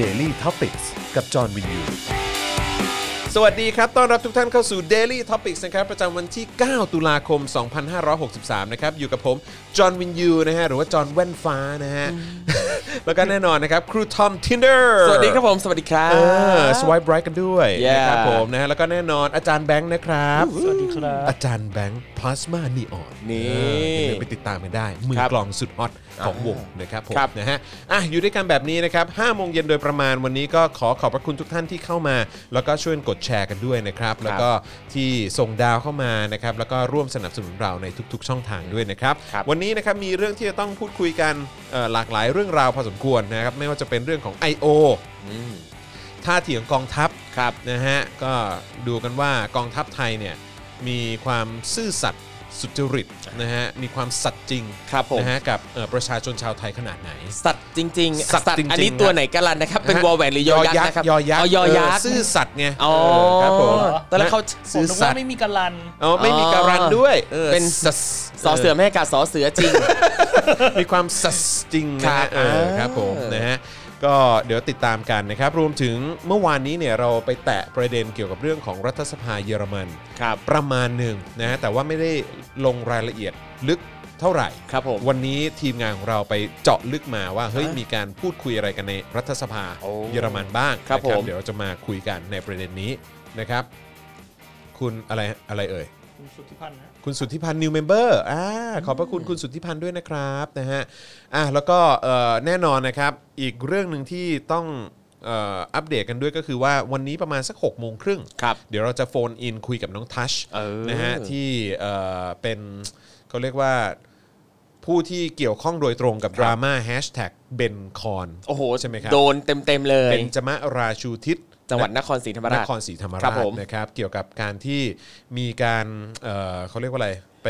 Daily t o p i c กกับจอห์นวินยู สวัสดีครับ ต้อนรับทุกท่านเข้าสู่ Daily Topics นะครับ ประจำวันที่ 9 ตุลาคม 2563 นะครับ อยู่กับผม จอห์นวินยูนะฮะ หรือว่า จอห์นแว่นฟ้านะฮะ แล้วก็แน่นอนนะครับ ครูทอมทินเดอร์ สวัสดีครับผม สวัสดีครั เออบ สวายไบรท์กันด้วยนะ Yeah ครับผมนะฮะ แล้วก็แน่นอนอาจารย์แบงค์นะครับ สวัสดีครับ อาจารย์แบงค์พลาสมานีออน นี่ ไปติดตามกันได้ มือ ครับ กลองสุดฮอตของวงนะครับผม ครับ นะฮะอ่ะอยู่ด้วยกันแบบนี้นะครับ5โมงเย็นโดยประมาณวันนี้ก็ขอขอบพระคุณทุกท่านที่เข้ามา แล้วก็ช่วยกดแชร์กันด้วยนะครับ แล้วก็ที่ส่งดาวเข้ามานะครับ แล้วก็ร่วมสนับสนุนเราในทุก ๆ ช่องทางด้วยนะครับ ครับ วันนี้นะครับมีเรื่องที่จะต้องพูดคุยกันเอ่อหลากหลายเรื่องราวพอสมควรนะครับ ไม่ว่าจะเป็นเรื่องของ I.O. ท่าทีของกองทัพครับนะฮะก็ดูกันว่ากองทัพไทยเนี่ยมีความซื่อสัตย์สุจริตนะฮะมีความสัตย์จริง ครับผม นะฮะกับเอ่อประชาชนชาวไทยขนาดไหน สัตว์จริงๆ สัตว์จริงๆ อันนี้ ครับ ตัวไหนกันล่ะนะครับ เป็นวอลแหวนหรือยอยักษ์นะครับ ยอยักษ์ อ๋อยอยัก เอ ษ์ อซื่อสัตย์ไง อ๋อ เออครับผม ตอนแรกเขา ผ ซื่อมนึก สั ว่า ตย์ ไม่มีการลัน อ๋อไม่มีการันด้วยออ เป็น สัตย์ สอเสือแม่กาสอเสือจริง มีความสัตย์จริงนะฮะ ครับ เออครับผม เออ นะฮะก็เดี๋ยวติดตามกันนะครับ รวมถึงเมื่อวานนี้เนี่ยเราไปแตะประเด็นเกี่ยวกับเรื่องของรัฐสภาเยอรมัน ครับ ประมาณหนึ่งนะฮะแต่ว่าไม่ได้ลงรายละเอียดลึกเท่าไหร่ ครับผม วันนี้ทีมงานของเราไปเจาะลึกมาว่าเฮ้ยมีการพูดคุยอะไรกันในรัฐสภา โอ้ เยอรมันบ้าง ครับ นะ ผม เดี๋ยวจะมาคุยกันในประเด็นนี้นะครับ คุณอะไรอะไรเอ่ย คุณสุทธิพันธ์นะ คุณสุทธิพันธ์นิวเมมเบอร์อ่าขอบพระคุณคุณสุทธิพันธ์ด้วยนะครับนะฮะอ่ะแล้วก็เอ่อแน่นอนนะครับ อีกเรื่องหนึ่งที่ต้องเอ่ออัปเดตกันด้วยก็คือว่าวันนี้ประมาณสัก6กโมงครึ่ง ครับ เดี๋ยวเราจะโฟนอินคุยกับน้องทัช เออ นะฮะที่เอ่อเป็นเขาเรียกว่าผู้ที่เกี่ยวข้องโดยตรงกับดราม่าแฮชแท็กเบนคอน โอ้โห ใช่ไหมครับ โดนเต็มๆเลย เป็นจมะราชูทิศ จังหวัดนครศรีธรรมราช นครศรีธรรม ครั ราช บผม นะครับเกี่ยวกับการที่มีการเอ่อเขาเรียกว่าอะไรไป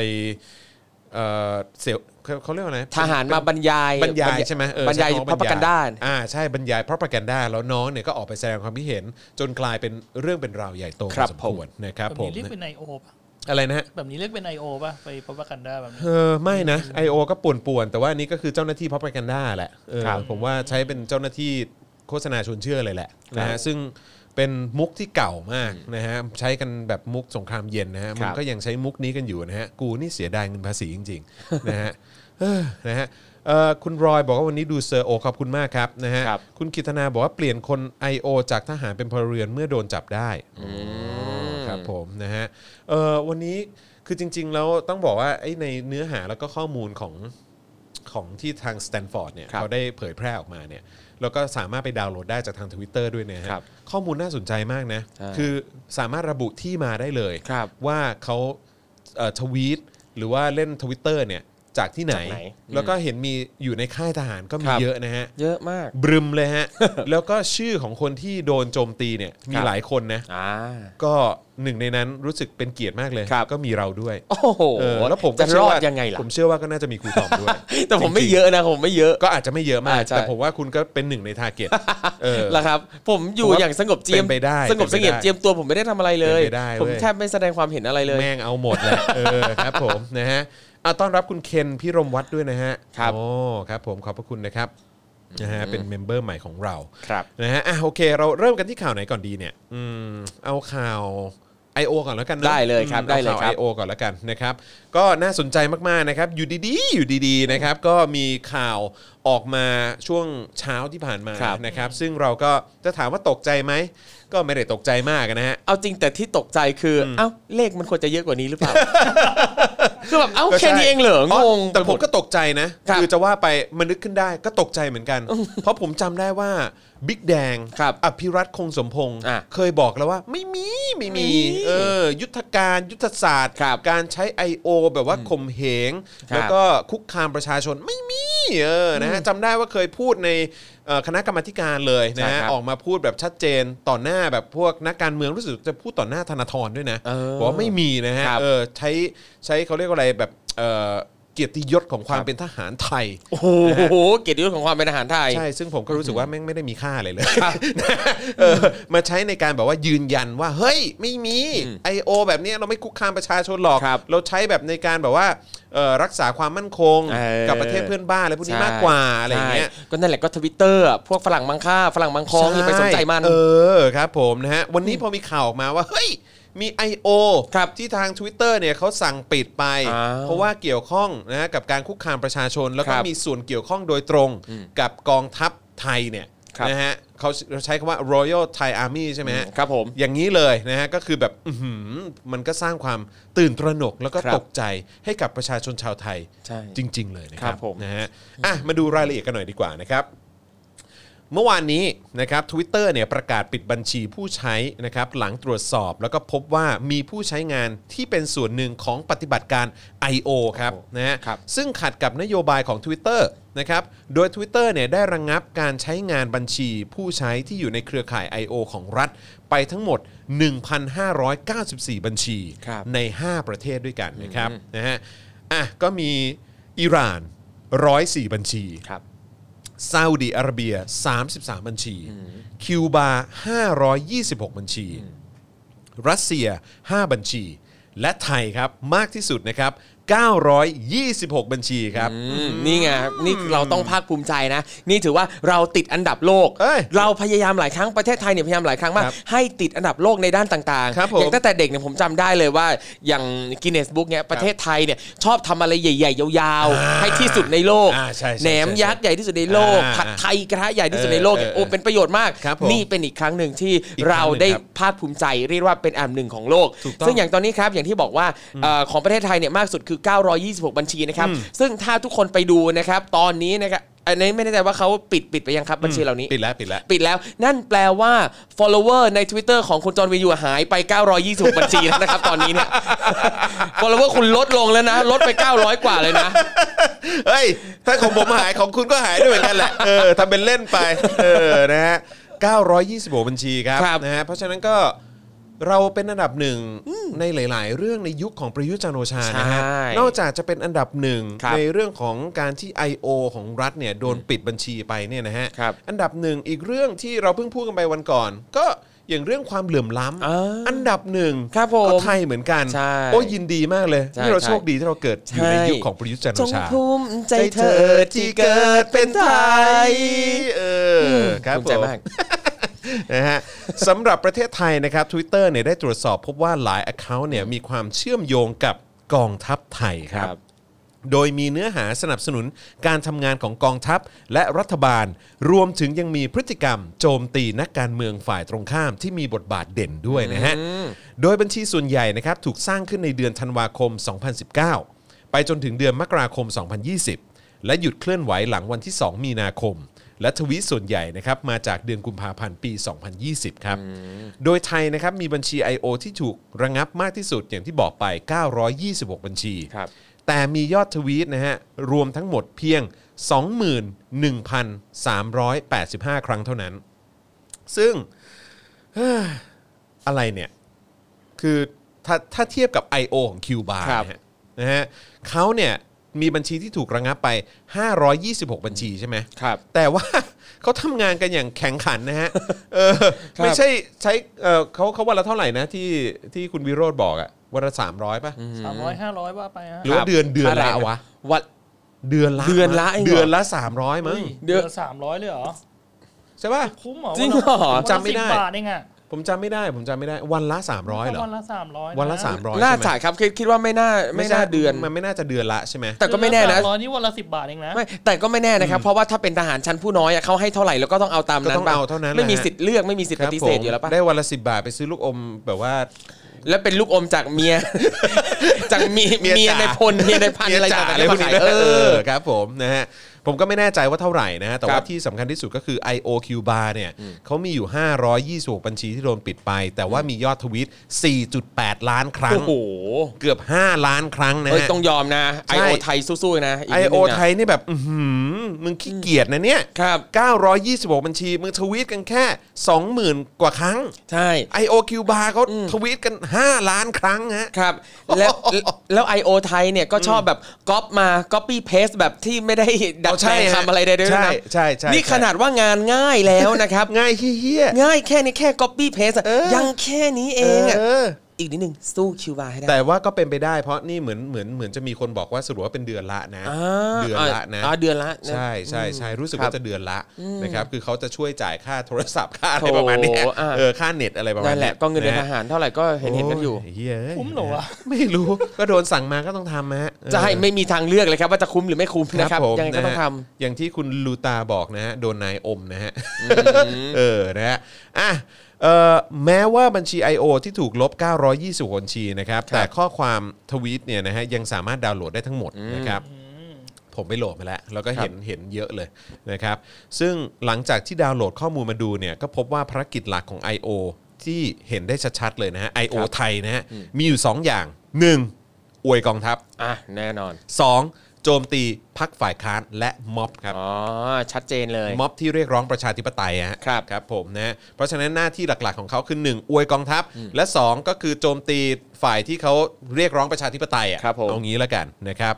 เอ่อเสียวเขาเขาเรียกว่าอะไร ทหารมาบรรยาย บรรยายใช่ไหมเออบ รรยาย ใช่คำว่ propaganda อ่าใช่บรรยายพระประกันด้าแล้วน้องเนี่ยก็ออกไปแสดงความคิดเห็น จนกลายเป็นเรื่องเป็นราวใหญ่โตพ ครั อบ สมควรนะครับ แบบ ผม นี้เรียกเป็นไอโอป่ะ อะไรนะฮะ แบบนี้เรียกเป็นไอโอป่ะ ไปพบว่ากันได้แบบนี้ เออไม่นะ IO ก็ป่วนๆ แต่ว่าอันนี้ก็คือเจ้าหน้าที่พระประกันด้าแหละเออผมว่าใช้เป็นเจ้าหน้าที่โฆษณาชวนเชื่อเลยแหละนะฮะซึ่งเป็นมุกที่เก่ามากนะฮะใช้กันแบบมุกสงครามเย็นนะฮะ ครับ มันก็ยังใช้มุกนี้กันอยู่นะฮะกูนี่เสียดายเงินภาษีจริงๆ นะฮะเออนะฮะเอ่อคุณรอยบอกว่าวันนี้ดูเซอร์โอขอบคุณมากครับนะฮะ ครับ คุณกิตนาบอกว่าเปลี่ยนคน IO จากทหารเป็นพลเรือนเมื่อโดนจับได้ครับผมนะฮะเอ่อวันนี้คือจริง ๆ แล้วต้องบอกว่าไอ้ในเนื้อหาแล้วก็ข้อมูลของ ของที่ทางสแตนฟอร์ดเนี่ย ครับ เขาได้เผยแพร่ออกมาเนี่ยแล้วก็สามารถไปดาวน์โหลดได้จากทาง Twitter ด้วยนะฮะ ครับ ข้อมูลน่าสนใจมากนะ ใช่ คือสามารถระบุที่มาได้เลย ครับ ว่าเขาเอ่อทวีตหรือว่าเล่น Twitter เนี่ยจากที่ไหน จากไหน แล้วก็เห็นมีอยู่ในค่ายทหารก็มี ครับ เยอะนะฮะ เยอะมาก บรึมเลย ฮะ แล้วก็ชื่อของคนที่โดนโจมตีเนี่ยมี ครับ หลายคนนะ อ่า ก็หนึ่งในนั้นรู้สึกเป็นเกียรติมากเลย ครับ ก็มีเราด้วย โอ้โห เออแล้วผมก็ จะรอด เชื่ว่า ยังไงล่ะ ผมเชื่อว่าก็น่าจะมีครูทอมด้วย แต่ผมไม่ จริงๆ เยอะนะผมไม่เยอะ ก็อาจจะไม่เยอะมาก อ่าใช่ แต่ผมว่าคุณก็เป็นหนึ่งในทาร์ เก็ตเออ ล่ะครับ ผมอผยู่มว่า อย่างสงบเจียม เป็นไปได้ สงบเสงี่ยม เป็นไปได้ เจียมตัวผมไม่ได้ทำอะไรเลย เป็นไปได้ ผม เว้ย แทบไม่แสดงความเห็นอะไรเลย แม่งเอาหมดแหละ เออครับผมนะฮะอ่ะต้อนรับคุณเคนพี่รมวัดด้วยนะฮะ ครับ โอ้ครับผมขอบพระคุณนะครับนะฮะเป็นเมมเบอร์ใหม่ของเรา ครับ นะฮะอ่ะโอเค เราเริ่มกันที่ข่าวไหนก่อนดีเนี่ย อืมเอาข่าว I.O. ก่อนแล้วกันนะ ได้เลยครับ อืม ได้เลย อา ครั ข่า บ ว I.O. ก่อนแล้วกันนะครับ ก็น่าสนใจมากๆนะครับอยู่ดีๆ อยู่ดีๆนะครับก็มีข่าวออกมาช่วงเช้าที่ผ่านมา ครับ นะครับซึ่งเราก็จะถามว่าตกใจไหมก็ไม่ได้ตกใจมากนะฮะ เอาจริงแต่ที่ตกใจคืออเอ้าเลขมันควรจะเยอะกว่านี้หรือเป ล่า คือแบบเอ้า ก็ใช่ แค่นี้เองเหรองง อ๋อแต่ผมก็ ไปห ตกใจนะครับคือจะว่าไปมันนึกขึ้นได้ก็ตกใจเหมือนกัน เพราะผมจำได้ว่าบิ๊กแดง ครับ อภิรัตคงสมพงศ์ อ่ะ เคยบอกแล้วว่าไม่มีไม่มี มี เออยุทธการยุทธศาสตร์ ครับ การใช้ I.O. แบบว่าข่มเหง ครับ แล้วก็คุกคามประชาชนไม่มีเออนะฮะจำได้ว่าเคยพูดในเอ่อคณะกรรมาธิการเลยนะ ใช่ ฮะ ครับ ออกมาพูดแบบชัดเจนต่อหน้าแบบพวกนักการเมืองรู้สึกจะพูดต่อหน้าธนาธรด้วยนะ เออ บอกว่าไม่มีนะฮะ ครับ เออ เออใช้ใช้เขาเรียกว่าอะไรแบบเอ่อ เกียรติยศของความเป็นทหารไทย โอ้โหเกียรติยศของความเป็นทหารไทย ใช่ ซึ่งผมก็รู้สึกว่าแม่งไม่ได้มีค่าอะไรเลยเออมาใช้ในการแบบว่ายืนยันว่า เฮ้ย ไม่มี อืม ไอโอแบบเนี้ยเราไม่คุกคามประชาชนหรอก ครับ เราใช้แบบในการแบบว่าเอ่อรักษาความมั่นคง เออ กับประเทศเพื่อนบ้านอะไรพวกนี้มากกว่าอะไรอย่างเงี้ย ใช่ก็นั่นแหละก็ทวิตเตอร์พวกฝรั่งมังค่า ฝรั่งมังคองอย่าไปสนใจมัน เออครับผมนะฮะ วันนี้พอมีข่าวออกมาว่า เฮ้ย มี I.O. ครับ ที่ทาง Twitter เนี่ยเขาสั่งปิดไป อ้าว เพราะว่าเกี่ยวข้องนะกับการคุกคามประชาชน แล้วก็ ครับ มีส่วนเกี่ยวข้องโดยตรง อืม กับกองทัพไทยเนี่ย ครับ นะฮะเขาเราใช้คำว่า Royal Thai Army ใช่ไหมฮะ ครับผม อย่างนี้เลยนะฮะก็คือแบบอื้อหือมันก็สร้างความตื่นตระหนกแล้วก็ ครับ ตกใจให้กับประชาชนชาวไทย ใช่ จริง ๆ เลยนะค ครั รับบ ผม นะฮะอ่ะมาดูรายละเอียดกันหน่อยดีกว่านะครับ เมื่อวานนี้นะครับ Twitter เนี่ยประกาศปิดบัญชีผู้ใช้นะครับหลังตรวจสอบแล้วก็พบว่ามีผู้ใช้งานที่เป็นส่วนหนึ่งของปฏิบัติการ I.O. ครับนะฮะ ครับ ซึ่งขัดกับนโยบายของ Twitter นะครับโดย Twitter เนี่ยได้ระงงับการใช้งานบัญชีผู้ใช้ที่อยู่ในเครือข่าย I.O. ของรัฐ ไปทั้งหมด 1,594 บัญชี ครับ ใน 5 ประเทศด้วยกันนะครับนะฮะอ่ะก็มีอิหร่าน 104 บัญชี ครับ ซาอุดีอาระเบีย 33 บัญชี คิวบา 526 บัญชี รัสเซีย 5 บัญชี และไทยครับมากที่สุดนะครับ 926 บัญชีครับ อืมนี่ไงครับนี่เราต้องภาคภูมิใจนะ นี่ถือว่าเราติดอันดับโลก เอ้ย พยายามหลายครั้งประเทศไทยเนี่ยพยายามหลายครั้งมาก ครับ ให้ติดอันดับโลกในด้านต่าง ครับผม ๆอย่างตั้งแต่เด็กเนี่ยผมจำได้เลยว่าอย่างกินเนสบุ๊กเนี่ยประเทศไทยเนี่ยชอบทำอะไรใหญ่ๆยาว อ่า ๆ ให้ที่สุดในโลก อ่าใช่ใช่ แหนมยักษ์ใหญ่ที่สุดในโลก อ่า ผัดไทยกระทะใหญ่ที่สุดในโลกเนี่ย เออ โอ้เป็นประโยชน์มาก ครับผม นี่เป็นอีกครั้งหนึ่งที่ อีกครั้ เรา งหนึ่ง ได้ ครับ ภาคภูมิใจเรียกว่าเป็นอันดับหนึ่งของโลก ถูกต้อง ซึ่งอย่างตอนนี้ครับอย่างที่บอกว่าเอ่อของประเทศไทยเนี่ยมากสุดคือ 926 บัญชีนะครับ ซึ่งถ้าทุกคนไปดูนะครับตอนนี้นะครับอันนี้ไม่แน่ใจว่าเขาปิดปิดไปยังครับบัญชีเหล่านี้ ปิดแล้วปิดแล้ว ปิดแล้วนั่นแปลว่า follower ใน Twitter ของคุณจอห์นวินยูหายไป 926 บัญชีแล้วนะครับ ตอนนี้เนี่ย follower คุณลดลงแล้วนะ ลดไป 900 กว่าเลยนะ เฮ้ย ถ้าของผมหายของคุณก็หายด้วยเหมือนกันแหละ เออทำเป็นเล่นไป เออ นะฮะ926 บัญชีครับ ครับ นะฮะ เพราะฉะนั้นก็เราเป็นอันดับหนึ่งในหลาย ๆ เรื่องในยุคของประยุทธ์จันทร์โอชา นะฮะ ใช่ นอกจากจะเป็นอันดับหนึ่ง ครับ ในเรื่องของการที่ I.O. ของรัฐเนี่ยโดนปิดบัญชีไปเนี่ยนะฮะ ครับ อันดับหนึ่งอีกเรื่องที่เราเพิ่งพูดกันไปวันก่อน ก็อย่างเรื่องความเหลื่อมล้ำ อ่า อันดับหนึ่ง ครับผม ก็ไทยเหมือนกัน ใช่ โอ้ยินดีมากเลย ใช่ นี่เรา ใช่ โชคดีที่เราเกิดอยู่ใน ใช่ ยุคของประยุทธ์จันทร์ จ โอง ชา ภูมิใจ ใจ เธ เธ อ อ ที่ ที่ เกิ เกิ ด ดเป็เป็น น ไท ไท ย ย เออครับ ภูมิ ผ ใจ ม มาก นะฮะสำหรับประเทศไทยนะครับ Twitter เนี่ยได้ตรวจสอบพบว่าหลาย Account เนี่ยมีความเชื่อมโยงกับกองทัพไทยครับ โดยมีเนื้อหาสนับสนุนการทำงานของกองทัพและรัฐบาล รวมถึงยังมีพฤติกรรม โจมตีนักการเมืองฝ่ายตรงข้ามที่มีบทบาทเด่นด้วยนะฮะ โดยบัญชีส่วนใหญ่นะครับถูกสร้างขึ้นในเดือนธันวาคม 2019 ไปจนถึงเดือนมกราคม 2020 และหยุดเคลื่อนไหวหลังวันที่ 2 มีนาคม และทวีตส่วนใหญ่นะครับมาจากเดือนกุมภาพันธ์ปี 2020 ครับ โดยไทยนะครับมีบัญชี I.O. ที่ถูกระงับมากที่สุดอย่างที่บอกไป 926 บัญชี ครับ แต่มียอดทวีตนะฮะ รวมทั้งหมดเพียง 21,385 ครั้งเท่านั้น ซึ่ง เฮ้ยอะไรเนี่ย คือถ้าถ้าเทียบกับ I.O. ของคิวบาร์ ครับ นะฮะนะฮะเขาเนี่ยมีบัญชีที่ถูกระงับไป 526 บัญชีใช่ไหม ครับ แต่ว่า เขาทำงานกันอย่างแข็งขันนะฮะ เออ ครับ ไม่ใช่ใช้เออเขาเขาวันละเท่าไหร่นะที่ที่คุณวิโรธบอกอะวันละสามร้อยป่ะ สามร้อยห้าร้อยว่าไปฮะ หรือว่าเดือนเดือน ไร ละวะ วัด เดือนละ เดือนละเองเหรอ เดือนละสามร้อยมั้ง เฮ้ย เดื เดื อ อน นสามร้อยเลยเหรอ ใช่ป่ะ คุ้มเหรอ จริงเหรอ วันละ จำไม่ได้ สิบบาทเองอะ ผมจำไม่ได้ ผมจำไม่ได้วันละสามร้อยเหรอ วันละสามร้อย วันละสามร้อย น่าจ่ายครับคิดคิดว่าไม่น่าไม่น่าเดือน มันไม่น่าจะเดือนละใช่ไหม แต่ก็ไม่แน่นะ สามร้อยนี่วันละสิบบาทเองนะ ไม่แต่ก็ไม่แน่นะครับ เพราะว่าถ้าเป็นทหารชั้นผู้น้อยอะเขาให้เท่าไหร่แล้วก็ต้องเอาตามนั้น ก็ต้องเอาเท่านั้น ไม่มี แหละ สิทธิ์เลือกไม่มีสิทธิ์ ค ป รับ ฏิเสธ ผม อยู่แล้วปะ ได้วันละสิบบาทไปซื้อลูกอมแบบว่า แล้วเป็นลูกอมจากเมีย จากเมีย เมีย เมีย จ๋า ในพลเมียในพันอะไร เมีย ต่า จ่าง ๆ อะไรพวกนี้นะ เอ เอ อ อครับผมนะฮะผมก็ไม่แน่ใจว่าเท่าไหร่นะฮะแต่ ครั ว่า บ ที่สำคัญที่สุดก็คือ IOQ bar เนี่ยเขามีอยู่ 526 บัญชีที่โดนปิดไป แต่ว่ามียอดทวีต4.8 ล้านครั้ โอ้ ง โห เกือบ 5 ล้านครั้งนะ เอ้ย ฮะ ต้องยอมนะไอ ใช่ โอไทยสู้ๆนะก ไอ นิดนึง โอ นะ ไทยนี่แบบอื้อหือมึงขี้เกียจนะเนี่ย ครับ 926 บัญชี มึงทวีตกันแค่ 20,000 กว่าครั้ง ใช่ IOQ bar เขาทวีตกัน 5 ล้านครั้งฮะ ครับ แล้วแล้วไอโอไทยเนี่ยก็ชอบแบบก๊อปมาก๊อปปี้เพสแบบที่ไม่ได้ดัด เอาใช่ แปลง ฮะ ทำอะไรใดๆด้วยนะ ใช่ใช่ใช่ นี่ ใช่ ขนาดว่างานง่ายแล้วนะครับ ง่ายเฮี้ย ง่ายแค่นี้แค่ก๊อปปี้เพส เออ ยังแค่นี้ ๆ เองอะ เออ อีกนิดนึงสู้คิวบาร์ให้ได้ แต่ว่าก็เป็นไปได้เพราะนี่เหมือนเหมือนเหมือนจะมีคนบอกว่าสรุปว่าเป็นเดือนละนะ อ่า เดือนละนะ อ่าเดือนละนะ ใช่ใช่ใช่รู้สึก ค ว่า บ จะเดือนละนะครับคือเขาจะช่วยจ่ายค่าโทรศัพท์ค่าอะไรประมาณเนี้ย โถอ่ะ เออค่าเน็ตอะไรประมา นั่ ณ นแห เนี้ ละ ย ก็เงินเดือนท ะ หารเท่าไหร่ก็เห็นเห็นๆกันอยู่ โเฮ้ย คุ้มเหรอวะ ไม่รู้ ก็โดนสั่งมาก็ต้องทำฮะเออ จะให้ไม่มีทางเลือกเลยครับว่าจะคุ้มหรือไม่คุ้มนะครับ ผม ยังไงก็ต้อนะฮะงทำ อย่างที่คุณลูตาบอกนะฮะ โดนนายอมนะฮะ เออ นะฮะ อ่ะเอ่อแม้ว่าบัญชี I.O. ที่ถูกลบ 920 บัญชีนะครับ แต่ข้อความทวีตเนี่ยนะฮะ ยังสามารถดาวน์โหลดได้ทั้งหมดนะครับ ผมไปโหลดมาแล้ว แล้วก็เห็นเห็นเยอะเลยนะครับ ซึ่งหลังจากที่ดาวน์โหลดข้อมูลมาดูเนี่ย ก็พบว่าภารกิจหลักของ I.O. ที่เห็นได้ชัดๆเลยนะฮะ I.O. ครับ ไทยนะฮะ มีอยู่สองอย่างหนึ่งอวยกองทัพ อ่ะแน่นอน 2. โจมตีพักฝ่ายค้านและม็อบครับ อ๋อ ชัดเจนเลย ม็อบที่เรียกร้องประชาธิปไตยอะฮะ ครับ ครับผมนะฮะเพราะฉะนั้นหน้าที่หลักๆของเขาคือ 1 อวยกองทัพ และ 2 ก็คือโจมตีฝ่ายที่เขาเรียกร้องประชาธิปไตยอะ ครับผม เอางี้ละกันนะครับ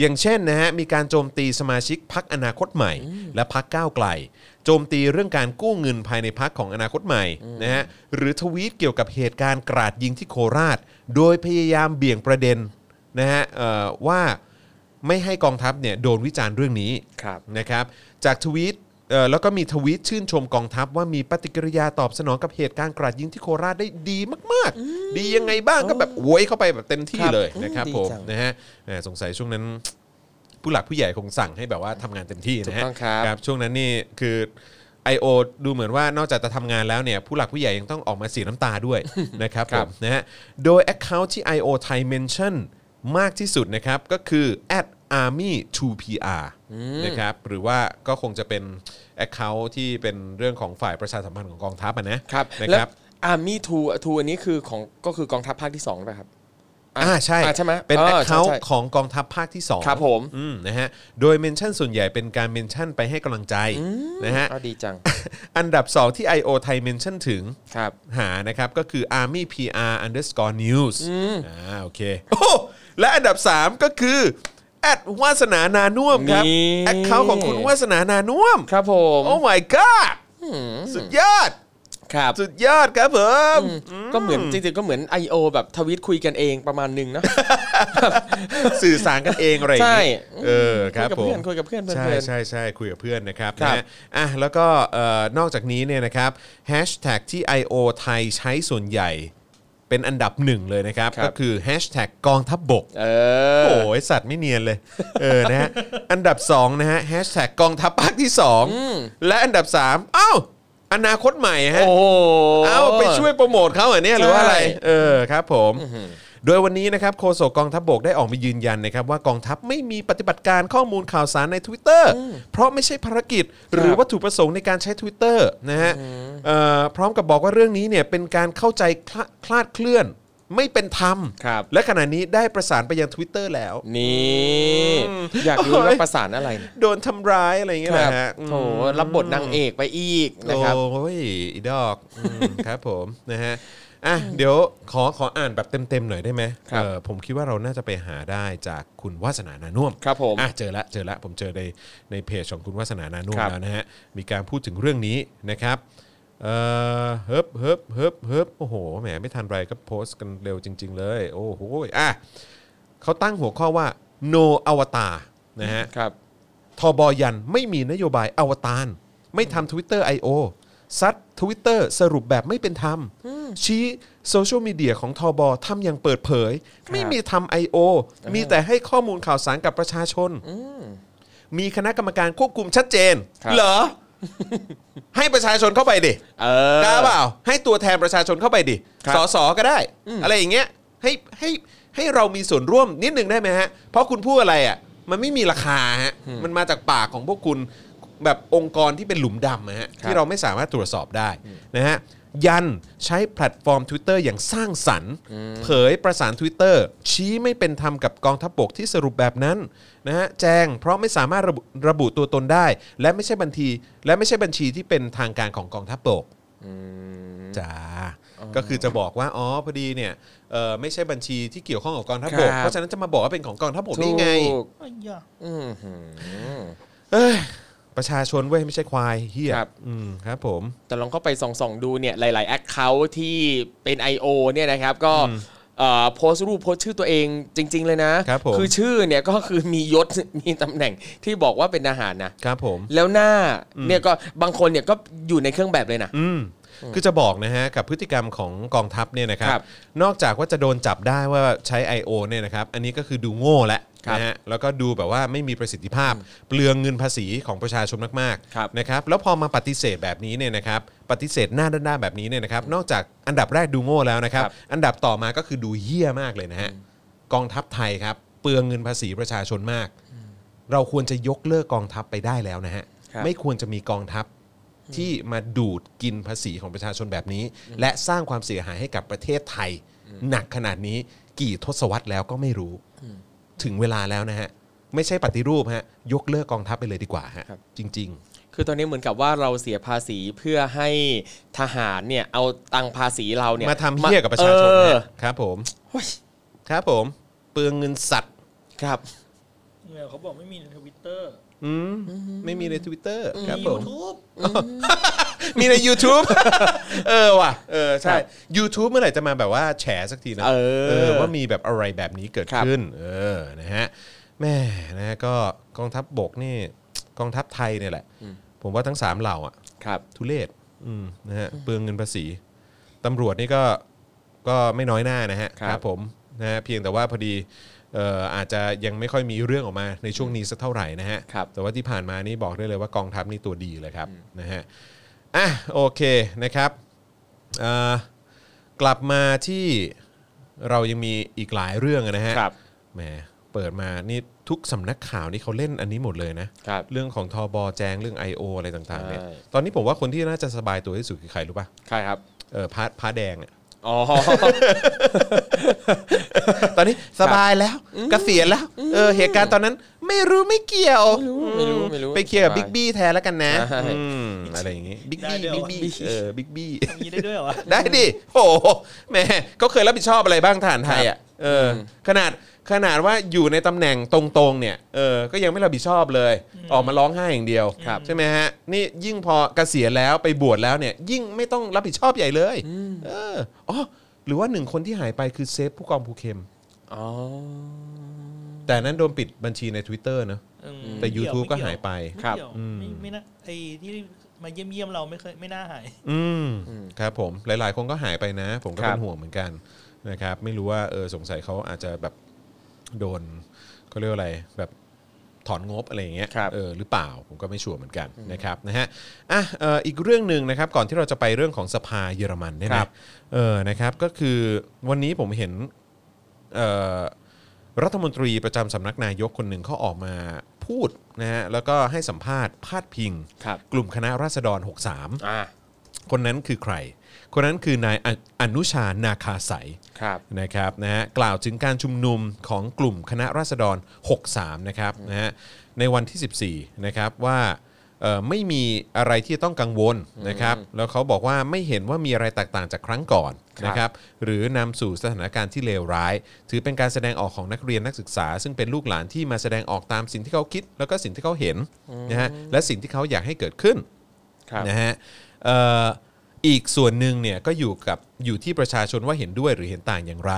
อย่างเช่นนะฮะมีการโจมตีสมาชิกพักอนาคตใหม่ และพักก้าวไกล โจมตีเรื่องการกู้เงินภายในพักของอนาคตใหม่นะฮะหรือทวีตเกี่ยวกับเหตุการณ์กราดยิงที่โคราช โดยพยายามเบี่ยงประเด็นนะฮะเอ่อว่า ไม่ให้กองทัพเนี่ยโดนวิจารณ์เรื่องนี้ ครับ นะครับจากทวีตเอ่อแล้วก็มีทวีตชื่นชมกองทัพว่ามีปฏิกิริยาตอบสนองกับเหตุการณ์กราดยิงที่โคราชได้ดีมาก ๆ ดียังไงบ้างก็แบบโวยเข้าไปแบบเต็มที่ ครับ เลย อืม นะครับ ดี ผม จัง นะฮะแหมสงสัยช่วงนั้น ผู้หลักผู้ใหญ่คงสั่งให้แบบว่าทำงานเต็มที่นะฮะ ถูกต้องครับ ช่วงนั้นนี่คือ I.O. ดูเหมือนว่านอกจากจะทำงานแล้วเนี่ยผู้หลักผู้ใหญ่ยังต้องออกมาเสียน้ำตา ด้วย นะครับ ค ผ รับ มนะฮะโดย Account ที่ I.O. Thai Mention มากที่สุดนะครับ ก็คือ at army 2 pr นะครับหรือว่าก็คงจะเป็น Account ที่เป็นเรื่องของฝ่ายประชาสัมพันธ์ของกองทัพอะนะครับ นะ แล้ว ครับ อาร์มี่ทูทูอันนี้คือของก็คือกองทัพภาคที่2ป่ะครับ อ่าใช่ อ่าใช่ไหม เป็น เออใช่ Account ใช่ ของกองทัพภาคที่2 ครับผม อืมนะฮะโดยเมนชั่นส่วนใหญ่เป็นการเมนชั่นไปให้กำลังใจนะฮะ อ้าวดีจัง อันดับ 2 ที่ I.O. ไทยเมนชั่นถึง ครับ หานะครับ ก็คือ Army PR underscore news อ่าโอเคโอ้และอันดับ 3 ก็คือ แอดวาสนานานุ่วมครับ นี่ แอดเขาของคุณวาสนานานุ่วม ครับผม โอ้ my god สุดยอด ครับ สุดยอดครับผม ก็เหมือนจริงๆก็เหมือน I.O. แบบทวิตคุยกันเองประมาณหนึ่งนะ สื่อสารกันเองอะไรอย่าง ใช่ งี้เออครับผม คุยกับเพื่อนคุยกับเพื่อนเพลินๆ ใช่ใช่ใช่คุยกับเพื่อนนะครับ ครับ นะฮะอ่ะแล้วก็เอ่อนอกจากนี้เนี่ยนะครับแฮชแท็กที่ I.O. ไทยใช้ส่วนใหญ่ เป็นอันดับหนึ่งเลยนะครับ ครับ ก็คือแฮชแท็กกองทัพบบก เออ โอ้ยสัตว์ไม่เนียนเลย เอ อนะฮะ อันดับ 2 นะฮะแฮชแท็กกองทัพภาคที่ 2 และอันดับ 3 เอ้า อนาคตใหม่ฮะ โอ้โห เอ้าไปช่วยโปรโมทเขาเหรอเนี่ยหรือว่าอะไร ใช่ เออครับผม โดยวันนี้นะครับโฆษกกองทัพบบกได้ออกมายืนยันนะครับว่ากองทัพไม่มีปฏิบัติการข้อมูลข่าวสารใน Twitter เพราะไม่ใช่ภารกิจ หรือวัตถุประสงค์ในการใช้ Twitter นะฮะเอ่อพร้อมกับบอกว่าเรื่องนี้เนี่ยเป็นการเข้าใจคลาคลาดเคลื่อน ไม่เป็นธรรม ครับ และขณะนี้ได้ประสานไปยัง Twitter แล้ว นี่อยากรู้ โอ้ย ว่าประสานอะไร โดนทำร้ายอะไรอย่างเงี้ย ครั นะฮะอืม โถรับบทนางเอกไปอีกนะครับ โอ้ยอีดอกอืม ครับผมนะฮะอ่ะเดี๋ยวขอขออ่านแบบเต็มๆหน่อยได้ไหม ครับ เออผมคิดว่าเราน่าจะไปหาได้จากคุณวาสนานานุ่วม ครับผม อ่ะเจอละเจอละผมเจอในในเพจของคุณวาสนานานุ่วม ครับ แล้วนะฮะมีการพูดถึงเรื่องนี้นะครับเออเฮิบเฮิบเฮิบเฮิบโอ้โหแหมไม่ทันไรก็โพสต์กันเร็วจริง ๆ เลย โอ้โหอ่ะเขาตั้งหัวข้อว่า no อวตารนะฮะ ครับ ทบยันไม่มีนโยบายอวตารไม่ทำ Twitter I.O. ซัด Twitter สรุปแบบไม่เป็นธรรม ชี้โซเชียลมีเดียของทบทำอย่างเปิดเผย ไม่มีทำ I.O. มีแต่ให้ข้อมูลข่าวสารกับประชาชน มีคณะกรรมการควบคุมชัดเจน ครับ เหรอ ให้ประชาชนเข้าไปดิ เออ กล้าเปล่าให้ตัวแทนประชาชนเข้าไปดิ ครับ สสก็ได้ อะไรอย่างเงี้ยให้ให้ให้เรามีส่วนร่วมนิดนึงได้ไหมฮะ เพราะคุณพูดอะไรอ่ะมันไม่มีราคาฮะมันมาจากปากของพวกคุณแบบองค์กรที่เป็นหลุมดำนะฮะ ครับ ที่เราไม่สามารถตรวจสอบได้นะฮะยันใช้แพลตฟอร์ม Twitter อย่างสร้างสรรค์ เผยประสาน Twitter ชี้ไม่เป็นธรรมกับกองทัพบกที่สรุปแบบนั้นนะฮะแจงเพราะไม่สามารถระบุระบุตัวตนได้ และไม่ใช่บัญชี และไม่ใช่บัญชีที่เป็นทางการของกองทัพบก จ้าก็คือจะบอกว่าอ๋อพอดีเนี่ยเอ่อไม่ใช่บัญชีที่เกี่ยวข้องกับกองทัพบก ครับ เพราะฉะนั้นจะมาบอกว่าเป็นของกองทัพบกนี่ไง ถูก อ้ยยะ อื้อหือ เอ้ยประชาชนเว้ยไม่ใช่ควายเฮีย ครับ อืมครับผม แต่ลองเข้าไปส่องส่องๆดูเนี่ยหลาย ๆ แอคเคาท์ที่เป็น I.O. เนี่ยนะครับก็เอ่อโพสต์รูปโพสต์ชื่อตัวเองจริง ๆ เลยนะครับ ผม อชื่อเนี่ย ก็คือมียศ มีตำแหน่งที่บอกว่าเป็นทหารนะ ครับผม แล้วหน้าเนี่ยก็บางคนเนี่ยก็อยู่ในเครื่องแบบเลยนะ อืมคือจะบอกนะฮะกับพฤติกรรมของกองทัพเนี่ยนะครับ ครับ นอกจากว่าจะโดนจับได้ว่าใช้ I.O. เนี่ยนะครับ อันนี้ก็คือดูโง่แหละ ครับ นะฮะแล้วก็ดูแบบว่าไม่มีประสิทธิภาพ เปลืองเงินภาษีของประชาชนมาก ครับ ๆนะครับแล้วพอมาปฏิเสธแบบนี้เนี่ยนะครับ ปฏิเสธหน้าด้านๆแบบนี้เนี่ยนะครับ นอกจากอันดับแรกดูโง่แล้วนะครับ อันดับต่อมาก็คือดูเหี้ยมากเลยนะฮะกองทัพไทยครับ เปลืองเงินภาษีประชาชนมาก เราควรจะยกเลิกกองทัพไปได้แล้วนะฮะ ครับ ไม่ควรจะมีกองทัพที่มาดูดกินภาษีของประชาชนแบบนี้ และสร้างความเสียหายให้กับประเทศไทย หนักขนาดนี้กี่ทศวรรษแล้วก็ไม่รู้ ถึงเวลาแล้วนะฮะ ไม่ใช่ปฏิรูปฮะ ยกเลิกกองทัพไปเลยดีกว่าฮะ ครับ จริง คือตอนนี้เหมือนกับว่าเราเสียภาษีเพื่อให้ทหารเนี่ยเอาตังค์ภาษีเราเนี่ย ๆ มาทำเหี้ยกับประชาชน เออ ฮะครับผม โอ้ย ครับผมเปลืองเงินสัตว์ ครับ เนี่ยเขาบอกไม่มีในทวิตเตอร์ อืมไม่มีในทวิตเตอร์ครับ มี ผ ยู ม ทูบ มีใน YouTube เออว่ะเออใช่ ครับ YouTube เมื่อไหร่จะมาแบบว่าแฉสักทีนะ เออ ว่ามีแบบอะไรแบบนี้เกิด ครับ ขึ้น เออนะฮะแม่นะฮะก็กองทัพบบกนี่กองทัพไทยเนี่ยแหละ อืม ผมว่าทั้งสามเหล่าอ่ะ ครับ ทุเลศอืมนะฮะเปลืองเงินภาษีตำรวจนี่ก็ก็ไม่น้อยหน้านะฮะ ครับ ผมนะฮะเพียงแต่ว่าพอดีเอ่ออาจจะยังไม่ค่อยมีเรื่องออกมาในช่วงนี้สักเท่าไหร่นะฮะ ครับ แต่ว่าที่ผ่านมานี่บอกได้เลยว่ากองทัพนี่ตัวดีเลยครับนะฮะอ่ะโอเคนะครับเอ่อกลับมาที่เรายังมีอีกหลายเรื่องนะฮะ ครับ แหมเปิดมานี่ทุกสำนักข่าวนี่เขาเล่นอันนี้หมดเลยนะ ครับ เรื่องของทบแจงเรื่อง I.O. อะไรต่างๆเนี่ย ใช่ ตอนนี้ผมว่าคนที่น่าจะสบายตัวที่สุดคือใครรู้ป่ะ ใครครับ เออพาร์ทพาร์ทแดง อะ อ๋อ ตอนนี้สบายแล้วเกษียณแล้วเออเหตุการณ์ตอนนั้นไม่รู้ไม่เกี่ยว ไม่รู้ไม่รู้ ไปเคลียร์กับ ใช่ บิ๊กบี้แทนแล้วกันนะ ใช่ อืมอะไรอย่างงี้บิ๊กบี้บิ๊กบี้เออบิ๊กบี้ มีได้ด้วยเหรอวะ ได้ดิโอ้โหแหม่ก็เคยรับผิดชอบอะไรบ้างทหารไทยอ่ะเอออ ขนาดขนาดว่าอยู่ในตำแหน่งตรงๆเนี่ยเออก็ยังไม่รับผิดชอบเลย ออกมาร้องไห้อย่างเดียว ครับ ใช่ไหมฮะ นี่ยิ่งพอเกษียณแล้วไปบวชแล้วเนี่ย ยิ่งไม่ต้องรับผิดชอบใหญ่เลยเอออ๋อหรือว่าหนึ่งคนที่หายไปคือเซฟผู้กองภูเข็ม อ๋อ แต่นั้นโดนปิดบัญชีใน Twitter เนอะ อืม แต่ YouTube ก็หายไป ครับ ไม่เกี่ยวไม่ไม่น่าไอ้ที่มาเยี่ยมเยี่ยมๆเราไม่เคยไม่น่าหาย อืมครับผมหลาย ๆ คนก็หายไปนะ ผมก็ ครั เป็ บ นห่วงเหมือนกันนะครับ ไม่รู้ว่าเออสงสัยเขาอาจจะแบบโดนเขาเรียกว่าอะไรแบบถอนงบอะไรอย่างเงี้ย ครับ เออหรือเปล่าผมก็ไม่ชัวร์เหมือนกันนะครับนะฮะอ่ะเอ่ออีกเรื่องหนึ่งนะครับ ก่อนที่เราจะไปเรื่องของสภาเยอรมันเนี่ย ครั นะ บ เออนะครับก็คือวันนี้ผมเห็นเอ่อรัฐมนตรีประจำสำนักนายกคนหนึ่งเขาออกมาพูดนะฮะแล้วก็ให้สัมภาษณ์พาดพิง ครับ กลุ่มคณะราษฎร 63 อ่า คนนั้นคือใคร คนนั้นคือนายออนุชานาคาใสย ครับ นะครับนะฮะกล่าวถึงการชุมนุมของกลุ่มคณะราษฎร 63 นะครับนะฮะในวันที่ 14 นะครับว่าเอ่อไม่มีอะไรที่ต้องกังวลนะครับ แล้วเขาบอกว่าไม่เห็นว่ามีอะไรแตกต่างจากครั้งก่อน ครับ นะครับ หรือนำสู่สถานการณ์ที่เลวร้าย ถือเป็นการแสดงออกของนักเรียนนักศึกษา ซึ่งเป็นลูกหลานที่มาแสดงออกตามสิ่งที่เขาคิด แล้วก็สิ่งที่เขาเห็นนะฮะและสิ่งที่เขาอยากให้เกิดขึ้น ครับ นะฮะเอ่ออีกส่วนหนึ่งเนี่ยก็อยู่กับอยู่ที่ประชาชนว่าเห็นด้วยหรือเห็นต่างอย่างไร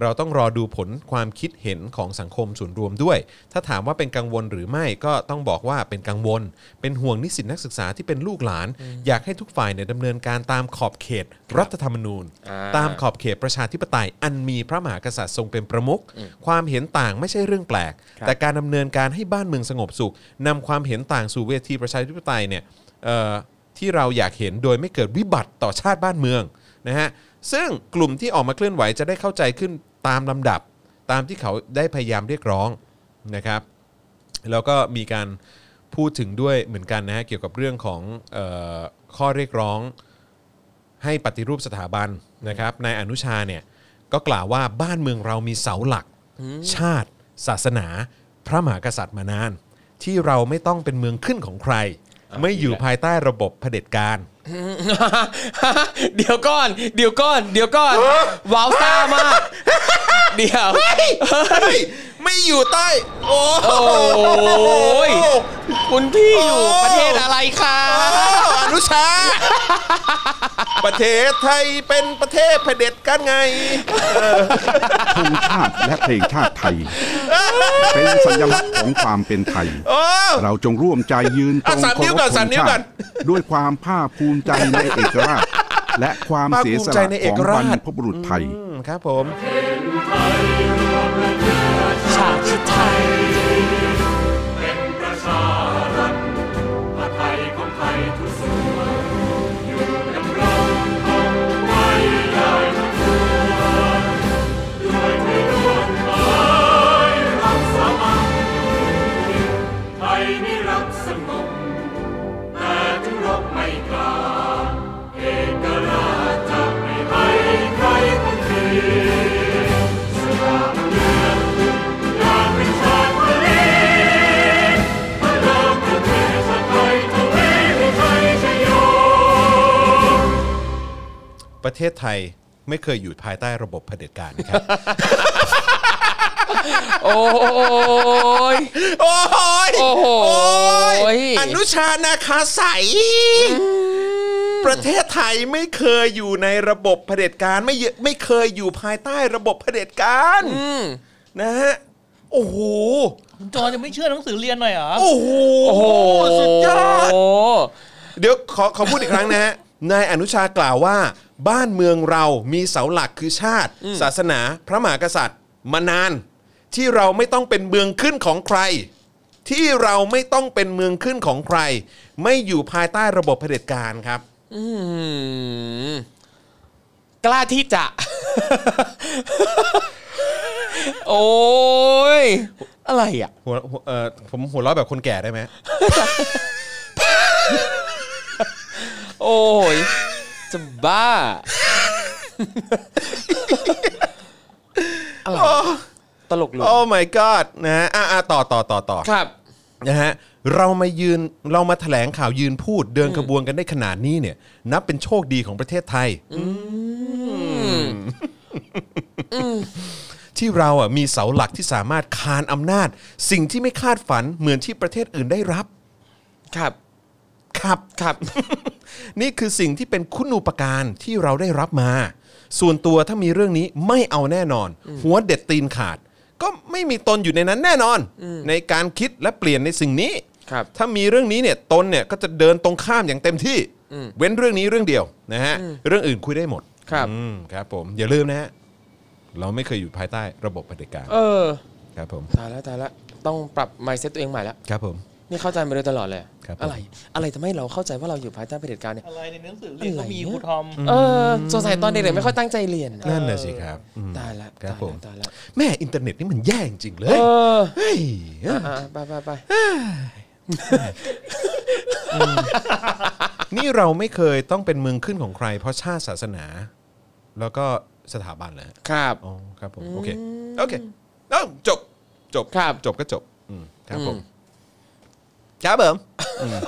เราต้องรอดูผลความคิดเห็นของสังคมส่วนรวมด้วย ถ้าถามว่าเป็นกังวลหรือไม่ก็ต้องบอกว่าเป็นกังวล เป็นห่วงนิสิตนักศึกษาที่เป็นลูกหลาน อยากให้ทุกฝ่ายเนี่ยดำเนินการตามขอบเขตรัฐธรรมนูญ อ่า ตามขอบเขตประชาธิปไตย อันมีพระมหากษัตริย์ทรงเป็นประมุขความเห็นต่างไม่ใช่เรื่องแปลก ครับ แต่การดำเนินการให้บ้านเมืองสงบสุขนำความเห็นต่างสู่เวทีประชาธิปไตยเนี่ยเอ่อที่เราอยากเห็นโดยไม่เกิดวิบัติต่อชาติบ้านเมืองนะฮะซึ่งกลุ่มที่ออกมาเคลื่อนไหวจะได้เข้าใจขึ้นตามลำดับ ตามที่เขาได้พยายามเรียกร้องนะครับ แล้วก็มีการพูดถึงด้วยเหมือนกันนะฮะเกี่ยวกับเรื่องของเออข้อเรียกร้องให้ปฏิรูปสถาบันนะครับนายอนุชาเนี่ยก็กล่าวว่าบ้านเมืองเรามีเสาหลัก ชาติ ศาสนา พระมหากษัตริย์มานาน ที่เราไม่ต้องเป็นเมืองขึ้นของใคร ไม่อยู่ภายใต้ระบบเผด็จการ เดี๋ยวก่อน เดี๋ยวก่อน เดี๋ยวก่อน ว้าวซ่ามาก เดี๋ยว เฮ้ยไม่อยู่ใต้ โอ้โห โอ้ยคุณพี่อยู่ประเทศอะไรคะ อ้าวอนุชา ประเทศไทยเป็นประเทศเผด็จกันไง ธงชาติและเพลงชาติไทย เป็นสัญลักษณ์ของความเป็นไทย โอ้ เราจงร่วมใจยืนตรง อ่ะสาม เคาร นิ้ว พ ก่อน ธ สาม ง นิ้ว ชา ก่อน ติด้วยความภาคภูมิใจในเอกราช และความ ภาค เสีย ภูมิ ส ใจ ละ ในเอ ข ก อง รา บ ช รรพบุรุษไทย อืมครับผม ชาติคือไทย ประชารัฐปไตยของไทยทุกส่วนอยู่ดำรงคงไว้ได้ทุกตัวด้วยที่ร่วมหมายรักสามัคคีไทยนิรักสงบแต่ถึงรบไม่กล้าเอกราชจะไม่ให้ใครคนดีสลาเลือนอยากเป็นชาติไทย ประเทศไทยไม่เคยอยู่ภายใต้ระบบเผด็จการนะครับ โอ้ย โอ้ย โอ้โห ยอนุชานาคาใสยประเทศไทยไม่เคยอยู่ในระบบเผด็จการไม่เยไม่เคยอยู่ภายใต้ระบบเผด็จการนะฮะโอ้โห คุณจอจะไม่เชื่อหนังสือเรียนหน่อยเหรอ โอ้โหสุดยอด โอ้ เดี๋ยวขอขอพูดอีกครั้งนะฮะ นายอนุชากล่าวว่า บ้านเมืองเรามีเสาหลักคือชาติ ศาสนาพระมหากษัตริย์ มานาน ที่เราไม่ต้องเป็นเมืองขึ้นของใคร ที่เราไม่ต้องเป็นเมืองขึ้นของใคร ไม่อยู่ภายใต้ระบบเผด็จการครับ อืมกล้าที่จะ โอ้ย อะไรอ่ะ หัวหัวเอ่อผมหัวเราะแบบคนแก่ได้ไหม โอ้ย จะบ้า อะไรตลกหลวง โอ้ my god นะฮะอ่ะอ่ะต่อต่อต่อต่อ ครับ นะฮะเรามายืนเรามาแถลงข่าวยืนพูดเดินขบวนกันได้ขนาดนี้เนี่ย นับเป็นโชคดีของประเทศไทยที่เราอ่ะมีเสาหลักที่สามารถคานอำนาจ สิ่งที่ไม่คาดฝันเหมือนที่ประเทศอื่นได้รับ ครับ ครับ ครับ นี่คือสิ่งที่เป็นคุณูปการที่เราได้รับมา ส่วนตัวถ้ามีเรื่องนี้ไม่เอาแน่นอน หัวเด็ดตีนขาด ก็ไม่มีตนอยู่ในนั้นแน่นอน ในการคิดและเปลี่ยนในสิ่งนี้ ครับ ถ้ามีเรื่องนี้เนี่ยตนเนี่ยก็จะเดินตรงข้ามอย่างเต็มที่ เว้นเรื่องนี้เรื่องเดียวนะฮะเรื่องอื่นคุยได้หมด ครับ อืมครับผมอย่าลืมนะฮะเราไม่เคยอยู่ภายใต้ระบบเผด็จการ เออ ครับผม ตายแล้วตายแล้ว ต้องปรับ mindset ตัวเองใหม่แล้ว ครับผม นี่เข้าใจมาโดยตลอดเลย ครับผม อะไร อะไรทำให้เราเข้าใจว่าเราอยู่ภายใต้เผด็จการเนี่ย อะไรในหนังสือเรียนก็มี อะไรเนี่ย ครูทอม เออสงสัยตอนเด็กๆไม่ค่อยตั้งใจเรียนนะ นั่นน่ะสิครับอืม ตายแล้ว ครับ ตาย ผ แล้ ม วตายแล้ว แม่อินเทอร์เน็ตนี่มันแย่จริงๆเล เอย อ เฮ้ย อ่ะๆไปไปไป นี่เราไม่เคยต้องเป็นเมืองขึ้นของใคร เพราะชาติศาสนา แล้วก็สถาบันแล้ว ครับ อ๋อครับผมโอเคโอเคเอ้าจบจบ ครับ จบก็จบอืมครับผมครับผมอืม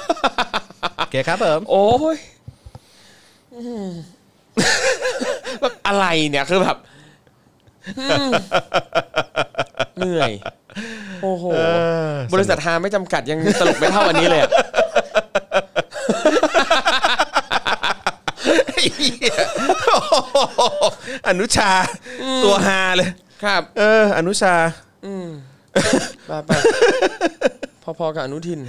โอเคครับผม โอ้ยอืมแบบอะไรเนี่ยคือแบบอืมเหนื่อย โอ้โห บริษัทฮาไม่จำกัดยังตลกไม่เท่าอันนี้เลยอะ อนุชา ตัวฮาเลย ครับ เออ อนุชา ไปไปพอๆกับอนุทิน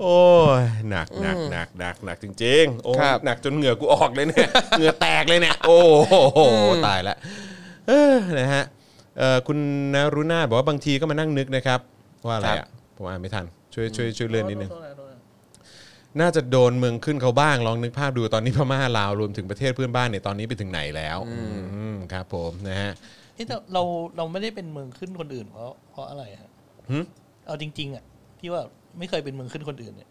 โอ้ยหนักหนักหนักหนักหนักจริงๆโอ้ย ครับ หนักจนเหงื่อกูออกเลย เนี่ย เหงื่อแตกเลยเนี่ย โอ้โหตายละเออนะฮะเอ่อคุณนรุณาบอกว่าบางทีก็มานั่งนึกนะครับ ว่าอะไรอ่ะผมอ่านไม่ทัน ช่วยช่วยช่วยเลื่อนนิดนึง น่าจะโดนเมืองขึ้นเขาบ้างลองนึกภาพดูตอนนี้พม่าลาวรวมถึงประเทศเพื่อนบ้านเนี่ยตอนนี้ไปถึงไหนแล้วอืมครับผมนะฮะ นี่แต่เราเราไม่ได้เป็นเมืองขึ้นคนอื่น เพราะเพราะอะไรฮะ หึ เอาจริง ๆอ่ะที่ว่าไม่เคยเป็นเมืองขึ้นคนอื่นเนี่ย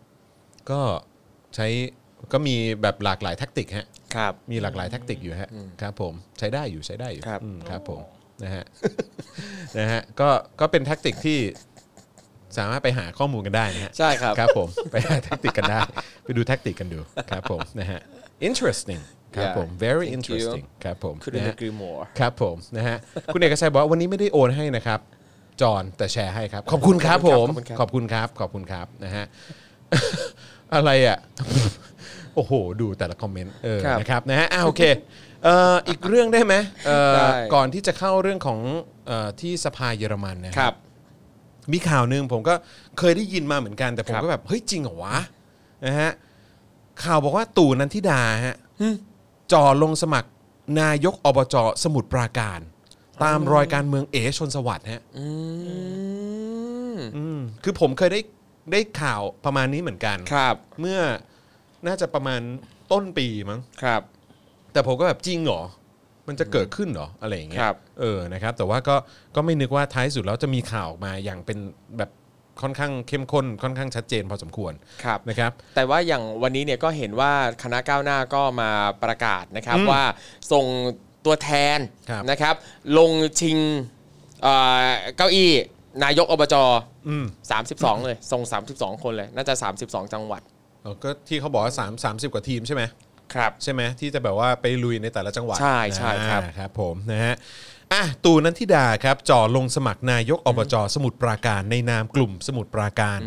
ก็ใช้ก็มีแบบหลากหลายแท็กติกฮะ ครับ มีหลากหลายแท็กติกอยู่ฮะครับผมใช้ได้อยู่ใช้ได้อยู่ ครับ อืมครับผมนะฮะ นะฮะก็ก็เป็นแท็กติกที่ สามารถไปหาข้อมูลกันได้นะฮะ ใช่ครับ ครับผม ไปหาแท็กติกกันได้ ไปดูแท็กติกกันดูครับผมนะ ฮะ interesting ครับผม very Thank you. interesting ครับผม couldn't นะฮะ agree more ครับผมนะฮะ คุณเอกชัยบอกว่าวันนี้ไม่ได้โอนให้นะครับ จอนแต่แชร์ให้ครับ ขอบคุณครับผม ขอบคุณครับ ขอบคุณครับนะ ฮะ อะไรอ่ะ โอ้โห ดูแต่ละคอมเมนต์เออ ครับ นะครับนะฮะอ่าโอเคเอ่ออีกเรื่องได้ไหมเอ่อ ได้ ก่อนที่จะเข้าเรื่องของเอ่อที่สภาเยอรมันนะฮะ ครับ มีข่าวหนึ่งผมก็เคยได้ยินมาเหมือนกันแต่ผม ครับ ก็แบบ เฮ้ย จริงเหรอวะนะฮะข่าวบอกว่าตู่นันทิดาฮะจ่อลงสมัครนายกอบจสมุทรปราการ ตามรอยการเมืองเอชนสวัสดิ์ฮะ อืม อืมคือผมเคยได้ได้ข่าวประมาณนี้เหมือนกัน ครับ เมื่อน่าจะประมาณต้นปีมั้ง ครับ แต่ผมก็แบบจริงเหรอ มันจะเกิดขึ้นเหรออะไรอย่างเงี้ย ครับ เออ นะครับ แต่ว่าก็ ก็ไม่นึกว่าท้ายสุดแล้วจะมีข่าวออกมาอย่างเป็นแบบค่อนข้างเข้มข้น ค่อนข้างชัดเจนพอสมควร ครับ นะครับ แต่ว่าอย่างวันนี้เนี่ยก็เห็นว่าคณะก้าวหน้าก็มาประกาศนะครับ อืม ว่าส่งตัวแทน ครับ นะครับ ลงชิงเอ่อเก้าอี้นายกอบจ อืม 32 เลยส่ง 32 คนเลย น่าจะ 32 จังหวัด แล้วก็ที่เขาบอกว่า3 30 กว่าทีมใช่ไหม ครับ ใช่ไหมที่จะแบบว่าไปลุยในแต่ละจังหวัด ใช่ใช่ครับ อ่าครับผมนะฮะอ่ะตู่นันทิดาครับจ่อลงสมัครนายกอบจสมุทรปราการ ในนามกลุ่มสมุทรปราการ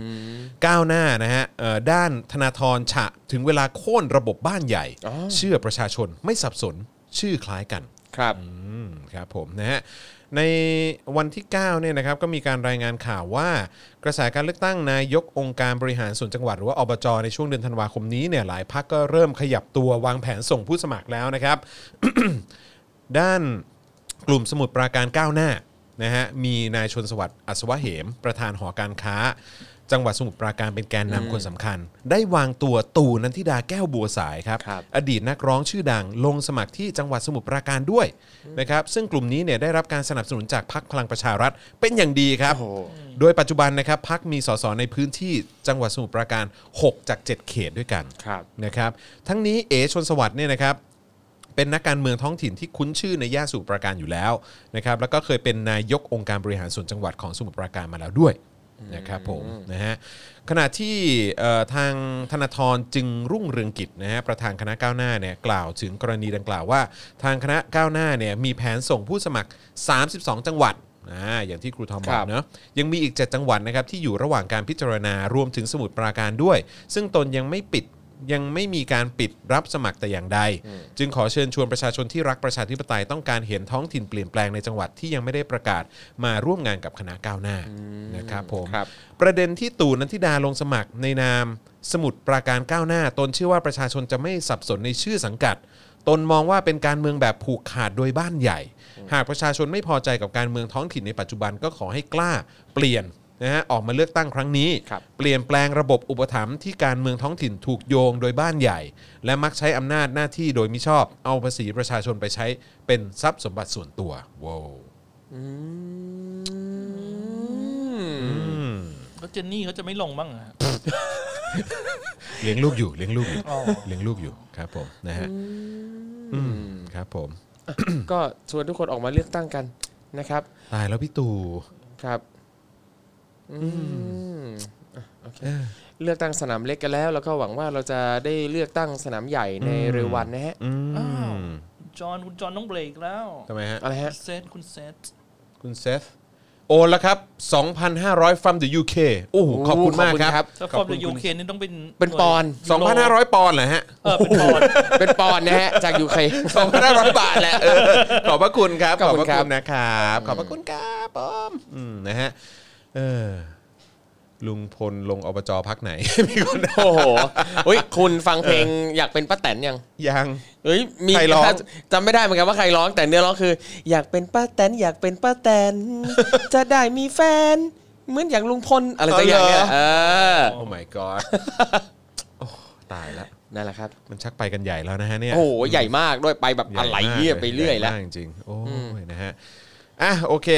ก้าวหน้านะฮะเอ่อด้านธนาธรฉะถึงเวลาโค่นระบบบ้านใหญ่ อ๋อ เชื่อประชาชนไม่สับสนชื่อคล้ายกัน ครับ อืมครับผมนะฮะในวันที่9เนี่ยนะครับก็มีการรายงานข่าวว่า กระแสการเลือกตั้งนายกองค์การบริหารส่วนจังหวัดหรือว่าอบจในช่วงเดือนธันวาคมนี้เนี่ยหลายพักก็เริ่มขยับตัววางแผนส่งผู้สมัครแล้วนะครับ ด้านกลุ่มสมุดปราการก้าวหน้านะฮะมีนายชนสวัสดิ์อัศวะเหม ประธานหอการค้า จังหวัดสมุทรปราการเป็นแกนนำคนสำคัญ ได้วางตัวตู่นันทิดาแก้วบัวสายครับ ครับ อดีตนักร้องชื่อดังลงสมัครที่จังหวัดสมุทรปราการด้วยนะครับซึ่งกลุ่มนี้เนี่ยได้รับการสนับสนุนจากพรรคพลังประชารัฐเป็นอย่างดีครับ โอ้โห โดยปัจจุบันนะครับพรรคมีสสในพื้นที่จังหวัดสมุทรปราการ 6 จาก 7 เขตด้วยกัน ครับ นะครับทั้งนี้เอชนสวัสดิ์เนี่ยนะครับเป็นนักการเมืองท้องถิ่นที่คุ้นชื่อในย่านสมุทรปราการอยู่แล้วนะครับแล้วก็เคยเป็นนายกองค์การบริหารส่วนจังหวัดของสมุทรปราการมาแล้วด้วยนะครับผมนะฮะขณะที่เอ่อทางธนาธรจึงรุ่งเรืองกิจนะฮะประธานคณะก้าวหน้าเนี่ยกล่าวถึงกรณีดังกล่าวว่า ทางคณะก้าวหน้าเนี่ยมีแผนส่งผู้สมัคร 32 จังหวัดอ่าอย่างที่ครูทอมบอครั ก บ เนอะ ยังมีอีก 7 จังหวัดนะครับที่อยู่ระหว่างการพิจารณารวมถึงสมุทรปราการด้วย ซึ่งตนยังไม่ปิดยังไม่มีการปิดรับสมัครแต่อย่างใด จึงขอเชิญชวนประชาชนที่รักประชาธิปไตยต้องการเห็นท้องถิ่นเปลี่ยนแปลงในจังหวัดที่ยังไม่ได้ประกาศมาร่วมงานกับคณะก้าวหน้านะครับผม ครับ ประเด็นที่ตู่นันทิดาลงสมัครในนามสมุดปราการก้าวหน้า ตนเชื่อว่าประชาชนจะไม่สับสนในชื่อสังกัด ตนมองว่าเป็นการเมืองแบบผูกขาดโดยบ้านใหญ่ หากประชาชนไม่พอใจกับการเมืองท้องถิ่นในปัจจุบันก็ขอให้กล้าเปลี่ยนนะฮะออกมาเลือกตั้งครั้งนี้ ครับ เปลี่ยนแปลงระบบอุปถัมภ์ที่การเมืองท้องถิ่นถูกโยงโดยบ้านใหญ่ และมักใช้อำนาจหน้าที่โดยมิชอบ เอาภาษีประชาชนไปใช้เป็นทรัพย์สมบัติส่วนตัวว้าว แล้วเจนนี่เขาจะไม่ลงบ้างเหรอฮะ เลี้ยงลูกอยู่เลี้ยงลูกอยู่ อ๋อ เลี้ยงลูกอยู่ครับผมนะฮะอืมครับผม ก็ชวนทุกคนออกมาเลือกตั้งกันนะครับ ตายแล้วพี่ตู่ ครับอืมอ่ะโอเคเลือกตั้งสนามเล็กกันแล้ว แล้วก็หวังว่าเราจะได้เลือกตั้งสนามใหญ่ในเร็ววันนะฮะ อื อ้าว ม จอห์นคุณจอห์นต้องเบรกแล้ว ทำไมฮะ อะไรฮะ เซตคุณเซต คุณเซฟโอนแล้วครับ 2,500 from the UK โอ้โห โอ้ ขอบคุณมาก ขอบคุณ ค ครั รับ บ ถ้าฟอร์มจากยูเคนนี่ต้องเป็น เป็นปอนด์ หวย 2,500 ปอนด์เหรอฮะ เออเป็นปอนด์ เป็นปอนด์นะฮะ จากยูเครน 2,500 บาทแหละเออขอบพระคุณครับ ขอบคุณครับ พะนะครับ ขอบพระคุณครับปอมอืมนะฮะเออลุงพลลงอบจพักไหน มีคนถาม โอ้โหเฮ้ยคุณฟังเพลงอยากเป็นป้าแตนยัง ยัง เฮ้ยมี ใครร้อง จำไม่ได้เหมือนกันว่าใครร้องแต่เนื้อร้องคือ อยากเป็นป้าแตนอยากเป็นป้าแตน จะได้มีแฟน เหมือนอย่างลุงพลอะไรสักอย่างเนี่ยเออ โอ้ my god โอ้ตายละ นั่นแหละครับ มันชักไปกันใหญ่แล้วนะฮะเนี่ย โอ้โหใหญ่มากด้วยไปแบบ ใหญ่ อะไร มาก เงี้ยไปเรื่อย ใหญ่ แล้ว มากจริงๆโอ้ยนะฮะอ่ะโอเค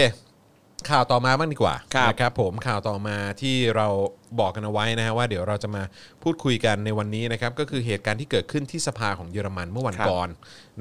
ข่าวต่อมาบ้างดีกว่า ครับ นะครับผมข่าวต่อมาที่เราบอกกันเอาไว้นะฮะว่าเดี๋ยวเราจะมาพูดคุยกันในวันนี้นะครับก็คือเหตุการณ์ที่เกิดขึ้นที่สภาของเยอรมันเมื่อวัน ครับ ก่อน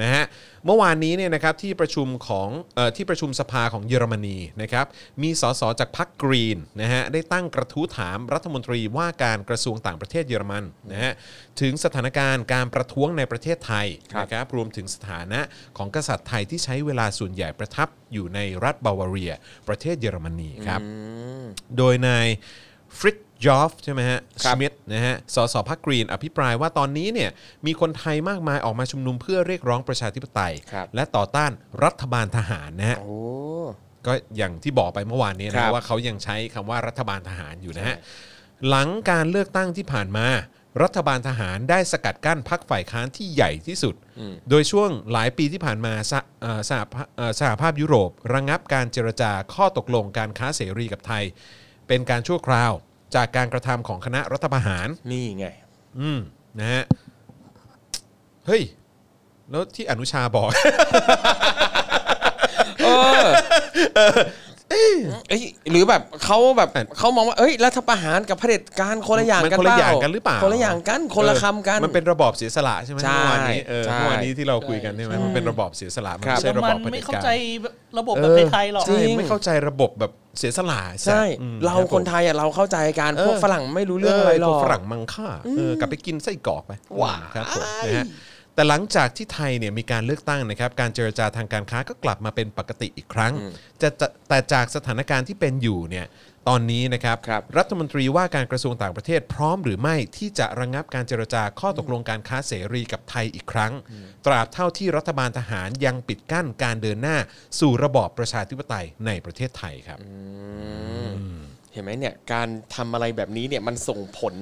นะฮะเมื่อวานนี้เนี่ยนะครับที่ประชุมของเอ่อที่ประชุมสภาของเยอรมนีนะครับมีสสจากพรรคกรีนนะฮะได้ตั้งกระทู้ถามรัฐมนตรีว่าการกระทรวงต่างประเทศเยอรมันนะฮะถึงสถานการณ์การประท้วงในประเทศไทย ครับ นะครับรวมถึงสถานะของกษัตริย์ไทยที่ใช้เวลาส่วนใหญ่ประทับอยู่ในรัฐบาวาเรีย ประเทศเยอรมนีครับ โดยนายฟริตยอฟใช่ไหมฮะ ครั ส บ มิธนะฮะสสพักกรีนอภิปรายว่าตอนนี้เนี่ยมีคนไทยมากมายออกมาชุมนุมเพื่อเรียกร้องประชาธิปไตย ครับ และต่อต้านรัฐบาลทหารนะฮะ โอ้ ก็อย่างที่บอกไปเมื่อวานนี้ ครั นะ บ ว่าเขายังใช้คำว่ารัฐบาลทหารอยู่นะฮะหลังการเลือกตั้งที่ผ่านมา รัฐบาลทหารได้สกัดกั้นพักฝ่ายค้านที่ใหญ่ที่สุด อืม โดยช่วงหลายปีที่ผ่านมาสหเอ่อสหภาพเอ่อสหภาพยุโรประงับการเจรจาข้อตกลงการค้าเสรีกับไทย เป็นการชั่วคราวจากการกระทำของคณะรัฐประหาร นี่ไง อืมนะฮะเฮ้ยแล้วที่อนุชาบอก เออเอ้ยหรือแบบเขาแบบเขามองว่าเอ้ยรัฐประหารกับเผด็จการคนละอย่าง มัน กัน คนละ เป อย่างกันหรือเปล่า คนละอย่างกันคนละคำกัน เออมันเป็นระบอบเสียสละใช่ไหม ใช่ เมื่อวานนี้เออ ใช่ เมื่อวานนี้ที่เราคุยกันใช่ไหม ใช่ มันเป็นระบอบเสียสละมัน ครับ ไม่ เย ใช่ อร ระบอมับเผด็นจการไม่เข้าใจระบบประเทศไทยหรอก ใช่ไม่เข้าใจระบบแบบเสียสละ ใช่ อืม เรา บผม คนไทยอ่ะเราเข้าใจการ เออ พวกฝรั่งไม่รู้เรื่องอะไรหร พ อ ว ก ฝรั่งมังค่าเออกลับไปกินไส้กรอกไป ว้าย ครับผมนะฮะแต่หลังจากที่ไทยเนี่ยมีการเลือกตั้งนะครับ การเจรจาทางการค้าก็กลับมาเป็นปกติอีกครั้งจะจะแต่จากสถานการณ์ที่เป็นอยู่เนี่ยตอนนี้นะครับ ครับ รัฐมนตรีว่าการกระทรวงต่างประเทศพร้อมหรือไม่ที่จะระงับการเจรจาข้อตกลงการค้าเสรีกับไทยอีกครั้ง ตราบเท่าที่รัฐบาลทหารยังปิดกั้นการเดินหน้า สู่ระบอบประชาธิปไตยในประเทศไทยครับ เห็นไหมเนี่ย การทำอะไรแบบนี้เนี่ยมันส่งผล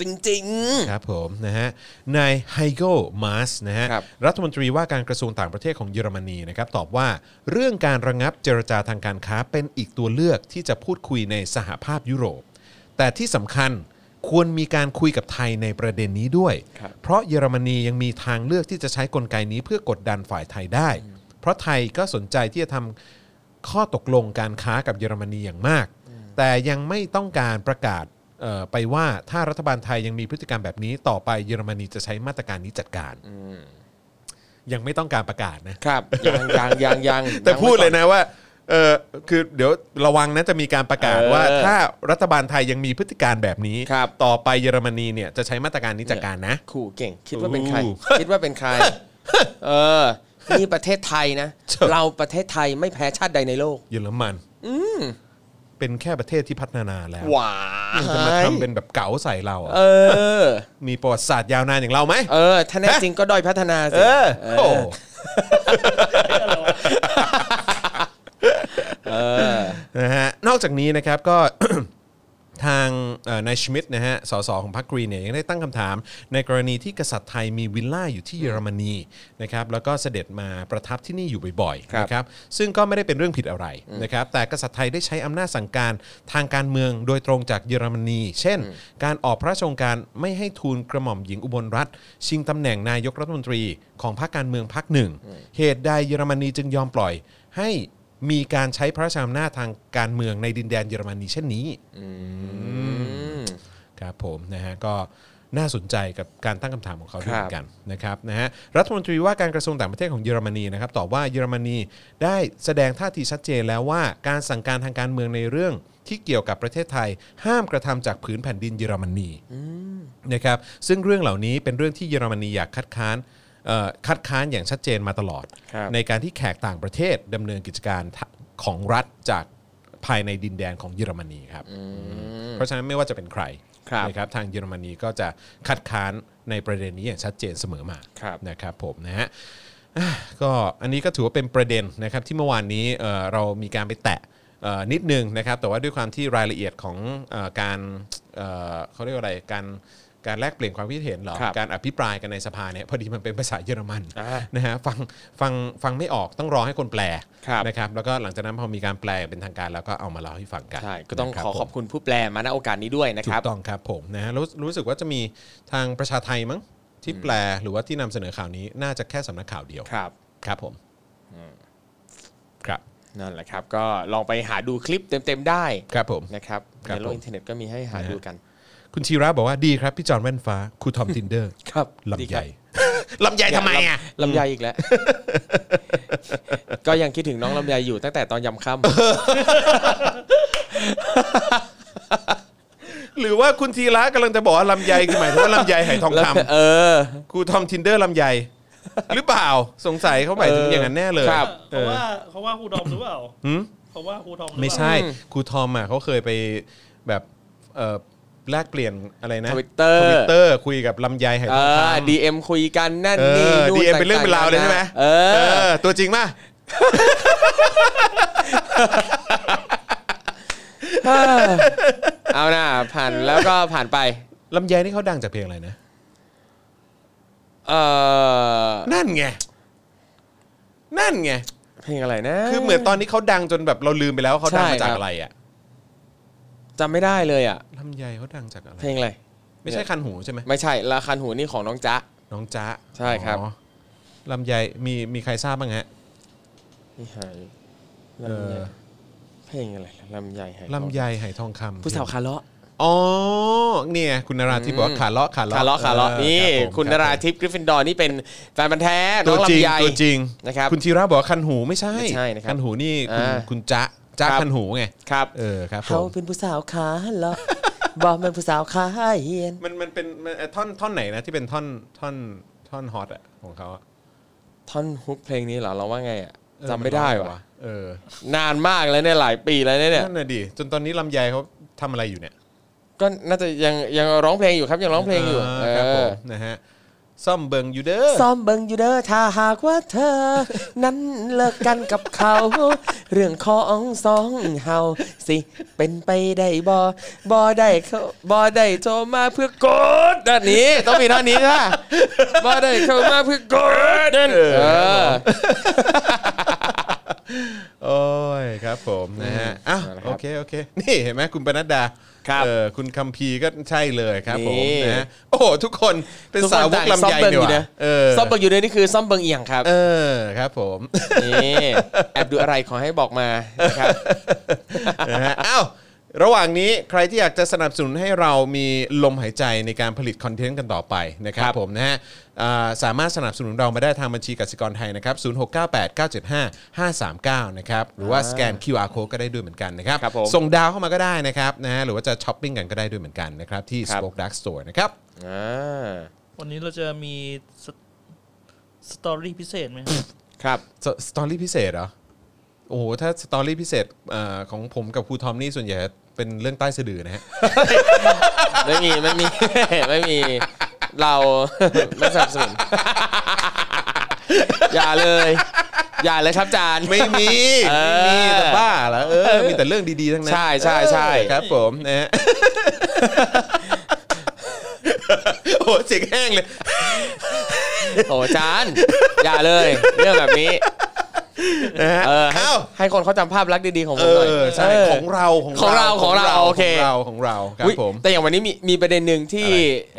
จริง ครับผมนะฮะนายไฮโกมาสนะฮะ ครับ รัฐมนตรีว่าการกระทรวงต่างประเทศของเยอรมนีนะครับตอบว่าเรื่องการระงับเจรจาทางการค้าเป็นอีกตัวเลือกที่จะพูดคุยในสหภาพยุโรป แต่ที่สำคัญควรมีการคุยกับไทยในประเด็นนี้ด้วย ครับ เพราะเยอรมนียังมีทางเลือกที่จะใช้กลไกนี้เพื่อกดดันฝ่ายไทยได้ เพราะไทยก็สนใจที่จะทำข้อตกลงการค้ากับเยอรมนีอย่างมาก แต่ยังไม่ต้องการประกาศเอ่อไปว่าถ้ารัฐบาลไทยยังมีพฤติกรรมแบบนี้ ต่อไปเยอรมนีจะใช้มาตรการนี้จัดการ ยังไม่ต้องการประกาศนะ ๆ ครับยังยังยังยัง แต่ งไม่ พูดเลย ก่อ นะว่าเออคือเดี๋ยวระวังนะจะมีการประกาศ เออ ว่า ถ้ารัฐบาลไทยยังมีพฤติการแบบนี้ ครับ ต่อไปเยอรมนีเนี่ยจะใช้มาตรการนี้จัดการนะ ขู่เก่ง คิดว่าเป็นใคร อู้ คิดว่า เป็นใคร เออ นี่ประเทศไทยนะ เจ้า เราประเทศไทยไม่แพ้ชาติใดในโลก เยอรมันเป็นแค่ประเทศที่พัฒนาแล้ว หวา ยังจะมาทำเป็นแบบเก๋าใส่เราอะ เออ มีประวัติศาสตร์ยาวนานอย่างเราไหม เออ ถ้าแน่จริงก็ด้อยพัฒนาสิ โอ้โหนะฮะนอกจากนี้นะครับก็ ทางเอ่อนายชมิดนะฮะ สสของพรรคกรีนเนี่ยยังได้ตั้งคำถาม ในกรณีที่กษัตริย์ไทยมีวิลล่าอยู่ที่เยอรมนีนะครับแล้วก็เสด็จมาประทับที่นี่อยู่บ่อย ครั ๆ บ นะครับซึ่งก็ไม่ได้เป็นเรื่องผิดอะไรนะครับแต่กษัตริย์ไทยได้ใช้อำนาจสั่งการทางการเมืองโดยตรงจากเยอรมนี เช่น การออกพระราชโองการไม่ให้ทูลกระหม่อมหญิงอุบลรัฐ ชิงตำแหน่งนายกรัฐมนตรีของพรรคการเมืองพรรคหนึ่งเหตุใดเยอรมนีจึงยอมปล่อยให้มีการใช้พระราชอำนาจทางการเมืองในดินแดนเยอรมนีเช่นนี้ ม ครับผมนะฮะก็น่าสนใจกับการตั้งคำถามของเขาด้วย ครับ เหมือนกันนะครับนะฮะรัฐมนตรีว่าการกระทรวงต่างประเทศของเยอรมนีนะครับตอบว่าเยอรมนีได้แสดงท่าทีชัดเจนแล้วว่าการสั่งการทางการเมืองในเรื่องที่เกี่ยวกับประเทศไทย ห้ามกระทำจากผืนแผ่นดินเยอรมนีนะครับซึ่งเรื่องเหล่านี้เป็นเรื่องที่เยอรมนีอยากคัดค้านเอ่อคัดค้านอย่างชัดเจนมาตลอด ครับ ในการที่แขกต่างประเทศดำเนินกิจการของรัฐจากภายในดินแดนของเยอรมนีครับ เพราะฉะนั้นไม่ว่าจะเป็นใคร ครับ นะครับทางเยอรมนีก็จะคัดค้านในประเด็นนี้อย่างชัดเจนเสมอมา ครับ นะครับผมนะฮ ะอ่ะก็อันนี้ก็ถือว่าเป็นประเด็นนะครับที่เมื่อวานนี้เอ่อเรามีการไปแตะเอ่อนิดนึงนะครับแต่ว่าด้วยความที่รายละเอียดของเออการเอ่อเขาเรียกว่าอะไรการการแลกเปลี่ยนความคิดเห็นเหรอ ครับ การอภิปรายกันในสภาเนี่ยพอดีมันเป็นภาษาเยอรมัน อ่า นะฮะฟังฟังฟังไม่ออกต้องรอให้คนแปล ครับ นะครับแล้วก็หลังจากนั้นพอมีการแปลเป็นทางการแล้วก็เอามาเล่าให้ฟังกัน ใช่ ก็ต้อง นะครับ ขอ ผม ขอบคุณผู้แปลมาณโอกาสนี้ด้วยนะค ถู รับ กต้องครับผมนะฮะรู้รู้สึกว่าจะมีทางประชาไทยมั้งที่แปลหรือว่าที่นำเสนอข่าวนี้น่าจะแค่สำนักข่าวเดียว ครับ ครับผมครับ นั่นแหละครับ ก็ลองไปหาดูคลิปเต็มๆได้ ครับผม นะครับ ครับในโลก ผม อินเทอร์เน็ตก็มีให้หาดูกัน คุณชีระบอกว่าดีครับพี่จอนแว่นฟ้าครูทอมทิน เดอร์ ครับ ลำให ญ่ ลำไยทำไมอ่ะลำไยอีกแล้ว ก็ยังคิดถึงน้องลำไยอยู่ตั้งแต่ตอนยำค่ หรือว่าคุณชีระกำลังจะบอกว่าลำใหญ่คือหมายถึงว่าลำ ใหญ่ไหทอง ำแล้ว คำ เออ ครูทอมทินเดอร์ลำใหญ่ หรือเปล่าสงสัยเขาหมายถึง เออ อ อ ย่างนั้นแน่เลย ครับ เอ เพอราะว่าเพราะว่าครูทอมหรือเปล่า หืม เพราะว่าครูทอมหรือเปล่า ไม่ใช่ ครูทอมอ่ะเขาเคยไปแบบเอ่อแลกเปลี่ยนอะไรนะ Twitter ทวิตเตอร์คุยกับลำไยไหท เอ อง อ คำ ดีเอ็มคุยกันนั่น เอ นี่ อ นู่น ดีเอ็มเป็นเรื่องเป็นราวเลยใช่ไหม เอ เอ อ อ ตัวจริงป่ะ เอานะผ่านแล้วก็ผ่านไป ลำไยนี่เขาดังจากเพลงอะไรนะ เออ นั่นไง นั่นไง เพลงอะไรนะ คือเหมือนตอนนี้เขาดังจนแบบเราลืมไปแล้วว่าเขาดังมาจาก ใช่ครับ อะไรอ่ะ จำไม่ได้เลยอ่ะ ลำไยเขาดังจากอะไร เพลงอะไร ไม่ใช่คันหูใช่ไหม ไม่ใช่ราคันหูนี่ของน้องจ๊ะ น้องจ๊ะ ใช่ครับ อ๋อลำไยมีมีใครทราบบ้างฮะ นี่หาย เอ ลำ อ ไยเพลงอะไรลำไยหาย ลำไยไหทองคำ ผู้สาวคาร์เลาะ อ๋อเนี่ย คุณนราธิปบอก อื ว่าม ขาเลาะขาเลาะ คาร์เลาะคาร์เลาะ ออ นี่ รับผม คุณนราทิพย์กริฟฟินดอร์นี่เป็นแฟนบันธุ์แท้ ครับผม น้ ตัวอง จริง ลำไย ตัวจริง นะครับ คุณธีระบอกว่าคันหูไม่ใช่ ไม่ใช่นะครับ คันหูนี่คุณ อ่า คุณจ๊ะจ๊ะ ครับ คันหูไง ครับ เออครับผ เขา ม เป็นผู้สาวคาร์เลาะบอกเป็นผู้สาวคาเฮียน มันมันเป็นมันท่อนท่อนไหนนะที่เป็นท่อนท่อนท่อนฮอตอะของเขาอะ ท่อนฮุกเพลงนี้เหรอเราว่าไงอ่ะ เออ จำไม่ได้ นร้องง ว่ะ เออน านมากแล้วเนี่ยหลายปีแล้วเนี่ย นั่นน่ะดิจนตอนนี้ลำไยเขาทำอะไรอยู่เนี่ย ก็น่าจะยังยังร้องเพลงอยู่ครับยังร้องเพลงอยู่ าครับผมนะฮะซ่อมเบิงอยู่เด้อ ซ้อมเบิงอยู่เด้อถ้าหากว่าเธอ นั้นเลิกกันกับเขา เรื่องของสองเฮาสิเป็นไปได้บอบอได้เขาบอได้โทรมาเพื่อกดด้านนี้ต้องมีท่านนี้ค่ะบอได้เข้ามาเพื่อกดนั่นเออ โอ้ยครับผมนะฮะอ้าว นั่นแหละค โอ รับ เคโอเคนี่เห็นไหมคุณปนัดดา ครับ เออคุณคัมพีร์ก็ใช่เลยครับผม นี่ นะฮะโอ้โหทุกคนเป็น ทุ สาว คกนต่ง ลำ ซ้อม ไย เบิง ดี อยู่ ว่ะ นะ เออ ซ้อมเบิงอยู่เด้อนี่คือซ้อมเบิงเอียงครับ เออครับผม นี่แอบดูอะไรขอให้บอกมานะครับ นะฮะอ้าวระหว่างนี้ใครที่อยากจะสนับสนุนให้เรามีลมหายใจในการผลิตคอนเทนต์กันต่อไปนะครับ ครับ ผมนะฮะอ่าสามารถสนับสนุนเรามาได้ทางบัญชีกสิกรไทยนะครับ0698975539นะครับหรือว่าสแกน QR code ก็ได้ด้วยเหมือนกันนะครับ ครับผม ส่งดาวเข้ามาก็ได้นะครับนะฮะหรือว่าจะช้อปปิ้งกันก็ได้ด้วยเหมือนกันนะครับ ที่ ครับ Spoke Dark Store นะครับ อ่า วันนี้เราจะมีสสตอรี่พิเศษไหมครับ ครับ สสตอรี่พิเศษเหรอ โอ้โห ถ้าสตอรี่พิเศษเอ่อของผมกับครูทอมนี่ส่วนใหญ่เป็นเรื่องใต้สะดือนะฮะ ไม่มีไม่มี ไม่มีเรา ไม่สนับสนุนอย่าเลย อย่าเลยครับจาน ไม่มี เอ ไม่ อ มีแต่บ้าเหรอเออ มีแต่เรื่องดีๆทั้งนั้น ใช่ใช่ใช่ เออครับผมนะฮะ โอ้โหเสียงแห้งเลย โอ้จานอย่าเลย เรื่องแบบนี้เออให้ เอ้า ให้คนเขาจำภาพลักษณ์ดีๆของผ เอ มหน่อย อใช่ เออ ของเรา ของเราของเราโอเค ของเราของเราครับ อุ๊ย ผม แต่อย่างวันนี้มีมีประเด็นหนึ่งที่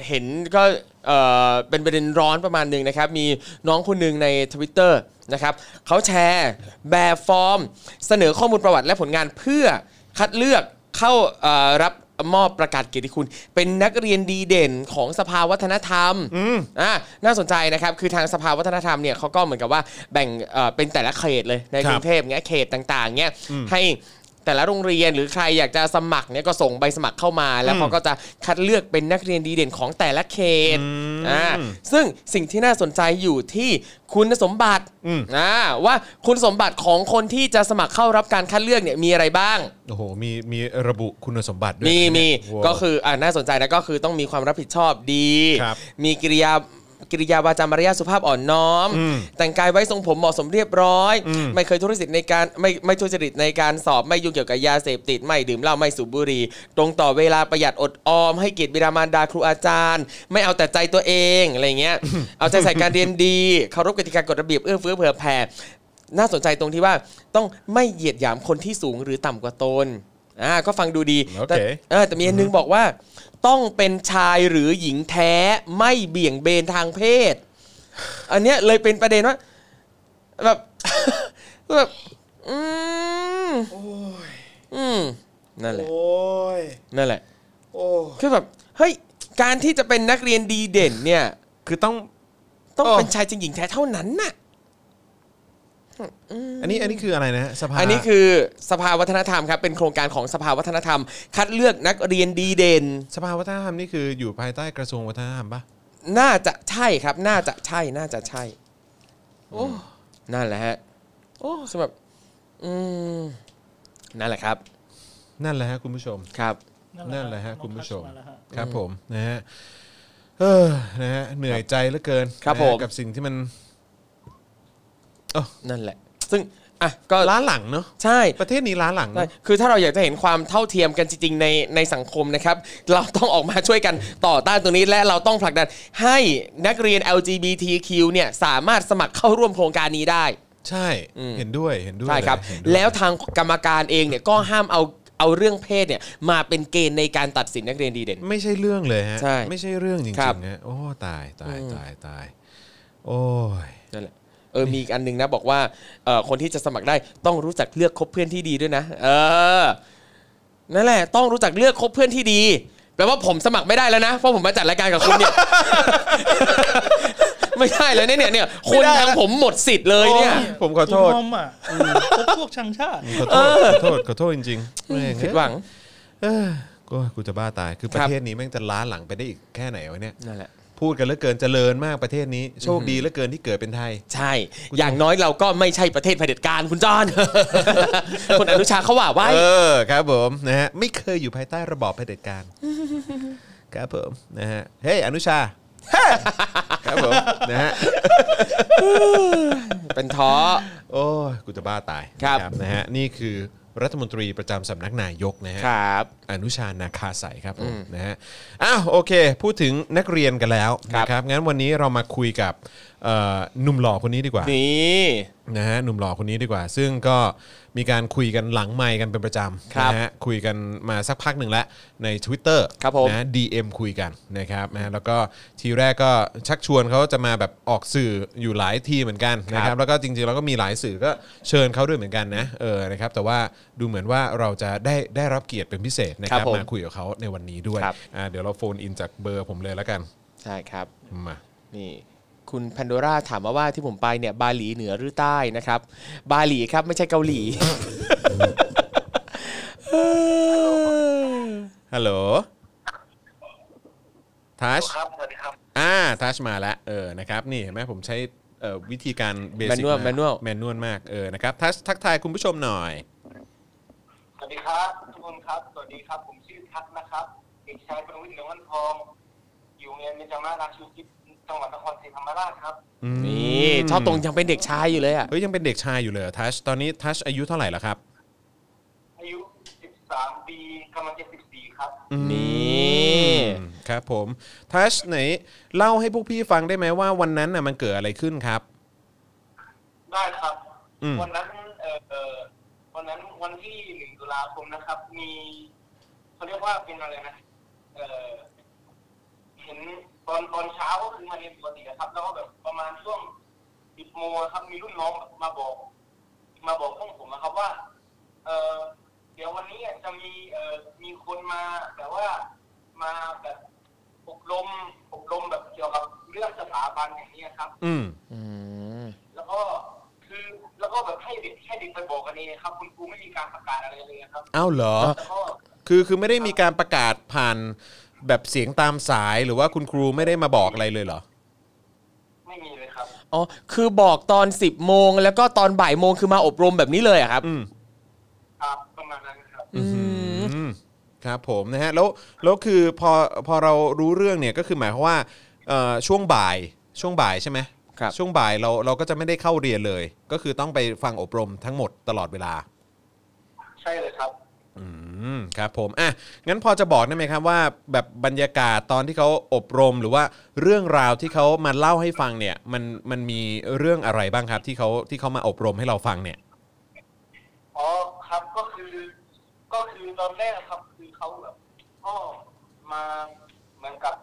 เห็นก็เอ่อเป็นประเด็นร้อนประมาณหนึ่งนะครับ มีน้องคนหนึ่งใน Twitter นะครับเขาแชร์แบบฟอร์ม เสนอข้อมูลประวัติและผลงานเพื่อคัดเลือกเข้าเอ่อรับมอบประกาศเกียรติคุณ เป็นนักเรียนดีเด่นของสภาวัฒนธรรมอ่าน่าสนใจนะครับ คือทางสภาวัฒนธรรมเนี่ยเขาก็เหมือนกับว่าแบ่งเอ่อเป็นแต่ละเขตเลยใน ค ก รับ รุงเทพเงี้ยเขตต่างๆเงี้ยให้ แต่ละโรงเรียนหรือใครอยากจะสมัครเนี่ยก็ส่งใบสมัครเข้ามา แล้วเขาก็จะคัดเลือกเป็นนักเรียนดีเด่นของแต่ละเขตอ่าซึ่งสิ่งที่น่าสนใจอยู่ที่คุณสมบัติอ่าว่าคุณสมบัติของคนที่จะสมัครเข้ารับการคัดเลือกเนี่ยมีอะไรบ้าง โอ้โห มีมีระบุคุณสมบัติด้วย มี นะ มี เนี่ยโอ้โห ก็คืออ่าน่าสนใจนะก็คือต้องมีความรับผิดชอบดี ครับ มีกิริยากิริยาวาจามารยาทสุภาพอ่อนน้อม แต่งกายไว้ทรงผมเหมาะสมเรียบร้อย ไม่เคยทุจริตในการไม่ไม่ทุจริตในการสอบไม่ยุ่งเกี่ยวกับยาเสพติด ไม่ดื่มเหล้าไม่สูบบุหรี่ตรงต่อเวลาประหยัดอดออม ให้เกียรติบิดามารดาครูอาจารย์ ไม่เอาแต่ใจตัวเองอะไร เงี้ย เอาใจใส่การเรียนดีเคารพกติกากฎระเบียบเอื้อเฟื้อเผื่อแผ่ น่าสนใจตรงที่ว่าต้องไม่เหยียดหยามคนที่สูงหรือต่ำกว่าตน อ่า ก็ฟังดูดี โอเค แต่เออแต่มีอันนึงบอกว่า ต้องเป็นชายหรือหญิงแท้ไม่เบี่ยงเบนทางเพศ อันเนี้ยเลยเป็นประเด็นว่าแบบ แบบ อืมอืมนั่นแหละ โอ้ย นั่นแหละ โอ้ คือแบบ เฮ้ย การที่จะเป็นนักเรียนดีเด่นเนี่ย คือต้อง ต้อง โอ้ เป็นชายจริงหญิงแท้เท่านั้นน่ะ อันนี้อันนี้คืออะไรนะฮะสภา อันนี้คือสภาวัฒนธรรมครับ เป็นโครงการของสภาวัฒนธรรม คัดเลือกนักเรียนดีเด่น สภาวัฒนธรรมนี่คืออยู่ภายใต้กระทรวงวัฒนธรรมปะ น่าจะใช่ครับ น่าจะใช่ น่าจะใช่ โอ้นั่นแหละฮะ โอ้สำหรับอืมนั่นแหละครับ นั่นแหละฮะคุณผู้ชม ครับ นั่นแหละฮะคุณผู้ชม น้องทักาแล้วฮะ ครับผมนะฮะเออนะฮะเหนื่อยใจเหลือเกิน ครับ นะฮะ ผม กับสิ่งที่มัน นั่นแหละ ซึ่ง อ่ะ ก็ ล้าหลังเนาะ ใช่ ประเทศนี้ล้าหลัง ใช่ เนอะ คือถ้าเราอยากจะเห็นความเท่าเทียมกันจริงๆในในสังคมนะครับ เราต้องออกมาช่วยกันต่อต้านตรงนี้และเราต้องผลักดันให้นักเรียน LGBTQ เนี่ยสามารถสมัครเข้าร่วมโครงการนี้ได้ ใช่เห็นด้วยเห็นด้วย ใช่ครับ เห็นด้วย แล้วทางกรรมการเองเนี่ยก็ห้ามเอาเอาเรื่องเพศเนี่ยมาเป็นเกณฑ์ในการตัดสินนักเรียนดีเด่น ไม่ใช่เรื่องเลยฮะ ใช่ ไม่ใช่เรื่องจริง ครับ ๆฮะโอ้ตายตายตายตาย โอ้ย นั่นแหละเออมีอีกอันหนึงนะบอกว่าเอ่อคนที่จะสมัครได้ต้องรู้จักเลือกคบเพื่อนที่ดีด้วยนะ เออนั่นแหละ ต้องรู้จักเลือกคบเพื่อนที่ดีแปลว่าผมสมัครไม่ได้แล้วนะเพราะผมมาจัดรายการกับคุณ เนี่ย ไม่ได้แล้วเนี่ยเนี่ยเนี่ยคุณทางผมหมดสิทธิ์เลยเนี่ย โอ้ผมขอโทษ คุณมอ่ะพวกพวกชังชาติ ขอโทษขอโทษขอโทษจริงๆแม่ง ผิดหวัง เออกูกูจะบ้าตายคือ ครั ป บ ระเทศนี้แม่งจะล้าหลังไปได้อีกแค่ไหนวะเนี่ย นั่นแหละ พูดกันเหลือเกินเจริญมากประเทศนี้โชคดีเหลือเกินที่เกิดเป็นไทย ใช่ อย่างน้อยเราก็ไม่ใช่ประเทศเผด็จการคุณจอน คุณอนุชาเขาว่าไว้ เออครับผมนะฮะไม่เคยอยู่ภายใต้ระบอบเผด็จการ ครับผมนะฮะเฮ้ยอนุชา ครับผมนะฮะ เป็นท้อ โอ้ยกูจะบ้าตาย ครับ นะนะฮะนี่คือรัฐมนตรีประจำสำนักนายกนะฮะ ครับ อนุชานาคาใสยครับผมนะฮะอ้าวโอเค พูดถึงนักเรียนกันแล้ว ครับ นะครับงั้นวันนี้เรามาคุยกับเอ่อหนุ่มหล่อคนนี้ดีกว่า นี่ นะฮะหนุ่มหล่อคนนี้ดีกว่า ซึ่งก็มีการคุยกันหลังไมค์กันเป็นประจ ครับ ำนะฮะคุยกันมาสักพักหนึ่งแล้วใน Twitter ครับผม นะ DM คุยกันนะครับนะแล้วก็ทีแรกก็ชักชวนเขาจะมาแบบออกสื่ออยู่หลายทีเหมือนกันนะครับแล้วก็จริงๆเราก็มีหลายสื่อก็เชิญเขาด้วยเหมือนกันนะเออนะครับแต่ว่าดูเหมือนว่าเราจะได้ได้รับเกียรติเป็นพิเศษนะค ค รั รั บบ ผม มาคุยกับเขาในวันนี้ด้วย ครับ อ่าเดี๋ยวเราโฟนอินจากเบอร์ผมเลยแล้วกัน ใช่ครับ มา นี่คุณแพนโดราถามมาว่าที่ผมไปเนี่ยบาหลีเหนือหรือใต้นะครับ บาหลีครับไม่ใช่เกาหลี ฮัลโหลทัชครับสวัสดีครับ อ่าทัชมาแล้ว เออ นะครับ นี่เห็นไหมผมใช้เอ่อวิธีการเบสิก Manual manual แมนนวลมาก เออ นะครับ ทัชทักทายคุณผู้ชมหน่อย สวัสดีครับทุกคนครับ สวัสดีครับ ผมชื่อทัศน์นะครับเด็กชายประวิทย์เหลืองวันทอง อยู่โรงเรียนเบญจมาราชูทิศจังหวัดนครศรีธรรมราชครับ นี่ชอบตรงยังเป็นเด็กชายอยู่เลยอ่ะ เฮ้ย ยังเป็นเด็กชายอยู่เลยทัชตอนนี้ทัชอายุเท่าไหร่แล้วครับ อายุ 13 ปีกำลังจะ14 ครับ นี่ อืม ครับผม ทัชไหน เล่าให้พวกพี่ฟังได้ไหมว่าวันนั้นน่ะมันเกิดอะไรขึ้นครับ ได้ครับ อืม วันนั้นเอ่อเอ่อวันนั้นวันที่หนึ่งตุลาคมนะครับ มีเขาเรียกว่าเป็นอะไรนะเอ่อเห็นตอนตอนเช้าก็คือมาเรียนปกติอะครับ แล้วก็แบบประมาณช่วงสิบโมงอะครับ มีรุ่นน้องมาบอก มาบอกห้องผมนะครับว่า เอ่อเดี๋ยววันนี้อะจะมีเอ่อมีคนมาแบบว่ามาแบบอบรมอบรมแบบเกี่ยวกับเรื่องสถาบันอย่างนี้ยครับ อืม อืม แล้วก็คือแล้วก็แบบให้เด็กให้เด็กไปบอกกันเองครับ คุณครูไม่มีการประกาศอะไรเลยครับ อ้าวเหรอ แล้วก็ คือ คือไม่ได้มีการประกาศผ่านแบบเสียงตามสาย หรือว่าคุณครูไม่ได้มาบอกอะไรเลยเหรอ ไม่มีเลยครับ อ๋อคือบอกตอน 10บโมงแล้วก็ตอนบ่ายโมงคือมาอบรมแบบนี้เลยอะครับ อืม ครับประมาณนั้นครับ อืมครับผมนะฮะแล้วแล้วคือพอพอเรารู้เรื่องเนี่ยก็คือหมายความว่าเอ่อช่วงบ่ายช่วงบ่ายใช่ไหม ครับ ช่วงบ่ายเราเราก็จะไม่ได้เข้าเรียนเลย ก็คือต้องไปฟังอบรมทั้งหมดตลอดเวลา ใช่เลยครับ อืมครับผมอ่ะงั้นพอจะบอกได้ไหมครับว่าแบบบรรยากาศตอนที่เขาอบรมหรือว่าเรื่องราวที่เขามาเล่าให้ฟังเนี่ยมันมันมีเรื่องอะไรบ้างครับที่เขาที่เขามาอบรมให้เราฟังเนี่ย อ๋อครับก็คือ ก็คือตอนแรกครับ คือเขาแบบก็มาเหมือนกับ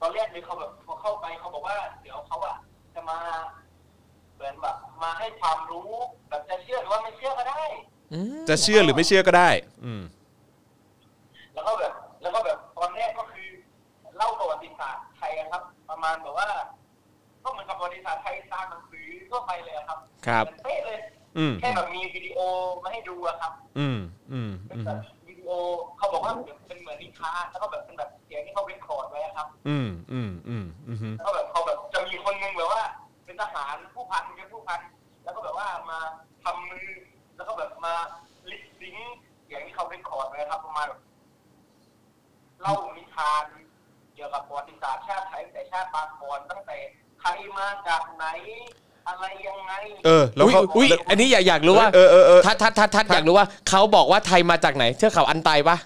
ตอนแรกเลยเขาแบบพอเข้าไปเขาบอกว่า เดี๋ยวเขาอะจะมาเหมือนแบบมาให้ความรู้ แบบจะเชื่อหรือว่าไม่เชื่อก็ได้ จะเชื่อหรือไม่เชื่อก็ได้ อืม แล้วก็แบบ แล้วก็แบบตอนแรกก็คือ เล่าประวัติศาสตร์ไทยอะครับ ประมาณแบบว่า ก็เหมือนกับประวัติศาสตร์ไทยตามหนังสือทั่วไปเลยอะครับ ครับ เหมือนเป๊ะเลย อืม แค่แบบมีวิดีโอมาให้ดูอะครับ อืม อืม เป็น อืม แบบวิดีโอเขาบอกว่าเป็นเหมือนนิทานแล้วก็แบบเป็นแบบเสียงที่เขาเรคคอร์ดไว้อะครับ อืม อืม อืม อืม แล้วก็แบบเขาแบบจะมีคนหนึงแบบว่า เป็นทหารผู้พันเป็นผู้พันแล้วก็แบบว่ามาทำมือ แล้วก็แบบมาลิปซิงค์เสียงที่เขาเป็นคอร์ดไว้ครับประมาณแบบเล่านิทานเกี่ยวกับประวัติศาสตร์ชาติไทยตั้งแต่ชาติปางก่อนตั้งแต่ใครมาจากไหน อะไรยังไง เออ แล้ว อุ้ย เขา อุ้ยอันนี้อยากอยากรู้ว่า เออเออเออ ทัดทัดทัดทัดอยากรู้ว่าเขาบอกว่าไทยมาจากไหนเทือกเขาอันไตปะ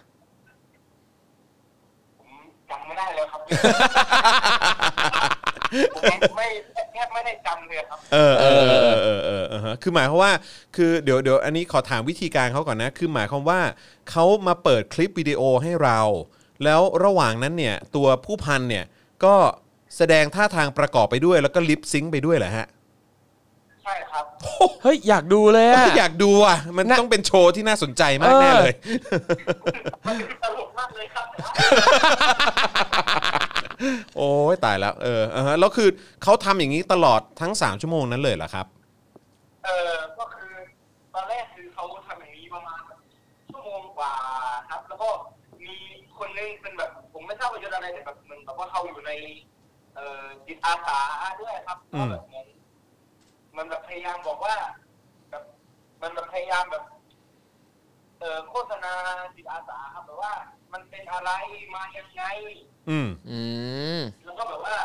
ผมจำไม่ได้แล้ว ครับ ผมไม่แทบไม่ได้จำเลยครับ เออเออเออเออเออเออฮะคือหมายความว่า คือเดี๋ยวเดี๋ยวอันนี้ขอถามวิธีการเขาก่อนนะ คือหมายความว่าเขามาเปิดคลิปวิดีโอให้เรา แล้วระหว่างนั้นเนี่ย ตัวผู้พันเนี่ย ก็แสดงท่าทางประกอบไปด้วย แล้วก็ลิปซิงค์ไปด้วยเหรอฮะ ใช่ครับ เฮ้ย อยากดูเลยอะ อยากดูอ่ะ มัน น่ะ ต้องเป็นโชว์ที่น่าสนใจมากแน่เลย มันเป็นตลกมากเลยครับ โอ้ยตายแล้ว เอออ่าฮะแล้วคือเขาทำอย่างนี้ตลอดทั้ง 3 ชั่วโมงนั้นเลยเหรอครับ เออก็คือตอนแรกคือเขาทำอย่างนี้ประมาณชั่วโมงกว่าครับ แล้วก็มีคนนึงเป็นแบบ ผมไม่ทราบว่ายศอะไรแต่แบบเหมันแบบว่าเขาอยู่ใน เอ่อจิตอาสาด้วยครับ อื ก็ ม แบบเหมือนมันแบบพยายามบอกว่าแบบมันแบบพยายามแบบ เอ่อโฆษณาจิตอาสาครับแบบว่า มันเป็นอะไรมายังไง อืม อืม แล้วก็แบบว่า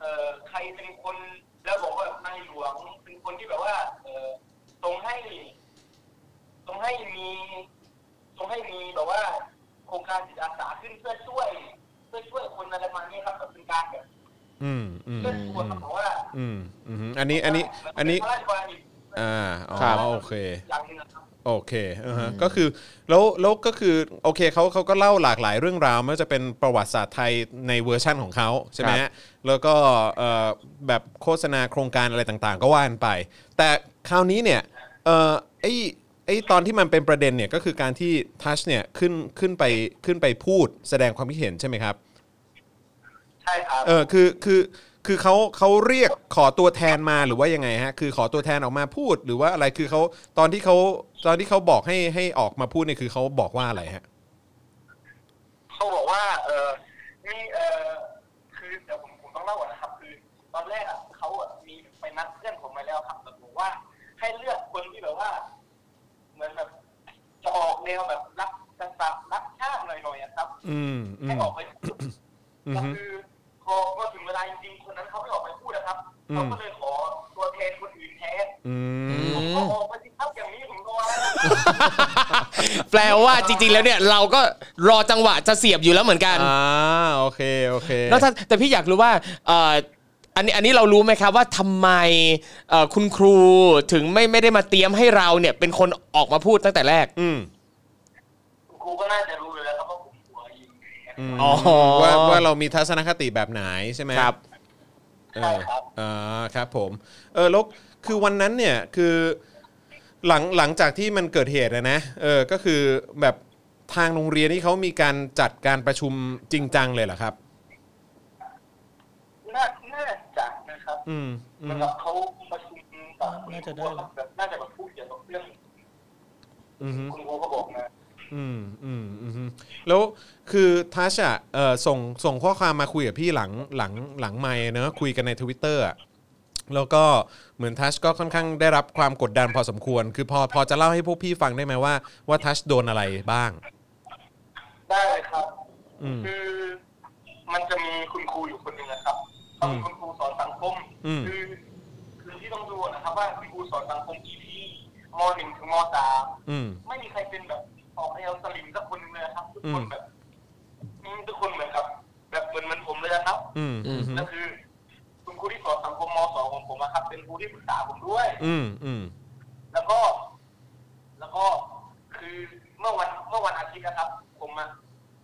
เออใครเป็นคน แล้วบอกว่าแบบนายหลวงเป็นคนที่แบบว่า เออทรงให้ ทรงให้มีทรงให้มีแบบว่า โครงการจิตอาสาขึ้นเพื่อช่วย เพื่อช่วยคนอะไรประมาณนี้ครับแบบเป็นการแบบ อืม อืม เพื่อชวนแบบว่า อืม อืม อันนี้ อันนี้ อันนี้ พระราชกรณี อ่า อ๋อ ครับ โอเค อย่างหนึงนะครับ โอเคอ่าฮะก็คือ แล้ว แล้วก็คือ โอเคเขาเขาก็เล่าหลากหลายเรื่องราว ไม่ว่าจะเป็นประวัติศาสตร์ไทยในเวอร์ชั่นของเขาใช่ไหมฮะ แล้วก็ เอ่อ แบบโฆษณาโครงการอะไรต่างๆ ก็ว่ากันไป แต่คราวนี้เนี่ย เอ่อ ไอไอตอนที่มันเป็นประเด็นเนี่ย ก็คือการที่ทัชเนี่ย ขึ้น ขึ้นไป ขึ้นไปพูด แสดงความคิดเห็นใช่ไหมครับ ใช่ครับ เออคือคือคือเขาเขาเรียกขอตัวแทนมาหรือว่ายังไงฮะคือขอตัวแทนออกมาพูดหรือว่าอะไรคือเขาตอนที่เขาตอนที่เขาบอกให้ให้ออกมาพูดเนี่ยคือเขาบอกว่าอะไรฮะ เขาบอกว่า เออมีเออคือเดี๋ยวผมผมต้องเล่าก่อนนะครับ คือ ตอนแรกอะเขาอะมีไปนัดเพื่อนผมไว้แล้วครับแบบบอกว่า ให้เลือกคนที่แบบว่า เหมือนแบบจะออกแนวแบบรักกษัตริย์รักชาติหน่อยๆอะครับ อืมอื ให้ ม ออกไปพูด อืม ก็ ฮึ คือพอพอถึงเวลาจริงๆคนนั้นเขาไม่ออกไปพูดนะครับ อืม เขาก็เลยขอตัวแทนคนอื่นแทน อืม ผมก็ออกไปสิครับอย่างนี้ผมก็ว่า แล้ว แปลว่าจริง ๆ แล้วเนี่ย เราก็รอจังหวะจะเสียบอยู่แล้วเหมือนกัน อ่าโอเคโอเค แล้วถ้าแต่พี่อยากรู้ว่าเอ่ออันนี้อันนี้เรารู้ไหมครับว่าทำไมเอ่อคุณครูถึงไม่ไม่ได้มาเตรียมให้เราเนี่ยเป็นคนออกมาพูดตั้งแต่แรก อืม ครูก็น่าจะรู้อยู่แล้วครับว่าผมหัวยิงไงครับ อืม อ๋อ ว่าว่าเรามีทัศนคติแบบไหนใช่ไหม ครับ เอออ่าครับผม เออแล้วคือวันนั้นเนี่ยคือหลังหลังจากที่มันเกิดเหตุนะนะเออก็คือแบบทางโรงเรียนนี่เขามีการจัดการประชุมจริงจังเลยเหรอครับ น่าน่าจะนะครับ อืมอื เหมือ ม นกับเขาประชุมกับคุณ น่าจะ ค ได้ รู แหละ แบบน่าจะแบบพูดเกี่ยวกับเรื่อง อืม คุณครูก็บอกมา อืมอืมอืมแล้วคือทัชอ่ะเออส่งส่งข้อความมาคุยกับพี่หลังหลังหลังไมค์เนอะคุยกันในทวิตเตอร์อะ แล้วก็เหมือนทัชก็ค่อนข้างได้รับความกดดันพอสมควร คือพอพอจะเล่าให้พวกพี่ฟังได้ไหมว่าว่าทัชโดนอะไรบ้าง ได้เลยครับ อืม คือมันจะมีคุณครูอยู่คนหนึ่งนะครับเขาเป็อืมนคุณครูสอนสังคม อืม คือคือที่ต้องดูนะครับ ว่าคุณครูสอนสังคมกี่ที่มหนึ่งถึงมสาม อืม ไม่มีใครเป็นแบบออกแนวสลิมสักคนหนึงเลยนะครับทุก อื ค ม นแบบอืมทุกคนเหมือนกับ แบบเหมือนเหมือนผมเลยนะครับ อืม อืม ก็คือ คุณครูที่สอนสังคมมสองของผมนะครับ เป็นครูที่ปรึกษาผมด้วย อืม อืม แล้วก็ แล้วก็คือเมื่อวันเมื่อวันอาทิตย์นะครับ ผมอะ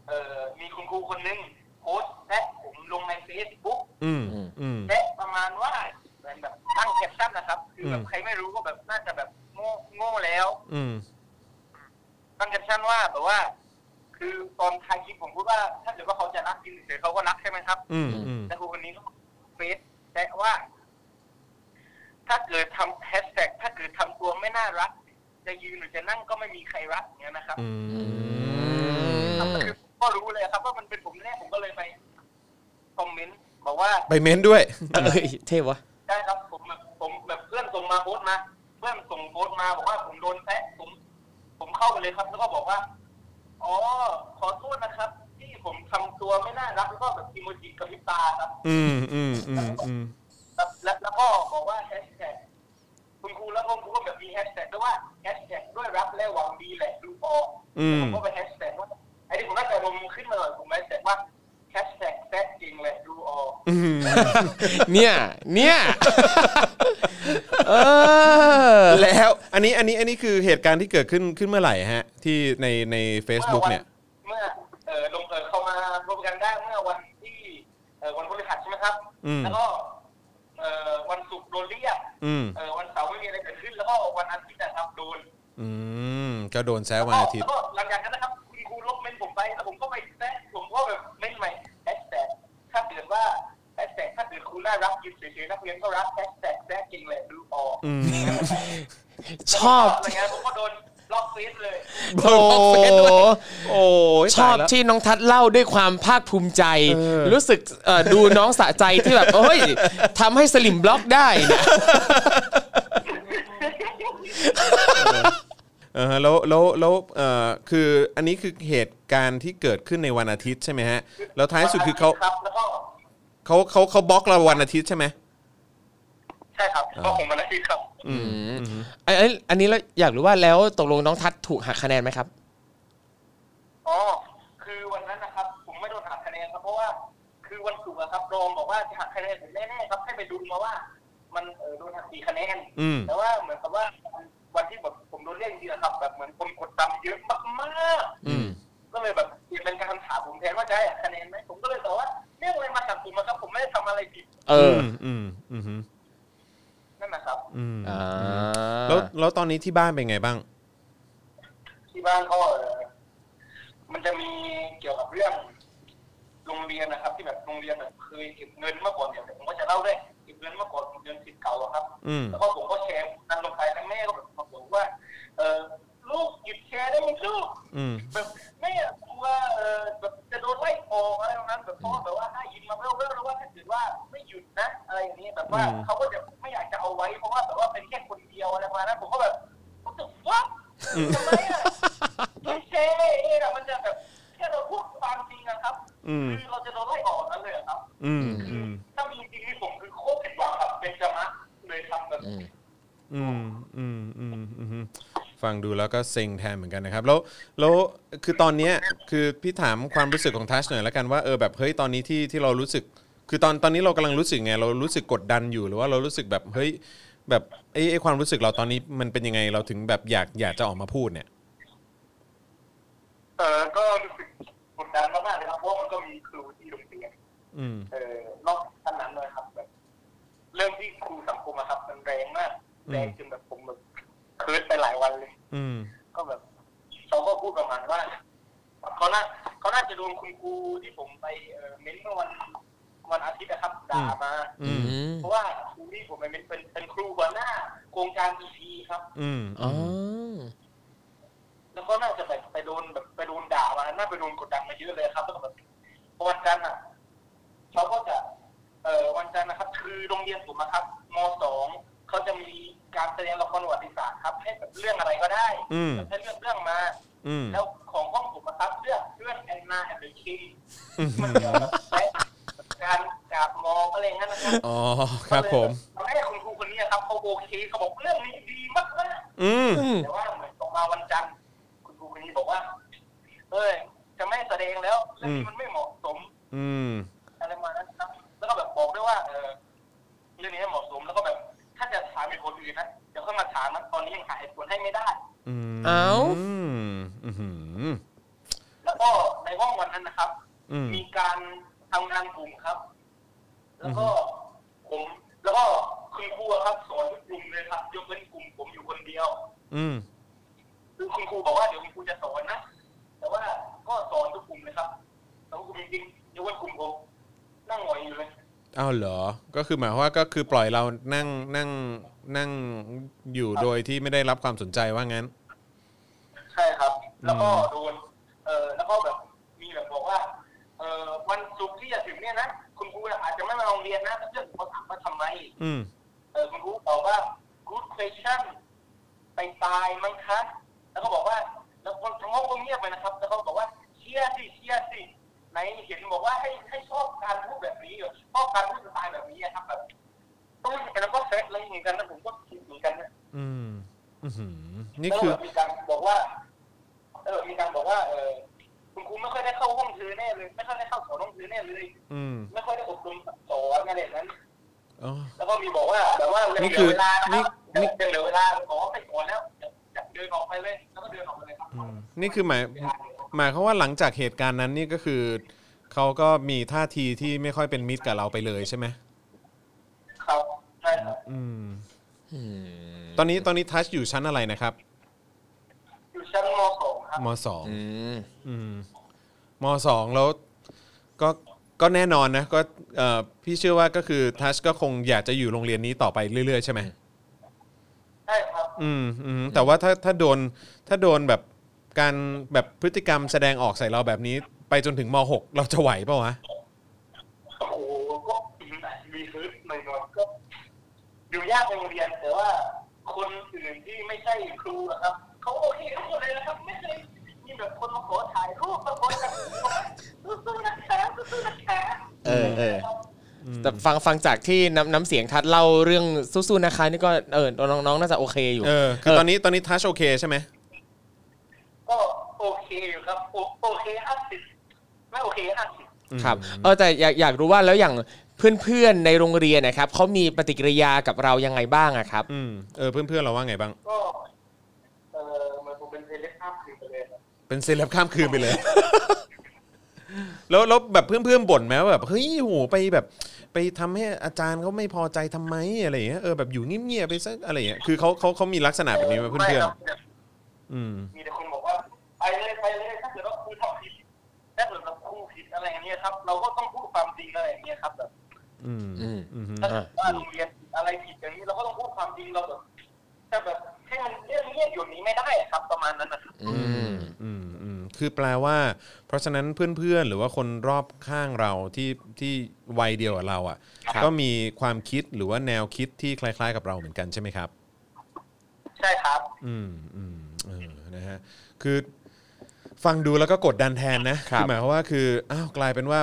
เอ่อมีคุณครูคนหนึงโพสต์และผมลงในเฟซบุ๊ก อืม อืม และประมาณว่าเหมือนแบบตั้งแคปชั่นนะครับ คือแบ อื บ ม ใครไม่รู้ก็แบบน่าจะแบบโง่ โง่แล้ว อืม ตั้งแคปชั่นว่าแบบว่า คือตอนท้ายคลิปผมพูดว่า ถ้าเกิดว่าเขาจะรักจริงเฉยๆเขาก็รักใช่ไหมครับ อืมอืม แต่ครูคนนี้ก็เฟซแต่ว่า ถ้าเกิดทำแฮชแท็กถ้าเกิดทำตัวไม่น่ารัก จะยืนหรือจะนั่งก็ไม่มีใครรักอย่างเงี้ยนะครับ อืม ครับก็คือผมก็รู้เลยครับว่ามันเป็นผมแน่ผมก็เลยไปคอมเมนต์บอกว่า ไปเม้นด้วย เอ้ยเท่วะ ได้ครับผมแบบผมแบบเพื่อนส่งมาโพสต์มา เพื่อนส่งโพสต์มาบอกว่าผมโดนแซะผม ผมเข้าไปเลยครับ แล้วก็บอกว่าอ๋อขอโทษนะครับ ที่ผมทำตัวไม่น่ารักแล้วก็แบบอิโมจิกับลิปตาครับ อืมอืมอืมอืม แล้วแล้วก็บอกว่าแฮชแท็กคุณครูแล้วคุณครูก็แบบมีแฮชแท็กด้วยว่าแฮชแท็กด้วยรักและหวังดีแหละดูออก อืม ผมก็ไปแฮชแท็กว่าไอ้ที่ผมก็แต่ผมขึ้นมาหน่อยผมแฮชแท็กว่าแฮชแท็กแท้จริงแหละดูออก อืม เนี่ย เนี่ยเออ แล้ว อันนี้อันนี้อันนี้คือเหตุการณ์ที่เกิดขึ้นขึ้นเมื่อไหร่ฮะ ที่ในใน Facebook เนี่ย เมื่อเออลงเออเข้ามารวมกันได้เมื่อวันที่เออวันพฤหัสใช่ไหมครับ อืม แล้วก็เออวันศุกร์โดนเรียก อืม เออวันเสาร์ไม่มีอะไรเกิดขึ้น แล้วก็วันอาทิตย์นะครับโดน อืมก็โดนแซววันอาทิตย์ แล้วก็หลังจากนั้นนะครับคุณครูลบเมนผมไปแล้วผมก็ไปแซะผมก็แบบเมนใหม่แฮชแท็กถ้าเกิดว่าแฮชแท็กถ้าเกิดครูน่ารักยืนเฉยๆนักเรียนก็รักแฮชแท็กแซะจริงเลยดูออก อืม ชอบ อะไรเงี้ยผมก็โดนล็อกเฟซเลย โอ้ โอ้ย ชอตาบยแล้ว ที่น้องทัดเล่าด้วยความภาคภูมิใจ เออ รู้สึกเอ่อดูน้องสะใจที่แบบเอ้ย ทำให้สลิมบล็อกได้เนย เออแล้วแล้วแล้วเออคืออันนี้คือเหตุการณ์ที่เกิดขึ้นในวันอาทิตย์ใช่ไหมฮะ แล้วท้ายสุดคือเขา ครับ แล้วก็ เขาเขาเขาบล็อกเราวันอาทิตย์ใช่ไหม ใช่ครับเพราะผมมันอาชีพครับ อันนี้อันนี้แล้วอยากรู้ว่าแล้วตกลงน้องทัดถูกหักคะแนนไหมครับ อ๋อคือวันนั้นนะครับ ผมไม่โดนหักคะแนนครับเพราะว่า คือวันศุกร์อะครับโดมบอกว่าจะหักคะแนนผมแน่ๆครับให้ไปดูมาว่า มันเออโดนหักกี่คะแนน อืม แต่ว่าเหมือนกับว่าวันที่แบบผมโดนเรียกจริงๆอะครับแบบเหมือนคนกดตังค์เยอะมาก อืม ๆก็เลยแบบเปลี่ยนเป็นการถามผมแทนว่าจะให้คะแนนไหมผมก็เลยตอบว่าเรื่องอะไรมาจากผมอะครับ ผมไม่ได้ทำอะไรผิด เออ มอืมอืม นั่นนะครับ อืม อ่า แล้วแล้วตอนนี้ที่บ้านเป็นไงบ้าง ที่บ้านก็เออมันจะมีเกี่ยวกับเรื่องโรงเรียนนะครับ ที่แบบโรงเรียนแบบเคยเก็บเงินเมื่อก่อนเนี่ยผมก็จะเล่าด้วยเก็บเงินเมื่อก่อนเงินสิทธิ์เก่าอะครับ อืม แล้วก็ผมก็แชร์นั่งลงไปแล้วแม่ก็แบบมาบอกว่า เออลูกหยุดแชร์ได้ไหมลูก อืม แบบแม่กลัวเออแบบจะโดนไล่ออกอะไรประมาณนั้นแบบพ่อแบบว่าถ้ายินมาเรื่อยๆแล้วว่าถ้าเกิดว่าไม่หยุดนะ อะไรอย่างนี้แบบว่า อืม เขาก็จะไม่อยากจะเอาไว้เพราะว่าแบบว่าเป็นแค่คนเดียวอะไรประมาณนั้นผมก็แบบรู้สึกว่าทำไมอะไม่เช่อะมันจะแบบแค่เราพูดความจริงนะครับ อืม คือเราจะโดนไล่ออกนั่นเลยเหรอครับ อืม อืม ถ้ามีจริงที่ผมคือโคตรผิดหวังครับเป็นจะมะเลยครับแบบ อืม อืมอืมอืมอืมฟังดูแล้วก็เซ็งแทนเหมือนกันนะครับ แล้วแล้วคือตอนเนี้ยคือพี่ถามความรู้สึกของทัชหน่อยละกันว่าเออแบบเฮ้ยตอนนี้ที่ที่เรารู้สึก คือตอนตอนนี้เรากำลังรู้สึกไงเรารู้สึกกดดันอยู่หรือว่าเรารู้สึกแบบเฮ้ยแบบไอ้ไอ้ความรู้สึกเราตอนนี้มันเป็นยังไงเราถึงแบบอยากอยากจะออกมาพูดเนี่ย เออก็รู้สึกกดดันมากๆเลยครับเพราะว่ามันก็มีครูที่โรงเรียน อืม เออนอกขนาดนั้นเลยครับแบบ เรื่องที่ครูสังคมอะครับ มันแรงมาก อืม แรงจนแบบผมแบบคืนไปหลายวันเลย อืม ก็แบบเขาก็พูดประมาณว่าเขาน่าเขาน่าจะโดนคุณครูที่ผมไปเอ่อเม้นเมื่อวันวันอาทิตย์นะครับด่ามา อืม เพราะว่าครูที่ผมไปเม้นเป็นเป็นครูหัวหน้าโครงการ EP ครับ อืม อ๋อ แล้วก็น่าจะแบบไปโดนแบบไปโดนด่ามาน่าไปโดนกดดันมาเยอะเลยครับแล้วก็แบบพอวันจันทร์อ่ะเขาก็จะ เอ่อวันจันทร์นะครับ คือโรงเรียนผมนะครับมสองเขาจะมีการแสดงละครประวัติศาสตร์ครับ ให้แบบเรื่องอะไรก็ได้ อืม ให้เลือกเรื่องมา อืม แล้วของห้องผมนะครับเลือกเรื่องแอนนาแอนเดอร์คิงมันเกี่ยวกับการกราบมองอะไรอย่างนั้นนะครับ อ๋อครับผม ตอนแรกคุณครูคนนี้ครับเขาโอเคเขาบอกเรื่องนี้ดีมากๆ อืม แต่ว่าเหมือนออกมาวันจันทร์คุณครูคนนี้บอกว่าเอ้ยจะไม่แสดงแล้วเรื่องนี้มันไม่เหมาะสม อืม อะไรประมาณนั้นครับ แล้วก็แบบบอกด้วยว่า เออเรื่องนี้ไม่เหมาะสมแล้วก็แบบ ถ้าจะถามเหตุผลอื่นนะเดี๋ยวก็มาถามนะตอนนี้ยังหาเหตุผลให้ไม่ได้ อืม เอ้า มอืม แล้วก็ในห้องวันนั้นนะครับ อืม มีการทำงานกลุ่มครับ แล้วก็ผม แล้วก็ค คุณครูอะครับสอนทุกกลุ่มเลยครับยกเว้นกลุ่มผมอยู่คนเดียว อืม ซึ่งคุณครูบอกว่าเดี๋ยวคุณครูจะสอนนะ แต่ว่าก็สอนทุกกลุ่มเลยครับแต่ว่ากลุ่มจริงๆยกเว้นกลุ่มผมนั่งหงอยอยู่เลย อ้าวเหรอ ก็คือหมายความว่าก็คือปล่อยเรานั่งนั่งนั่งอยู่โดยที่ไม่ได้รับความสนใจว่างั้น ใช่ครับ แล้วก็โดน เออแล้วก็แบบมีแบบบอกว่า เออวันศุกร์ที่จะถึงเนี่ยนะคุณครูอาจจะไม่มาโรงเรียนนะเพื่อนผมก็ถามว่าทำไม อืม เออคุณครูตอบว่า good question ไปตายมั้งคะ แล้วก็บอกว่า แล้วคนทั้งห้องก็เงียบไปนะครับ แล้วเขาบอกว่าเชียร์สิเชียร์สิไหนเห็นบอกว่าให้ให้ชอบการพูดแบบนี้เหรอชอบการพูดสไตล์แบบนี้อะครับแบบต้องแล้วก็เซตอะไรเหมือนกันนะผมก็คิดเหมือนกันนะ อืมอื้อหือนี่ แล้ว คือ มีการบอกว่า เออ มีการบอกว่า เออคุณครูไม่ค่อยได้เข้าห้องเธอแน่เลย ไม่ค่อยได้เข้าสอนห้องเธอแน่เลย อืม ไม่ค่อยได้อบรมสอนอะไรแบบนั้น อ๋อ แล้วก็มีบอกว่าแบบว่าเหลื นี่ อ คือ เวลานะครับ นี่นี่ เหลือเวลาขอไปก่อนแล้วจะเดินออกไปเลย แล้วก็เดินออกไปเลยครับ อืมนี่คือหมายหมายความว่าหลังจากเหตุการณ์นั้นนี่ก็คือเขาก็มีท่าทีที่ไม่ค่อยเป็นมิตรกับเราไปเลยใช่ไหม ครับใช่ครับ อืม อืม ตอนนี้ตอนนี้ทัชอยู่ชั้นอะไรนะครับ อยู่ชั้นมสองครับ มสอง อืม อืมมสองแล้วก็ก็แน่นอนนะก็เอ่อพี่เชื่อว่าก็คือทัชก็คงอยากจะอยู่โรงเรียนนี้ต่อไปเรื่อยๆใช่ไหม ใช่ครับ อืมอืมแต่ว่าถ้าถ้าโดนถ้าโดนแบบการแบบพฤติกรรมแสดงออกใส่เราแบบนี้ ไปจนถึงมหกเราจะไหวเปล่าวะ โอ้โหก็มีฮึดหน่อยๆก็อยู่ยากในโรงเรียนแต่ว่า คนอื่นที่ไม่ใช่ครูอะครับเขาโอเคทุกคนเลยนะครับ ไม่เคยมีแบบคนมาขอถ่ายรูปมาขอจับสู้ๆนะคะสู้ๆนะคะ เออเออแต่ฟังฟังจากที่น้ำน้ำเสียงทัดเล่าเรื่องสู้ๆนะคะนี่ก็เออน้องน้องๆน่าจะโอเคอยู่ เออคือตอนนี้ตอนนี้ทัชโอเคใช่ไหม ก็โอเคอยู่ครับโอโอเคห้าสิบไม่โอเคห้าสิบ ครับเออแต่อยากอยากรู้ว่าแล้วอย่างเพื่อนๆในโรงเรียนนะครับเขามีปฏิกิริยากับเรายังไงบ้างอะครับ อืมเออเพื่อนๆเราว่าไงบ้าง ก็ เออมันคงเป็นเซเลบข้ามคืนไปเลยครับ เป็นเซเลบข้ามคืนไปเลย แล้วแล้วแบบเพื่อนๆบ่นไหมว่าแบบเฮ้ยโหไปแบบ ไปทำให้อาจารย์เขาไม่พอใจทำไมอะไรอย่างเงี้ยเออแบบอยู่เงียบๆไปซะอะไรอย่างเงี้ยคือเขาเขาเขามีลักษณะแบบนี้ไหมเพื่อน ไม่ครับ ๆอืม มีแต่คนบอกว่าไปเลยไปเลยถ้าเกิดว่าครูทำผิดถ้าเกิดว่าครูผิดอะไรอย่างเงี้ยครับ เราก็ต้องพูดความจริงอะไรอย่างเงี้ยครับแบบ อืม อืม อืม ถ้าเกิดว่าโรงเรียนอะไรผิดอย่างนี้เราก็ต้องพูดความจริงเราแบบแต่แบบให้มันเลี่ยงเลี่ยงอยู่นี้ไม่ได้อะครับ ประมาณนั้นนะครับ อืม อืมอืมคือแปลว่า เพราะฉะนั้นเพื่อนๆหรือว่าคนรอบข้างเราที่ที่วัยเดียวกับเราอ่ะ ครับ ก็มีความคิดหรือว่าแนวคิดที่คล้าย ๆ กับเราเหมือนกันใช่ไหมครับ ใช่ครับ อืมอืมเออนะฮะคือฟังดูแล้วก็กดดันแทนนะคือหมายความว่าคืออ้าวกลายเป็นว่า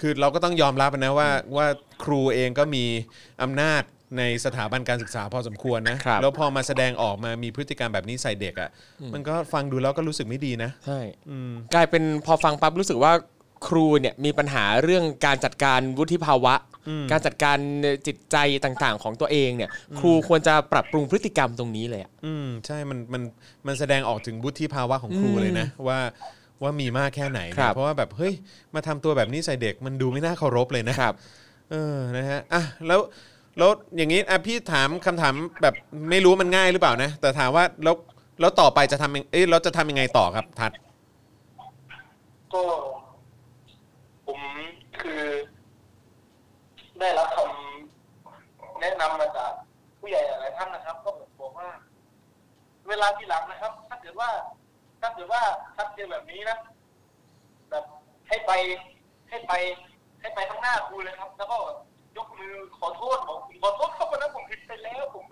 คือเราก็ต้องยอมรับนะว่าว่าครูเองก็มีอำนาจในสถาบันการศึกษาพอสมควรนะครับ แล้วพอมาแสดงออกมามีพฤติกรรมแบบนี้ใส่เด็กอะ่ะมันก็ฟังดูแล้วก็รู้สึกไม่ดีนะ ใช่ อืม กลายเป็นพอฟังปั๊บรู้สึกว่าครูเนี่ยมีปัญหาเรื่องการจัดการวุฒิภาวะ การจัดการจิตใจต่างๆ ของตัวเองเนี่ย ครูควรจะปรับปรุงพฤติกรรมตรงนี้เลยอะ อืมใช่มันมันมันแสดงออกถึงวุฒิภาวะของครูเลยนะ ว่าว่ามีมากแค่ไหน ครั นะ บ เพราะว่าแบบเฮ้ยมาทำตัวแบบนี้ใส่เด็กมันดูไม่น่าเคารพเลยนะ ครับ เออ นะฮะ อ่ะ แล้ว แล้วอย่างนี้ อ่ะ พี่ถามคำถามแบบไม่รู้มันง่ายหรือเปล่านะ แต่ถามว่า แล้ว แล้วต่อไปจะทำยังเอ้ยเราจะทำยังไงต่อครับ ทัด ก็ผมคือ ได้รับคำแนะนำมาจากผู้ใหญ่หลายๆท่านนะครับ ก็บอกว่า เวลาที่หลังนะครับ ถ้าเกิดว่า ถ้าเกิดว่าทัดเจอแบบนี้นะแบบให้ไป ให้ไป ให้ไปข้างหน้าครูเลยครับ แล้วก็ยกมือขอโทษบอกผมขอโทษเขาไปนะผมผิดไปแล้ว ผม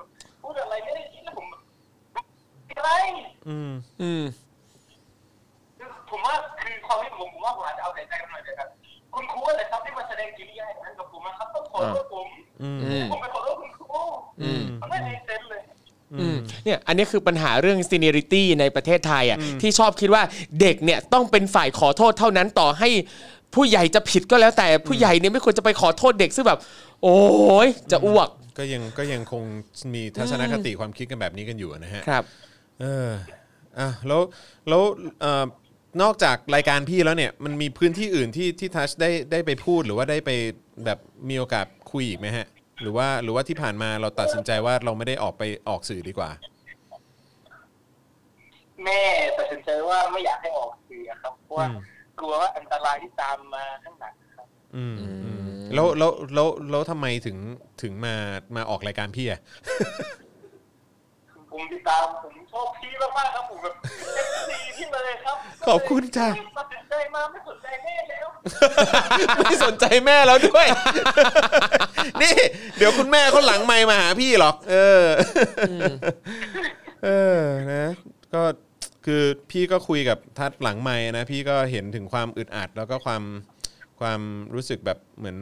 พูดอะไรไม่ได้คิดแล้วผมอะไร อืม อืม ผมว่าคือความที่ผมผมว่าผมอาจจะเอาใจใจกันหน่อยเดียวกันคุณครูอะไรครับที่มาแสดงกิริยาอย่างนั้นกับผมนะครับต้องขอโทษผม อืม อืม ผมไปขอโทษคุณครู อืม มันไม่มีเซนส์เลย อืมเนี่ยอันนี้คือปัญหาเรื่อง seniority ในประเทศไทยอ่ะที่ชอบคิดว่าเด็กเนี่ยต้องเป็นฝ่ายขอโทษเท่านั้นต่อให้ผู้ใหญ่จะผิดก็แล้วแต่ผู้ใหญ่เนี่ยไม่ควรจะไปขอโทษเด็กซึ่งแบบ โอ้ยจะอ้วก ก็ยัง ก็ยังคงมีทัศนคติความคิดกันแบบนี้กันอยู่นะฮะ ครับ เออ อ่ะ แล้ว แล้วเอ่อนอกจากรายการพี่แล้วเนี่ย มันมีพื้นที่อื่นที่ ที่ทัชได้ ได้ไปพูด หรือว่าได้ไปแบบ มีโอกาสคุยอีกไหมฮะ หรือว่าหรือว่าที่ผ่านมาเราตัดสินใจว่าเราไม่ได้ออกไปออกสื่อดีกว่า แม่ตัดสินใจว่าไม่อยากให้ออกสื่ออะครับเพราะว่า อืม กลัวว่าอันตรายที่ตามมาข้างหลังครับ อืมอืม อืม แล้วแล้วแล้วแล้วทำไมถึงถึงมามาออกรายการพี่อะ ผมติดตามผมชอบพี่มากๆครับผมแบบเอ็มซีพี่มาเลยครับ ขอบคุณจ้ะ ตัดสินใจมาไม่สนใจแม่แล้ว ไม่สนใจแม่แล้วด้วย นี่ เดี๋ยวคุณแม่เขาหลังไมค์มาหาพี่หรอก เอออเออนะก็คือพี่ก็คุยกับทัดหลังไมค์นะ พี่ก็เห็นถึงความอึดอัด แล้วก็ความความรู้สึกแบบเหมือน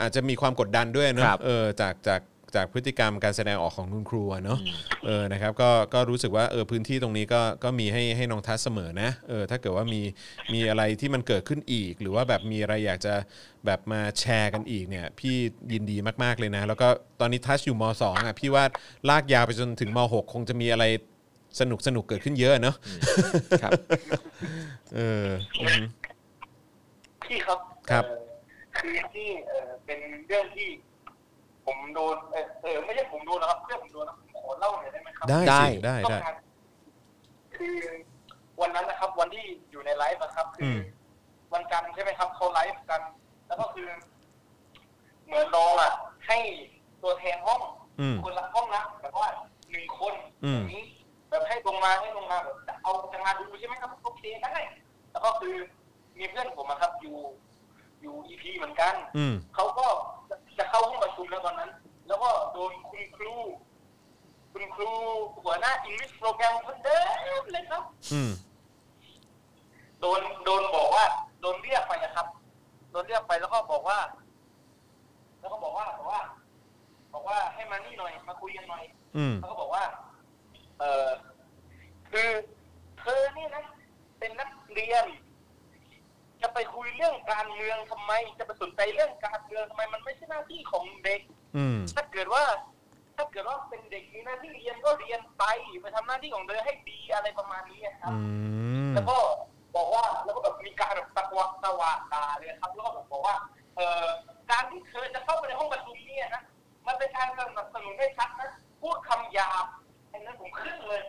อาจจะมีความกดดันด้วยเนอะ ครับ เออจากจากจากพฤติกรรมการแสดงออกของคุณครูอะเนาะเออนะครับก็ก็รู้สึกว่าเออพื้นที่ตรงนี้ก็ก็มีให้ให้น้องทัศเสมอนะเออถ้าเกิดว่ามีมีอะไรที่มันเกิดขึ้นอีก หรือว่าแบบมีอะไรอยากจะแบบมาแชร์กันอีกเนี่ย พี่ยินดีมากๆเลยนะ แล้วก็ตอนนี้ทัศอยู่มสองอ่ะพี่ว่าลากยาวไปจนถึงมหกคงจะมีอะไรสนุกสนุกๆเกิดขึ้นเยอะเนาะ ครับ เอออืม พี่ครับ ครับ เอ่อคือที่เอ่อเป็นเรื่องที่ ผมโดนเอ่อเออไม่ใช่ผมโดนนะครับเพื่อนผมโดนนะผมขอเล่าหน่อยได้ไหมครับ ได้ ได้ สิได้ได้ ต้องการคือวันนั้นนะครับ วันที่อยู่ในไลฟ์นะครับ คืออ ม วันจันทร์ใช่ไหมครับเขาไลฟ์กัน แล้วก็คือ เหมือนน้องอ่ะ ให้ตัวแทนห้อง อืม คนละห้องนะแบบว่าหนึ่งคน อืม แบบนี้แบบให้ลงมาให้ลงมาแบบจะเอาจะมาดูใช่ไหมครับโอเคได้แล้วก็คือมีเพื่อนผมอะครับ อยู่อยู่อีพีเหมือนกัน อืม เขาก็จะเข้าห้องประชุมแล้วตอนนั้น แล้วก็โดนคุณครูคุณครูหัวหน้าอิงลิชโปรแกรมคนเดิมเลยครับ อืม โดนโดนบอกว่า โดนเรียกไปนะครับ โดนเรียกไปแล้วก็บอกว่า แล้วก็บอกว่าบอกว่า บอกว่าให้มานี่หน่อยมาคุยกันหน่อย อืม เขาก็บอกว่า เออคือเธอนี่นะ เป็นนักเรียน จะไปคุยเรื่องการเมืองทำไม จะไปสนใจเรื่องการเมืองทำไม มันไม่ใช่หน้าที่ของเด็ก อืม ถ้าเกิดว่า ถ้าเกิดว่าเป็นเด็กมีหน้าที่เรียนก็เรียนไป ไปทำหน้าที่ของเธอให้ดีอะไรประมาณนี้ครับ อืม แล้วก็บอกว่าแล้วก็แบบมีการแบบตะวักตะวาดด่าเลยครับแล้วก็แบบบอกว่า เอ่อการที่เธอจะเข้าไปในห้องประชุมเนี่ยนะมันเป็นการสนับสนุนให้ชัดนะพูดคำหยาบอันนั้นผมขึ้นเลย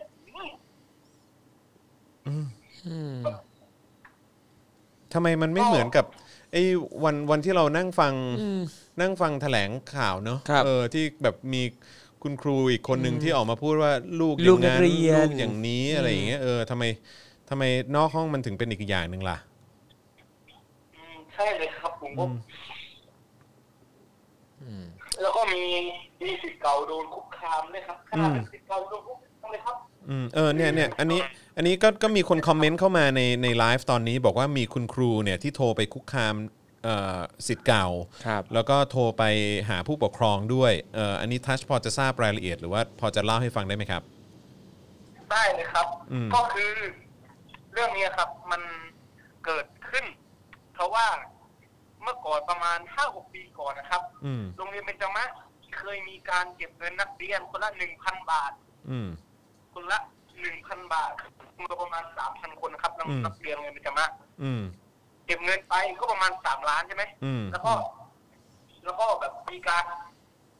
อืม ทำไมมันไม่เหมือนกับไอ้วันวันที่เรานั่งฟังนั่งฟังแถลงข่าวเนอะ ครับ เออที่แบบมีคุณครูอีกคนหนึ่งที่ออกมาพูดว่าลูก ลูก อย่าง นักเรียน ลูกอย่างนี้อะไรอย่างเงี้ยเออทำไมทำไมนอกห้องมันถึงเป็นอีกอย่างหนึ่งล่ะ อืมใช่เลยครับผมก็ อืม แล้วก็มีมีสิทธิ์เก่าโดนคุกคามเลยครับขนาดเป็นสิทธิ์เก่าโดนคุกคามเลยครับ อืมเออเนี่ยเนี่ยอันนี้อันนี้ก็ก็มีคนคอมเมนต์เข้ามาในในไลฟ์ตอนนี้ บอกว่ามีคุณครูเนี่ยที่โทรไปคุกคามเอ่อสิทธิ์เก่า ครับ แล้วก็โทรไปหาผู้ปกครองด้วยเอออันนี้ทัชพอจะทราบรายละเอียด หรือว่าพอจะเล่าให้ฟังได้ไหมครับ ได้เลยครับ อืม ก็คือเรื่องนี้ครับ มันเกิดขึ้น เพราะว่าเมื่อก่อนประมาณห้าหกปีก่อนนะครับ อืม โรงเรียนเบญจมะเคยมีการเก็บเงินนักเรียนคนละหนึ่งพันบาท อืม คนละหนึ่งพันบาทรวมประมาณสามพันคนนะครับนัก อืม นักเรียนโรงเรียนเบญจมะ อืม เก็บเงินไปก็ประมาณสามล้านใช่ไหม อืม แล้วก็ แล้วก็แบบมีการ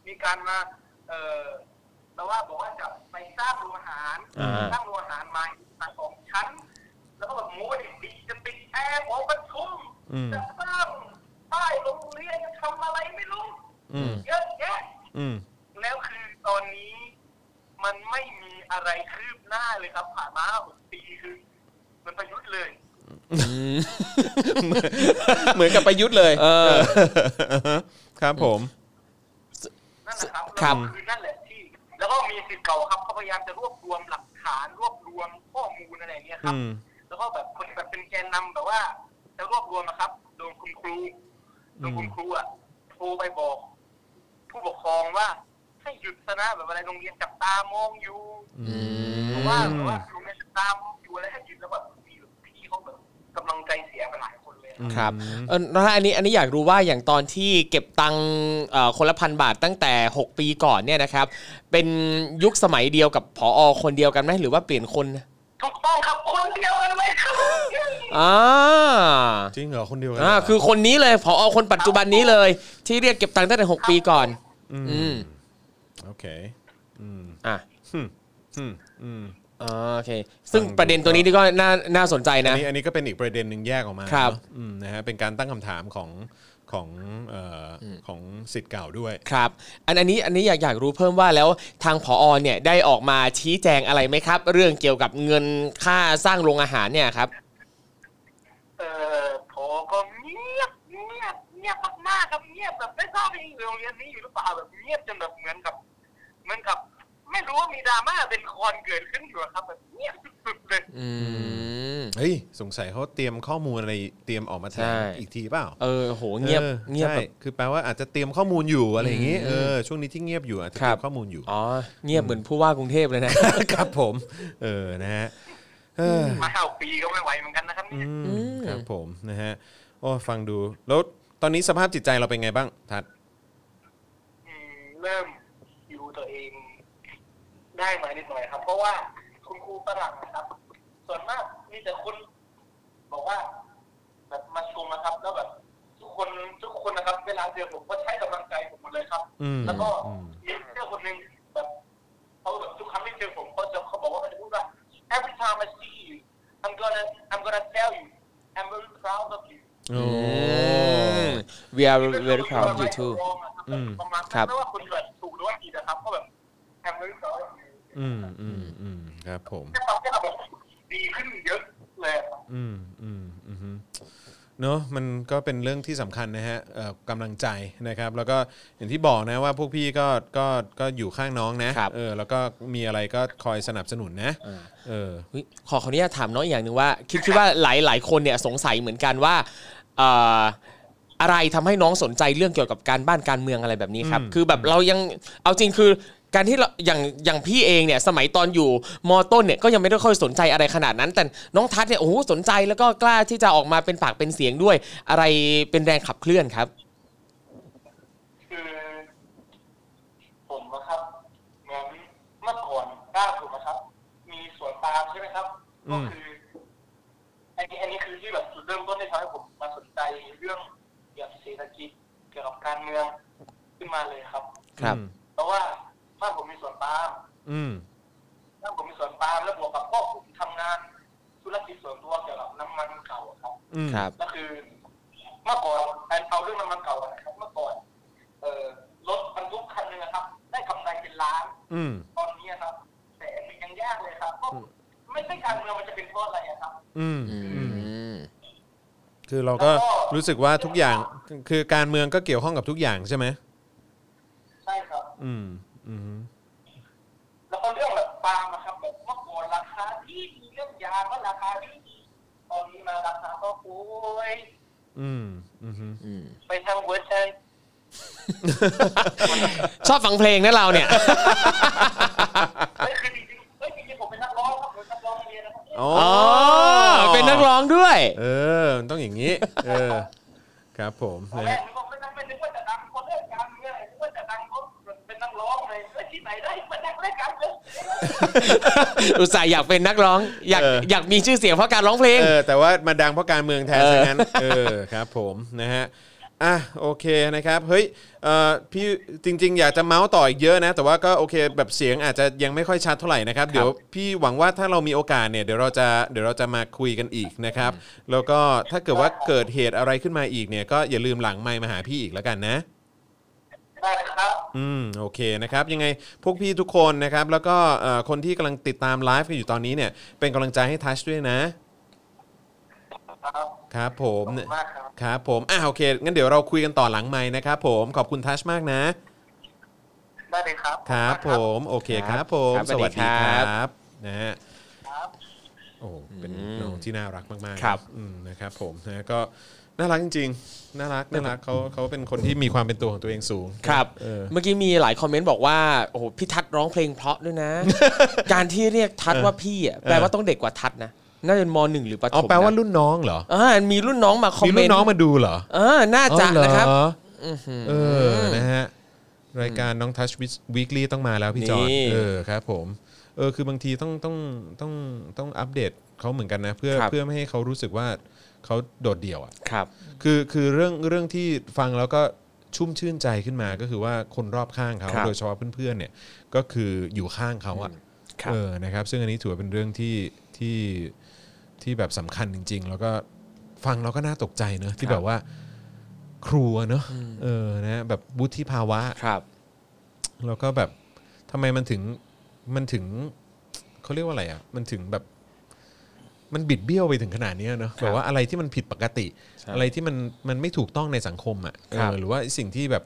มีการมา เออแต่ว่าบอกว่าจะไปสร้างโรงอาหาร อ่า สร้างโรงอาหารใหม่สายของชั้น แล้วก็แบบหมูเด็กดีจะติดแอร์หอประชุม อืม จะสร้างป้ายโรงเรียนจะทำอะไรไม่รู้ อืม เยอะแยะ อืม แล้วคือตอนนี้มันไม่มีอะไรคืบหน้าเลยครับ ผ่านมาหกปีคือเหมันประยุทธ์เลย เหมือนกับประยุทธ์เลย เออ ครับผม นั่นแหละครับ ครับ แล้วก็คือนั่นแหละที่ แล้วก็มีสิทธิ์เก่าครับเขาพยายามจะรวบรวมหลักฐานรวบรวมข้อมูลอะไรอย่างเงี้ยครั อื บ ม แล้วก็แบบคนแบบเป็นแกนนำแบบว่าจะรวบรวมนะครับโดนคุณครูโดนคุณครูอ่ะโทรไปบอก ผู้ปกครองว่าให้หยุดซะนะแบบอะไรโรงเรียนจับตามองอยู่ อืมเพราะว่าเพราะว่าโรงเรียนตามอยู่แล้วให้หยุดแล้วแบบมีพี่เขาแบบกำลังใจเสียไปหลายคนเลยอะ ครับเออแล้วอันนี้อันนี้อยากรู้ว่าอย่างตอนที่เก็บตังค์เอ่อคนละพันบาทตั้งแต่ 6 ปีก่อนเนี่ยนะครับ เป็นยุคสมัยเดียวกับผอคนเดียวกันไหมหรือว่าเปลี่ยนคนนะ ถูกต้องครับคนเดียวกันไหมครับ อ่า จริงเหรอคนเดียวกั อ่าคือคนนี้เลยพอคนปัจจุบันนี้เลย ที่เรียกเก็บตังค์ตั้งแต่หกปีก่อน อืม โอเคอืม อ่ะ อืมอืมอืม อ่าโอเค ซึ่งประเด็นตัวนี้นี่ก็น่าน่าสนใจอันะนนี้อันนี้ก็เป็นอีกประเด็นหนึ่งแยกออกมา ครับ เนอะอืมนะฮะเป็นการตั้งคำถามของของเอ่ออของสิทธิ์เก่าด้วย ครับ อันอันนี้อันนี้อยากอยากรู้เพิ่มว่าแล้วทางผอเนี่ยได้ออกมาชี้แจงอะไรไหมครับ เรื่องเกี่ยวกับเงินค่าสร้างโรงอาหารเนี่ยครับ เออพอก็เงียบเงียบเงียบมากๆครับเงียบแบบไม่ทราบว่าโรงเรียนนี้อยู่หรือเปล่าแบบเงียบจนแบบเหมือนกับ เหมือนกับ ไม่รู้ว่ามีดราม่าเป็นคอนเกิดขึ้นอยู่อะครับแบบเงียบสุดๆเลย อืม เฮ้ย สงสัยเขาเตรียมข้อมูลอะไรเตรียมออกมาแถล ใช่ งอีกทีเปล่า เออโหเงียบ ออ เงียบ ใช่ แบบ คือแปลว่าอาจจะเตรียมข้อมูลอยู่อะไรอย่างงี้ อืม เออช่วงนี้ที่เงียบอยู่อาจจะ ครั เตรี บ ยมข้อมูลอยู่ อ๋อเงียบเหมือนผู้ว่ากรุงเทพเลยนะ ครับผม เออนะฮะเออ มาห้าปีก็ไม่ไหวเหมือนกันนะครับเนี่ย อืมครับผมนะฮะโอ้ฟังดูแล้วตอนนี้สภาพจิตใจเราเป็นไงบ้างทัด อืมเริ่มอยู่ตัวเองได้มานิดหน่อยครับ เพราะว่าคุณครูฝรั่งนะครับ ส่วนมากมีแต่คนบอกว่า แบบมาชมนะครับ แล้วแบบ ทุกคนทุกคนนะครับ เวลาเจอผมก็ใช้กำลังใจผมหมดเลยครับ อืม แล้วก็ อืม มีเพื่อนคนหนึ่งแบบเขาแบบทุกครั้งที่เจอผมเขาจะเขาบอกว่าเขาจะพูดว่า every time I see you I'm gonna I'm gonna tell you I'm very proud of you โอ้ อืม we are very proud of you too ประมาณนั้นไม่ว่าคุณแบบถูกหรือว่าผิดนะครับก็แบบแฮมเบอร์เกอร์ อืมอืมอืมครับผม แค่ปรับแค่ปรับแบบดีขึ้นเยอะเลยอะครับ อืมอืมอืมฮึเนอะมันก็เป็นเรื่องที่สำคัญนะฮะเอ่อกำลังใจนะครับ แล้วก็อย่างที่บอกนะว่าพวกพี่ก็ก็ก็อยู่ข้างน้องนะครับ เออแล้วก็มีอะไรก็คอยสนับสนุนนะเออ เฮ้ยขอขออนุญาตถามน้องอีกอย่างหนึ่งว่า คิดคิดว่าหลายหลายคนเนี่ยสงสัยเหมือนกันว่าเอ่ออะไรทำให้น้องสนใจเรื่องเกี่ยวกับการบ้านการเมืองอะไรแบบนี้ครับ อืม คือแบบเรายังเอาจริงคือการที่เราอย่างอย่างพี่เองเนี่ยสมัยตอนอยู่มต้นเนี่ยก็ยังไม่ได้ค่อยสนใจอะไรขนาดนั้น แต่น้องทัศน์เนี่ยโอ้โหสนใจแล้วก็กล้าที่จะออกมาเป็นปากเป็นเสียงด้วย อะไรเป็นแรงขับเคลื่อนครับ คือ ผมนะครับเหมือนเมื่อก่อนล่าสุดนะครับ มีสวนปาล์มใช่ไหมครับ อื ก็ ม คืออันนี้อันนี้คือที่แบบจุดเริ่มต้นที่ทำให้ผมมาสนใจเรื่องเกี่ยวกับเศรษฐกิจเกี่ยวกับการเมืองขึ้นมาเลยครับ ครับ เพราะว่าบ้านผมมีสวนปาล์ม อืม ถ้าผมมีสวนปาล์มแล้วบวกกับพ่อผมทำงานธุรกิจส่วนตัวเกี่ยวกับน้ำมันเก่าอะครับ อืม ครับ ก็คือเมื่อก่อนแอนเอาเรื่องน้ำมันเก่าก่อนนะครับ เมื่อก่อน เอ่อรถบรรทุกคันหนึ่งนะครับ ได้กำไรเป็นล้าน อืม ตอนนี้นะครับ แต่มันยังยากเลยครับเพราะไม่ใช่การเมืองมันจะเป็นเพราะอะไรอะครับ อืม อื อืม ม คือเราก็รู้สึกว่าทุกอย่างคือการเมืองก็เกี่ยวข้องกับทุกอย่างใช่ไหม ใช่ครับ อืมอืมฮึ แล้วก็เรื่องแบบปาล์มนะครับแบบเมื่อก่อนราคาที่ดีเรื่องยางก็ราคาที่ดีตอนนี้มาราคาก็โอ้ย อืมอืมฮึ ไปทางเวอร์ชัน ชอบฟังเพลงนะเราเนี่ย เฮ้ยคือจริงๆเฮ้ยจริงๆผมเป็นนักร้องครับผมเป็นนักร้องโรงเรียนนะครับ อ๋อ อ๋ อ เป็นนักร้องด้วย เออมันต้องอย่างนี้เออครับผม ตอน นะ แร ฮะ กนึกว่าไม่นักไม่นึกว่าจะดังคนเล่นการเมืองนึกว่าจะดังคนเป็นนักร้องเลยเอ้ยที่ไหนได้เป็นนักเล่นการเมือง อุตส่าห์อยากเป็นนักร้อง อยาก เออ อ อ ยากมีชื่อเสียงเพราะการร้องเพลง เออแต่ว่ามาดังเพราะการเมืองแทน เออ ซะงั้นเออครับผมนะฮะอ่ะโอเคนะครับเฮ้ยเอ่อพี่จริง ๆ อยากจะเมาส์ต่ออีกเยอะนะ แต่ว่าก็โอเคแบบเสียงอาจจะยังไม่ค่อยชัดเท่าไหร่นะครับเดี๋ยวพี่หวังว่าถ้าเรามีโอกาสเนี่ยเดี๋ยวเราจะเดี๋ยวเราจะมาคุยกันอีกนะครับ แล้วก็ถ้าเกิดว่าเกิดเหตุอะไรขึ้นมาอีกเนี่ยก็อย่าลืมหลังไมค์มาหาพี่อีกแล้วกันนะ ได้ครับ อืมโอเคนะครับยังไงพวกพี่ทุกคนนะครับแล้วก็เอ่อคนที่กำลังติดตามไลฟ์กันอยู่ตอนนี้เนี่ยเป็นกำลังใจให้ทัชด้วยนะ ครับ ครับผ ข ม อบคุ เนี่ย ณมากครับ ครับผม อ่าโอเค งั้นเดี๋ยวเราคุยกันต่อหลังไม้นะครับผม ขอบคุณทัชมากนะ ได้เลยครับ ครับผม โอเคครับผม ครับ ส สวั วัส สดี ดีค ค ร รับั บ นะฮะ ครับ โอ้โหเป็นน้องที่น่ารักมากๆ ครับ อืมนะครับผมนะก็น่ารักจริงๆ น่ารัก น่ารักเขาเขาเป็นคนที่มีความเป็นตัวของตัวเองสูง ครับ เออ เมื่อกี้มีหลายคอมเมนต์บอกว่า โอ้โห พี่ทัศน์ร้องเพลงเพราะด้วย นะ การที่เรียกทัศน์ว่าพี่อ่ะ แปลว่าต้องเด็กกว่าทัศน์นะ น่าจะเป็นมหนึ่งหรือประถม เอาแปลว่า ะ รุ่นน้องเหรอ อ่ามีรุ่นน้องมาคอม มี เม รุ่ น น ต์ น้องมาดูเหรอ เออน่าอ๋อจะเหอ นะครับ เออ นะฮะ รายการน้องทัชวีคลี่ต้องมาแล้วพี่จอน นี่ เออ ครับผม เ เออคือบางทีต้องต้องต้องต้องอัปเดตเขาเหมือนกันนะ เพื่อ ครับ เพื่อไม่ให้เขารู้สึกว่าเขาโดดเดี่ยวอ่ะ ครับ คือคือเรื่องเรื่องที่ฟังแล้วก็ชุ่มชื่นใจขึ้นมาก็คือว่าคนรอบข้างเขา ครับ โดยเฉพาะเพื่อนๆเนี่ยก็คืออยู่ข้างเขาอะ ครับ เออนะครับ ซึ่งอันนี้ถือว่าเป็นเรื่องที่ที่ที่แบบสำคัญจริง ๆ แล้วก็ฟังแล้วก็น่าตกใจเนอะที่ ครับ แบบว่า ครัวเนอะเออนะแบบวุฒิภาวะ ครับ แล้วก็แบบทำไมมันถึงมันถึงเขาเรียกว่าอะไรอ่ะมันถึงแบบมันบิดเบี้ยวไปถึงขนาดเนี้ยเนาะแบบว่าอะไรที่มันผิดปกติ ใช่ อะไรที่มันมันไม่ถูกต้องในสังคมอ่ะเออ ครับ หรือว่าสิ่งที่แบบ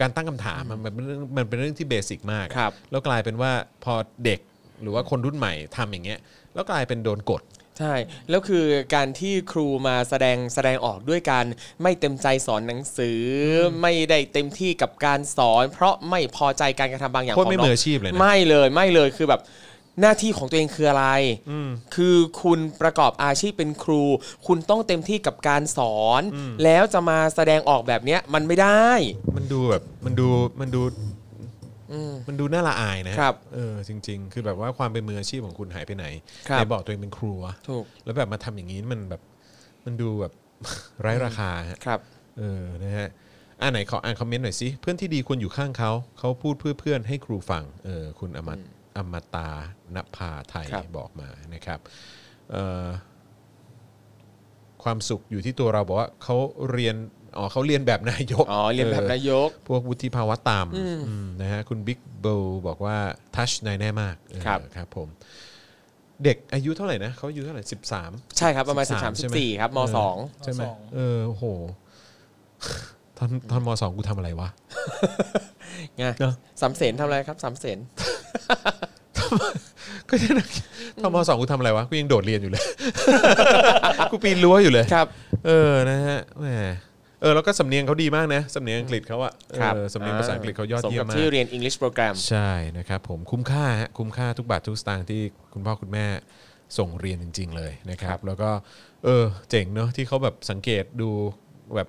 การตั้งคำถามอะมันเป็นเรื่องมันเป็นเรื่องที่เบสิกมากอะ ครับ แล้วกลายเป็นว่าพอเด็กหรือว่าคนรุ่นใหม่ทำอย่างเงี้ย แล้วกลายเป็นโดนกด ใช่ แล้วคือการที่ครูมาแสดงแสดงออกด้วยการไม่เต็มใจสอนหนังสืออไม่ได้เต็มที่กับการสอน เพราะไม่พอใจการกระทำบางอย่าง โคตรไม่ งน้ง มืออาชีพเลยนะ ไม่เลยไม่เลยคือแบบหน้าที่ของตัวเองคืออะไร คือคุณประกอบอาชีพเป็นครู คุณต้องเต็มที่กับการสอน แล้วจะมาแสดงออกแบบเนี้ยมันไม่ได้ มันดูแบบมันดูมันดูมันดูน่าละอายนะครับ เออจริง ๆ คือแบบว่าความเป็นมืออาชีพของคุณหายไปไหน ครับ ไหนบอกตัวเองเป็นครูวะ ถูก แล้วแบบมาทำอย่างนี้มันแบบมันดูแบบ ไร้ราคาฮะ ครับ เออนะฮะอ่าไหนขออ่านคอมเมนต์หน่อยสิเพื่อนที่ดีควรอยู่ข้างเขาเขาพูดเพื่อเพื่อนให้ครูฟังเออคุณอมตอมตานภาไทย ครับ บอกมานะครับเอ่อความสุขอยู่ที่ตัวเราบอกว่าเขาเรียนอ๋อเขาเรียนแบบนายก อ๋อเรียนแบบ ออ นายก พวกวุฒิภาวะต่ำอืมนะฮะคุณบิ๊กเบลบอกว่า ทัชนายแน่มากเออ ครับ ครับผม เด็กอายุเท่าไหร่นะเขาอายุเท่าไหร่สิบสาม ใช่ครับประมาณ สิบสาม 13 ใช่ไหม 14ครับมสอง ใช่ไหม มสอง เออโห ตอนตอนมสองกูทำอะไรวะ ไง เนอะ สามเสนทำอะไรครับสามเสน ก็ยังตอนมสองกูทำอะไรวะ กูยังโดดเรียนอยู่เลย กูปีนรั้วอยู่เลย ครับ เออ นะฮะแหมเออ แล้วก็สำเนียงเขาดีมากนะ สำเนียงอังกฤษเขาอะเอ ครับ อสำเนียงภาษาอังกฤษเขายอดเยี่ยม สมกับ มาก ที่เรียน English Program ใช่นะครับผมคุ้มค่าฮะคุ้มค่าทุกบาททุกสตางค์ที่คุณพ่อคุณแม่ส่งเรียนจริง ๆ เลยนะครับ แล้วก็เออเจ๋งเนอะที่เขาแบบสังเกตดูแบบ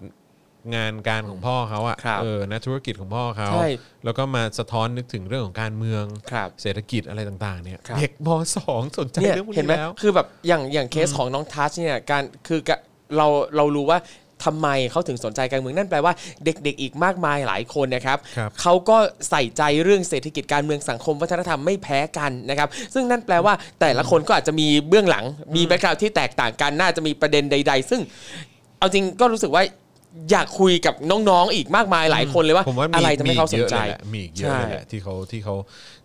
งานการของพ่อเขาอะ ครับ เออนะธุรกิจของพ่อเขา ใช่ แล้วก็มาสะท้อนนึกถึงเรื่องของการเมือง ครับ เศรษฐกิจอะไรต่างๆเนี่ย ครับ เด็กมสองสนใจ เนี่ย เรื่องพวก เห็น นี้ ไหม แล้ว คือแบบอย่างอย่างเคสของน้องทัชเนี่ยการคือกะเราเรารู้ว่าทำไมเขาถึงสนใจการเมืองนั่นแปลว่าเด็กๆอีกมากมายหลายคนนะครับ ครับ เขาก็ใส่ใจเรื่องเศรษฐกิจการเมืองสังคมวัฒนธรรมไม่แพ้กันนะครับซึ่งนั่นแปลว่าแต่ละคนก็อาจจะมีเบื้องหลังมีแบ็กกราวด์ที่แตกต่างกันน่าจะมีประเด็นใด ๆ ซึ่งเอาจริงก็รู้สึกว่าอยากคุยกับน้องๆอีกมากมายหลายคนเลยว่า ผมว่า อะไร มี ทำให้เขาสนใจ มีอีกเยอะเลยแหละมีอีกเยอะเลยแหละ ใช่ ที่เขาที่เขา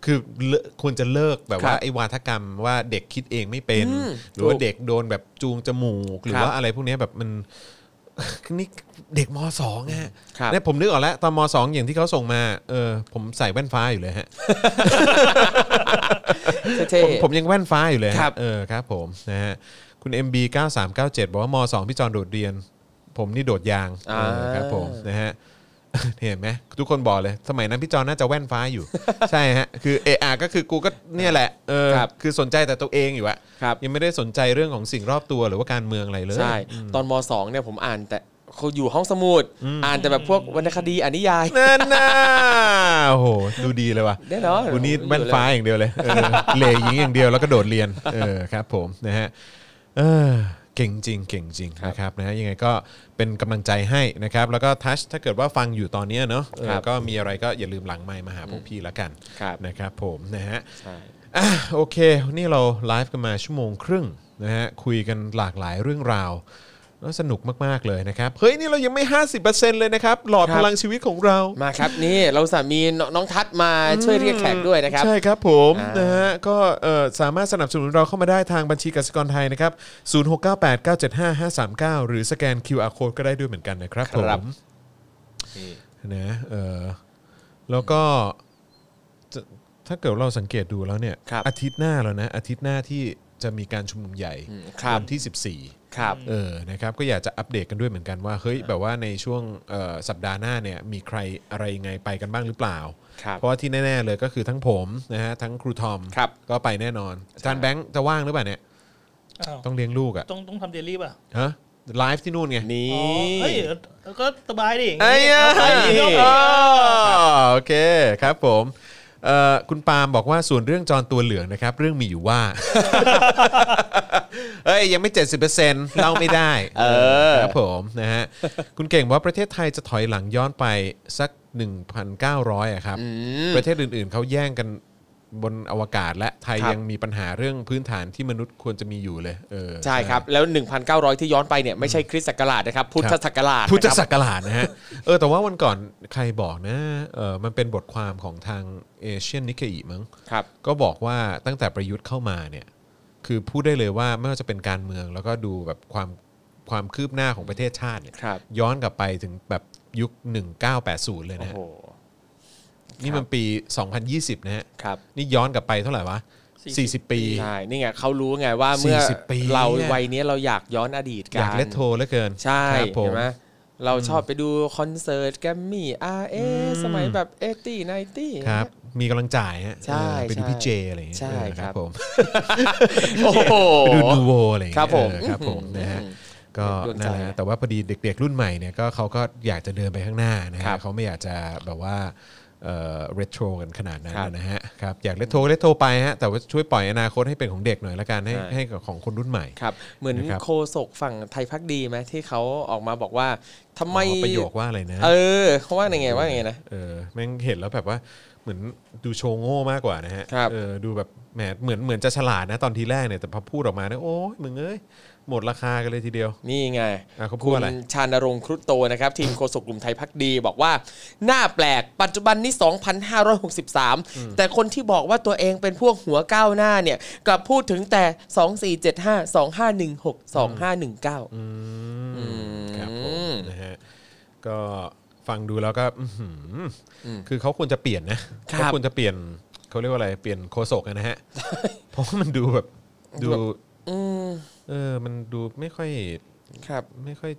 คือเลิกควรจะเลิกแบบ ครับ ว่าไอ้วาทกรรมว่าเด็กคิดเองไม่เป็น อืม หรือว่า ถูก เด็กโดนแบบจูงจมูก หรือ ครับ ว่าอะไรพวกเนี้ยแบบมัน นี่เด็กมสองฮะ ครับ เนี่ยผมนึกออกแล้วตอนมสองอย่างที่เขาส่งมาเออผมใส่แว่นฟ้าอยู่เลยฮะ เท่ ผม ๆ ผมยังแว่นฟ้าอยู่เลยฮะ ครับ เออครับผมนะฮะคุณ MB 9397 บอกว่าม2พี่จอนโดดเรียน ผมนี่โดดยาง อ่า เออครับผมนะ ฮะ เห็นไหมทุกคนบอกเลย สมัยนั้นพี่จอนน่าจะแว่นฟ้า อยู่ ใช่ฮะ คือเออาก็คือกูก็เนี่ยแหละเออ ครับ คือสนใจแต่ตัวเองอยู่อะ ครับ ยังไม่ได้สนใจเรื่องของสิ่งรอบตัวหรือว่าการเมืองอะไรเลย ใช่ ตอนมสองเนี่ยผมอ่านแต่เขาอยู่ห้องสมุด อ่านแต่แบบพวกวรรณคดีอ่านนิยาย นั่นน่ะโอ้โหดูดีเลยว่ะ แน่นอน กูนี่แว่นฟ้าอย่างเดี ยวเลยเออเลยิงอย่างเดียวแล้วก็โดด เรียนเออครับผมนะฮะเออเก่งจริงเก่งจริงนะครับนะฮะยังไงก็เป็นกำลังใจให้นะครับ แล้วก็ทัชถ้าเกิดว่าฟังอยู่ตอนเนี้ยเนาะเออ ครับ ก็มีอะไรก็อย่าลืมหลังไมค์มาหาพวกพี่ละกัน ครับ นะครับผมนะฮะ ใช่ อ่ะโอเค นี่เราไลฟ์กันมาชั่วโมงครึ่งนะฮะคุยกันหลากหลายเรื่องราวแล้วสนุกมาก ๆ เลยนะครับ เฮ้ย นี่เรายังไม่ 50%เลยนะครับ หลอดพลังชีวิตของเรา มาครับนี่เราสามีน้องน้องทัศน์มาช่วยเรียกแขกด้วยนะครับ ใช่ครับผม อ่าน นะฮะก็เอ่อสามารถสนับสนุนเราเข้ามาได้ทางบัญชีกสิกรไทยนะครับ 0698975539 หรือสแกน QR code ก็ได้ด้วยเหมือนกันนะครับผ ครับ มนะเออแล้วก็จะถ้าเกิดเราสังเกตดูแล้วเนี่ย ครับ อาทิตย์หน้าแล้วนะ อาทิตย์หน้าที่จะมีการชุมนุมใหญ่ อืมครับ วัที่ 14 ครับ เออ นะครับ ก็อยากจะอัปเดตกันด้วยเหมือนกันว่า เฮ้ย แบบว่าในช่วงเอ่อสัปดาห์หน้าเนี่ย มีใครอะไรยังไงไปกันบ้างหรือเปล่า ครับ เพราะว่าที่แน่ ๆ เลยก็คือทั้งผมนะฮะ ทั้งครูทอม ครับ ก็ไปแน่นอนอาจานแบงค์จะว่างหรือเปล่าเนี่ย อ้าว ต้องเลี้ยงลูกอะ ต้องต้องทำเดลี่ป่ะ ฮะ ไลฟ์ที่นู่นไง นี่ อ๋อเฮ้ยก็สบายดิ ไอ้ยะ เาไป เอ เดี๋ยว อโอเค ครับผม เอ่อคุณปาล์มบอกว่าส่วนเรื่องจรตัวเหลืองนะครับ เรื่องมีอยู่ว่า เอ้ยยังไม่ 70%เล่าไม่ได้ เออ ครับผมนะฮะคุณเก่งบอกว่าประเทศไทยจะถอยหลังย้อนไปสัก 1,900อะครับ อืม ประเทศอื่น ๆเขาแย่งกันบนอวกาศและไทย ครับ ยังมีปัญหาเรื่องพื้นฐานที่มนุษย์ควรจะมีอยู่เลยเออ ใช่ครับ แล้ว 1,900 ที่ย้อนไปเนี่ยไม่ใช่คริสต์ศักราชนะครับ พุทธศักราช พุทธศั นะคบ กราชนะฮะ เออแต่ว่าวันก่อนใครบอกนะเออมันเป็นบทความของทางเอเชียนนิเคอีมั้ง ครับ ก็บอกว่าตั้งแต่ประยุทธ์เข้ามาเนี่ยคือพูดได้เลยว่าไม่ว่าจะเป็นการเมืองแล้วก็ดูแบบความความคืบหน้าของประเทศชาติเนี่ย ครับ ย้อนกลับไปถึงแบบยุค 1980 เลย โอ้ นะฮะ โห นี่มันปี 2020 นะฮะ ครับ นี่ย้อนกลับไปเท่าไหร่วะ 40 40 ปี ใช่นี่ไงเขารู้ไงว่าเมื่อ 40ปี เรา เนี่ย วัยเนี้ยเราอยากย้อนอดีตกัน อยากเลทโทรเหลือเกิน ใช่ ครับผม เห็นไหมเราชอบไปดูคอนเสิร์ตแกรมมี่อาร์เอสมัยแบบเอตี้ไนตี้ ครับ มีกำลังจ่ายฮะ ใช่ เออเป็น ใช่ พี่เจอะไรอย่างเงี้ย ใช่ เออ ครับ ผม โอ้โห ไปดูนูโวอะไรอย่าง ครั เงี้ยเออคบผมรับผม อืม นะฮะ อืม ก็ ดวงใจ นั่นแหละฮะแต่ว่าพอดีเด็กๆ รุ่นใหม่เนี่ยก็เขาก็อยากจะเดินไปข้างหน้านะ ครั ฮะ บ เขาไม่อยากจะแบบว่าเอ่อเรโทรกันขนาดนั้น ครับ นะฮะครับอยากเรโทรเรโทรไปฮะแต่ว่าช่วยปล่อยอนาคตให้เป็นของเด็กหน่อยละกันให้ ใช่ ให้กับของคนรุ่นใหม่ ครับ เหมือน นะครับ โคศกฝั่งไทยพักดีไหมที่เขาออกมาบอกว่าทำไม อ๋อประโยคว่าอะไรนะ เออเขาว่าไงไงว่าไงนะ เออแม่งเห็นแล้วแบบว่าเหมือนดูโชว์โง่มากกว่านะฮะ ครับ เออดูแบบแหมเหมือนเหมือนจะฉลาดนะตอนทีแรกเนี่ยแต่พอพูดออกมาเนี่ยโอ้ยมึงเอ้ยหมดราคากันเลยทีเดียว นี่ไง อ่ะเขาพู คุ ด ณ อะไร ชานรงค์ครุฑโตนะครับ ทีมโฆษกกลุ่มไทยพักดีบอกว่า หน้าแปลกปัจจุบันนี้ 2,563 แต่คนที่บอกว่าตัวเองเป็นพวกหัวก้าวหน้าเนี่ยกลับพูดถึงแต่ 2475 2516 2519 อืม อืม ครับผมนะฮะก็ฟังดูแล้วก็อื้อหืออคือเขาควรจะเปลี่ยนนะครับ เขาควรจะเปลี่ยนเขาเรียกว่าอะไรเปลี่ยนโคศกอะนะฮะเพราะว่ามันดูแบบดู แบบ อืม เออมันดูไม่ค่อย ครับ ไม่ค่อย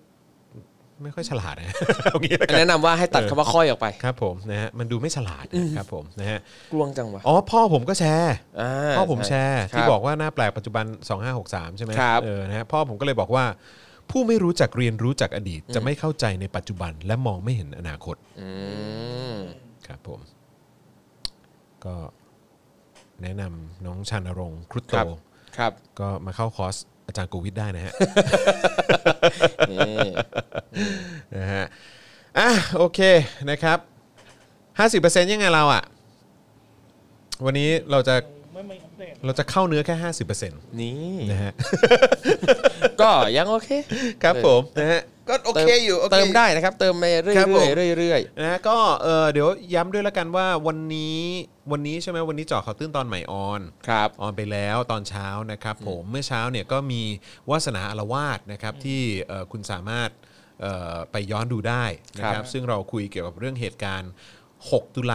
ไม่ค่อยฉลาดนะ เอางี้ละกัน แนะนำว่าให้ตัดคำว่าค่อยออกไป ครับผมนะฮะมันดูไม่ฉลาดนะครับผมนะฮะ กลวงจังวะ อ๋อพ่อผมก็แชร์ า พ่อผมแชร์ ใ ที่บอกว่าหน้าแปลกปัจจุบัน 2563 ใช่ไหม ครับ เออนะฮะพ่อผมก็เลยบอกว่า ผู้ไม่รู้จักเรียนรู้จากอดีต จะไม่เข้าใจในปัจจุบัน และมองไม่เห็นอนาคต อืม ครับผม ก็แนะนำน้องชานรงค์ครุฑโต ครับครับ ก็มาเข้าคอร์สอาจารย์โกวิทได้นะฮะ นี่ นะฮะอ่ะโอเคนะครับ 50%ยังไงเราอ่ะ วันนี้เราจะ ไม่ไม่อัปเดต เราจะเข้าเนื้อแค่ 50%น นี่ ะฮะ ก็ยังโอเค ครับผมนะฮะ ก็โอเค ติม อยู่โอค เติมได้นะครับ เติมไปเรื่อ ครับผม ยๆเรื่อย นะฮะก็เออเดี๋ยวย้ำด้วยละกันว่าวันนี้วันนี้ใช่ไหมวันนี้เจอข่าวตื้นตอนใหม่ออน ๆครับ ออนไปแล้วตอนเช้านะครับผมเมื่อเช้าเนี่ยก็มีวาสนาอารวาสนะครับที่เอ่อคุณสามารถเอ่อไปย้อนดูได้นะค ครั รับบ ซึ่งเราคุยเกี่ยวกับเรื่องเหตุการณ์ 6 ตุล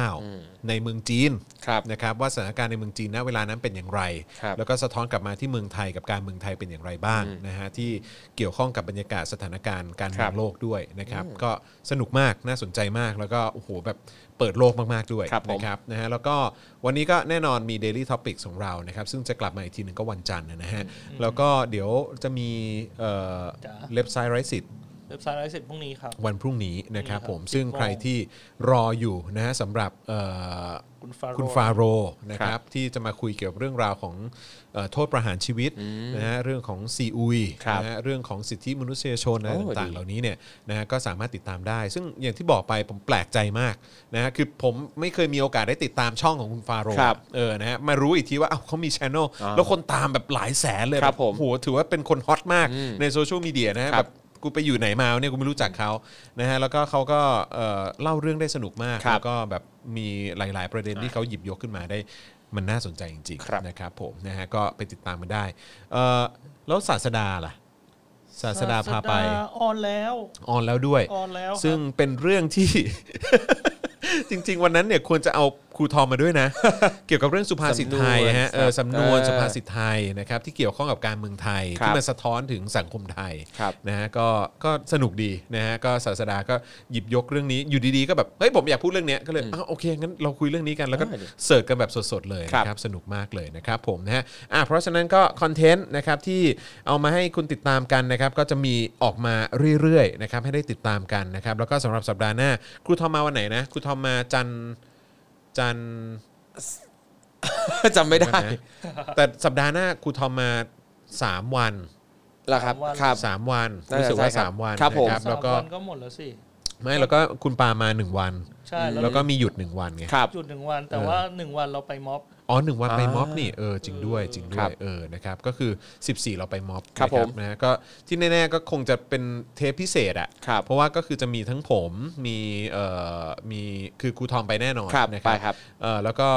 า 2519 ในเมืองจีน ครับ นะครับว่าสถานการณ์ในเมืองจีนณเวลานั้นเป็นอย่างไร ครับ แล้วก็สะท้อนกลับมาที่เมืองไทยกับการเมืองไทยเป็นอย่างไรบ้างนะฮะที่เกี่ยวข้องกับบรรยากาศสถานการณ์การเมื ครั อง บ โลกด้วยนะครับก็สนุกมากน่าสนใจมากแล้วก็โอ้โหแบบเปิดโลกมากๆด้วย ครับผม นะครับนะฮะแล้วก็วันนี้ก็แน่นอนมี Daily Topic ของเรานะครับ ซึ่งจะกลับมาอีกทีหนึ่งก็วันจันทร์นะฮะ แล้วก็เดี๋ยวจะมีเล็บไซต์ไรสิทธิ์ เว็บไซต์ไลฟ์เสร็จพรุ่งนี้ครับ วันพรุ่งนี้นะครับ พรุ่งนี้ครัผมบสิบ ซึ่ง โมง ใครที่รออยู่นะฮะสำหรับเอ่อ คุณฟาโร คุณ ห์ ฟาโรห์นะครับที่จะมาคุยเกี่ยวกับเรื่องราวของเอ่อโทษประหารชีวิตนะฮะเรื่องของซีอุย ครับ นะฮะเรื่องของสิทธิมนุษยชนอะไร โอ้ ต่าง ดี ๆ เหล่านี้เนี่ยนะฮะก็สามารถติดตามได้ ซึ่งอย่างที่บอกไปผมแปลกใจมากนะฮะคือผมไม่เคยมีโอกาสได้ติดตามช่องของคุณฟาโรห์ ครับ เออนะฮะมารู้อีกทีว่าอ้าวเขามีช anel อ่า แล้วคนตามแบบหลายแสนเลย ครับผม โหถือว่าเป็นคนฮอตมาก อืม ในโซเชียลมีเดียนะฮะ ครับ แบบกูไปอยู่ไหนมาวะเนี่ยกูไม่รู้จักเขานะฮะแล้วก็เขาก็เอ่อเล่าเรื่องได้สนุกมาก ครับ แล้วก็ ก็แบบมีหลาย ๆ ประเด็นที่เขาหยิบยกขึ้นมาได้มันน่าสนใจจริง ครับ ๆนะครับผมนะฮะก็ไปติดตามมันได้เอ่อแล้วศาสดาล่ะศาสดาพาไป ศสดออนแล้ว ออนแล้วด้วย ออนแล้วครับ ซึ่งเป็นเรื่องที่ จริง ๆ วันนั้นเนี่ยควรจะเอาครูทอมมาด้วยนะ เกี่ยวกับเรื่องสุภาษิตไทยนะฮะเออสำนวน เออ สุภาษิตไทยนะครับที่เกี่ยวข้องกับการเมืองไทย ครับ ที่มันสะท้อนถึงสังคมไทย ครับ นะฮะก็ก็สนุกดีนะฮะก็ศาสดาก็หยิบยกเรื่องนี้อยู่ดีๆก็แบบเฮ้ยผมอยากพูดเรื่องเนี้ยก็เลยอ้าวโอเคงั้นเราคุยเรื่องนี้กันแล้วก็ ได้ดิ เสิร์ชกันแบบสดๆเลยนะค ครั รับบ สนุกมากเลยนะครับผมนะฮะอ่ะเพราะฉะนั้นก็คอนเทนต์นะครับที่เอามาให้คุณติดตามกันนะครับก็จะมีออกมาเรื่อยๆนะครับให้ได้ติดตามกันนะครับแล้วก็สำหรับสัปดาห์หน้าครูทอมมาวันไหนนะครูทอมมาจันทร์ จันทร์ จำไม่ได้ นะแต่สัปดาห์หน้าครูทอมมา 3 วัน ละครับ วัน ครับ 3 วัน น่าจะ รู้สึกว่า ใช่ครับ 3 วัน ครับผม นะ สา แล้ว ม ก็ วันก็หมดแล้วสิ ไม่แล้วก็คุณปามา 1 วัน ใช่ แล้วก็มีหยุด 1 วันไง ครับ จุดหนึ่งวันแต่ เออ ว่าหนึ่งวันเราไปม็อบ อ๋อหนึ่งวันไป อ่า ม็อบนี่เออจริงด้วยจริงด้ ครั ว บ ยเออนะครับก็คือ 14 เราไปม็อบ ครับ นะ ผม นะก็ที่แน่ๆก็คงจะเป็นเทปพิเศษอะ ครับ เพราะว่าก็คือจะมีทั้งผมมีเอ่อมีคือครูทอมไปแน่นอน ครับ นะ ไปครับ เอ่อแล้วก็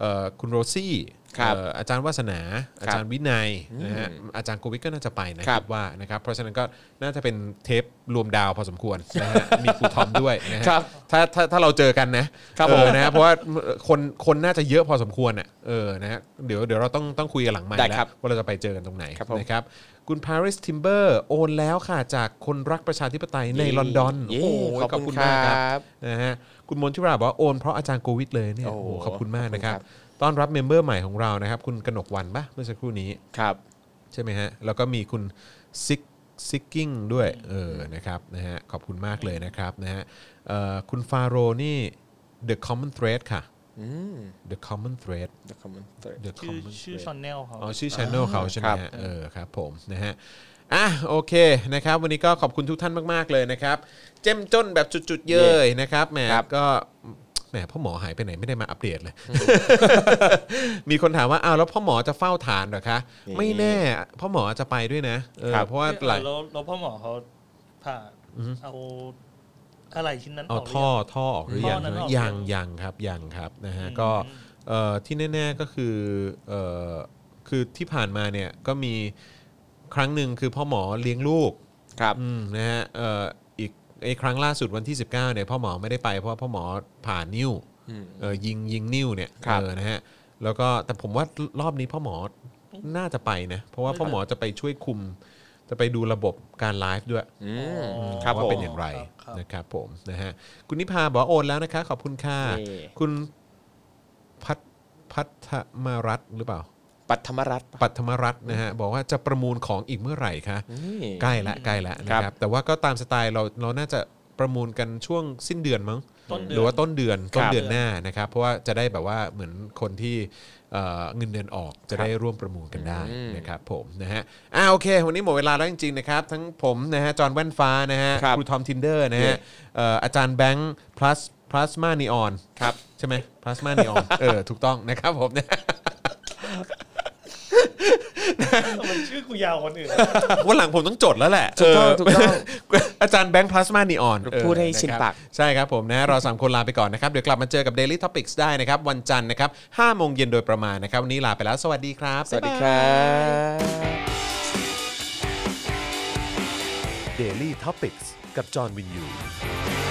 เอ่อคุณโรซี่ ครับ เอ่ออาจารย์วาสนาอาจารย์วินัยนะฮะอาจารย์โกวิทก็น่าจะไปนะ ค ค รั รั บบ ว่านะครับเพราะฉะนั้นก็น่าจะเป็นเทปรวมดาวพอสมควรนะฮะมีครูทอมด้วยนะฮะ ครับ ถ้าถ้าถ้าเราเจอกันนะครับ เออ ผม นะ นะเพราะว่าคนคนน่าจะเยอะพอสมควรอ่ะเออนะฮะเดี๋ยวเดี๋ยวเราต้องต้องคุยกันหลังใหม่ ได้ แล้ ครับ วว่าเราจะไปเจอกันตรงไหน ครับผม นะครับคุณ Paris Timber โอนแล้วค่ะ จากคนรักประชาธิปไตยใน เย้ ลอนดอน เย้ โอ้โห ขอบขอบคุณคุณมากค ครั รั บบ นะฮะคุณมนทิราบอกว่าโอนเพราะอาจารย์โกวิทเลยเนี่ย โอ้ โอ้ โห โหขอบคุณมากนะครับ ขอบคุณ ต้อนรับเมมเบอร์ใหม่ของเรานะครับ คุณกนกวันปะเมื่อสักครู่นี้ ครับ ใช่ไหมฮะ แล้วก็มีคุณซิกซิกกิ้งด้วย เออ นะครับ นะฮะ ขอบคุณมากเลยนะครับนะฮะเอ่อคุณฟาโรนี่ The Common Thread ค่ะ อืม The Common Thread The Common Thread The ชื่อ Common ชื่อ Thread ชอนแนลเขา อ๋อชื่อ Channel เขาใช่ไหม ครั ฮะ บ เออครับผมนะฮะอ่ะโอเคนะครับ วันนี้ก็ขอบคุณทุกท่านมาก ๆ เลยนะครับ เจ้มจนแบบจุด ๆ เย้ยนะครับแหม ครับ ก็แหมพ่อหมอหายไปไหนไม่ได้มาอัปเดต เลย มีคนถามว่าอ้าวแล้วพ่อหมอจะเฝ้าฐานเหรอคะ นี่ ไม่แน่พ่อหมอจะไปด้วยนะเออ ครับ เพราะว่าหลาย แล้วแล้วพ่อหมอเขาผ่าเอาอะไรชิ้นนั้นอ เอา อกหรื ท่อ ยัง ท่อออกหรือยัง ท่อนั้น ใช่ไหม ออก ยั ยัง ง ยังครับยังครับนะฮะ อืม ก็เอ่อที่แน่ๆก็คือเอ่อคือที่ผ่านมาเนี่ยก็มีครั้งหนึ่งคือพ่อหมอเลี้ยงลูก ครับ อืมนะฮะเอ่ออีกไอ้ครั้งล่าสุดวันที่ 19เนี่ยพ่อหมอไม่ได้ไปเพราะว่าพ่อหมอผ่านิ้ว อืม เอ่อยิงยิงนิ้วเนี่ย ครับ เออนะฮะแล้วก็แต่ผมว่ารอบนี้พ่อหมอน่าจะไปนะเพราะว่าพ่อหมอจะไปช่วยคุม จะไปดูระบบการไลฟ์ด้วย อืม อ๋อ ครับ ว่า ผม เป็นอย่างไร ครับ นะครับผมนะฮะคุณนิพาบอกว่าโอนแล้วนะคะ ขอบคุณค่ะ นี่ คุณพัทพัทมารัตน์หรือเปล่า ปัทธรรมรัตน์ปะ ปัทมรัตน์นะฮะบอกว่าจะประมูลของอีกเมื่อไหร่คะ นี่ ใกล้ละใกล้ละนะค ครั รับบ แต่ว่าก็ตามสไตล์เราเราน่าจะประมูลกันช่วงสิ้นเดือนมั้ง ต้นเดื ห น รือว่าต้นเดือน ครับ ต้นเดือนหน้านะครับ เพราะว่าจะได้แบบว่าเหมือนคนที่เอ่อเงินเดือนออกจะได้ร่วมประมูลกันได้ อืม นะครับผมนะฮะอ่าโอเค วันนี้หมดเวลาแล้วจริงๆนะครับทั้งผมนะฮะจอห์นแว่นฟ้านะฮะ ครับ ครูทอมทินเดอร์นะ เย้ ฮะเอ่ออาจารย์แบงค์ plus plus มานีออน ครับ ใช่ไหม plus มานีออนเออถูกต้องนะครับผมนะ มันชื่อกูยาวคนอื่น วันหลังผมต้องจดแล้วแหละ ถูกต้อง เ ถูกต้อง อา จารย์แบงค์พลาสมานีออน พูดให้ชินปาก ใช่ครับผมนะเราสามคนลาไปก่อนนะครับ เดี๋ยวกลับมาเจอกับ Daily Topics ได้นะครับ วันจันทร์นะครับ5โมงเย็นโดยประมาณนะครับ วันนี้ลาไปแล้ว สวัสดีครับ สวัสดีครับ Daily t o p i c กกับจอห์นวินยู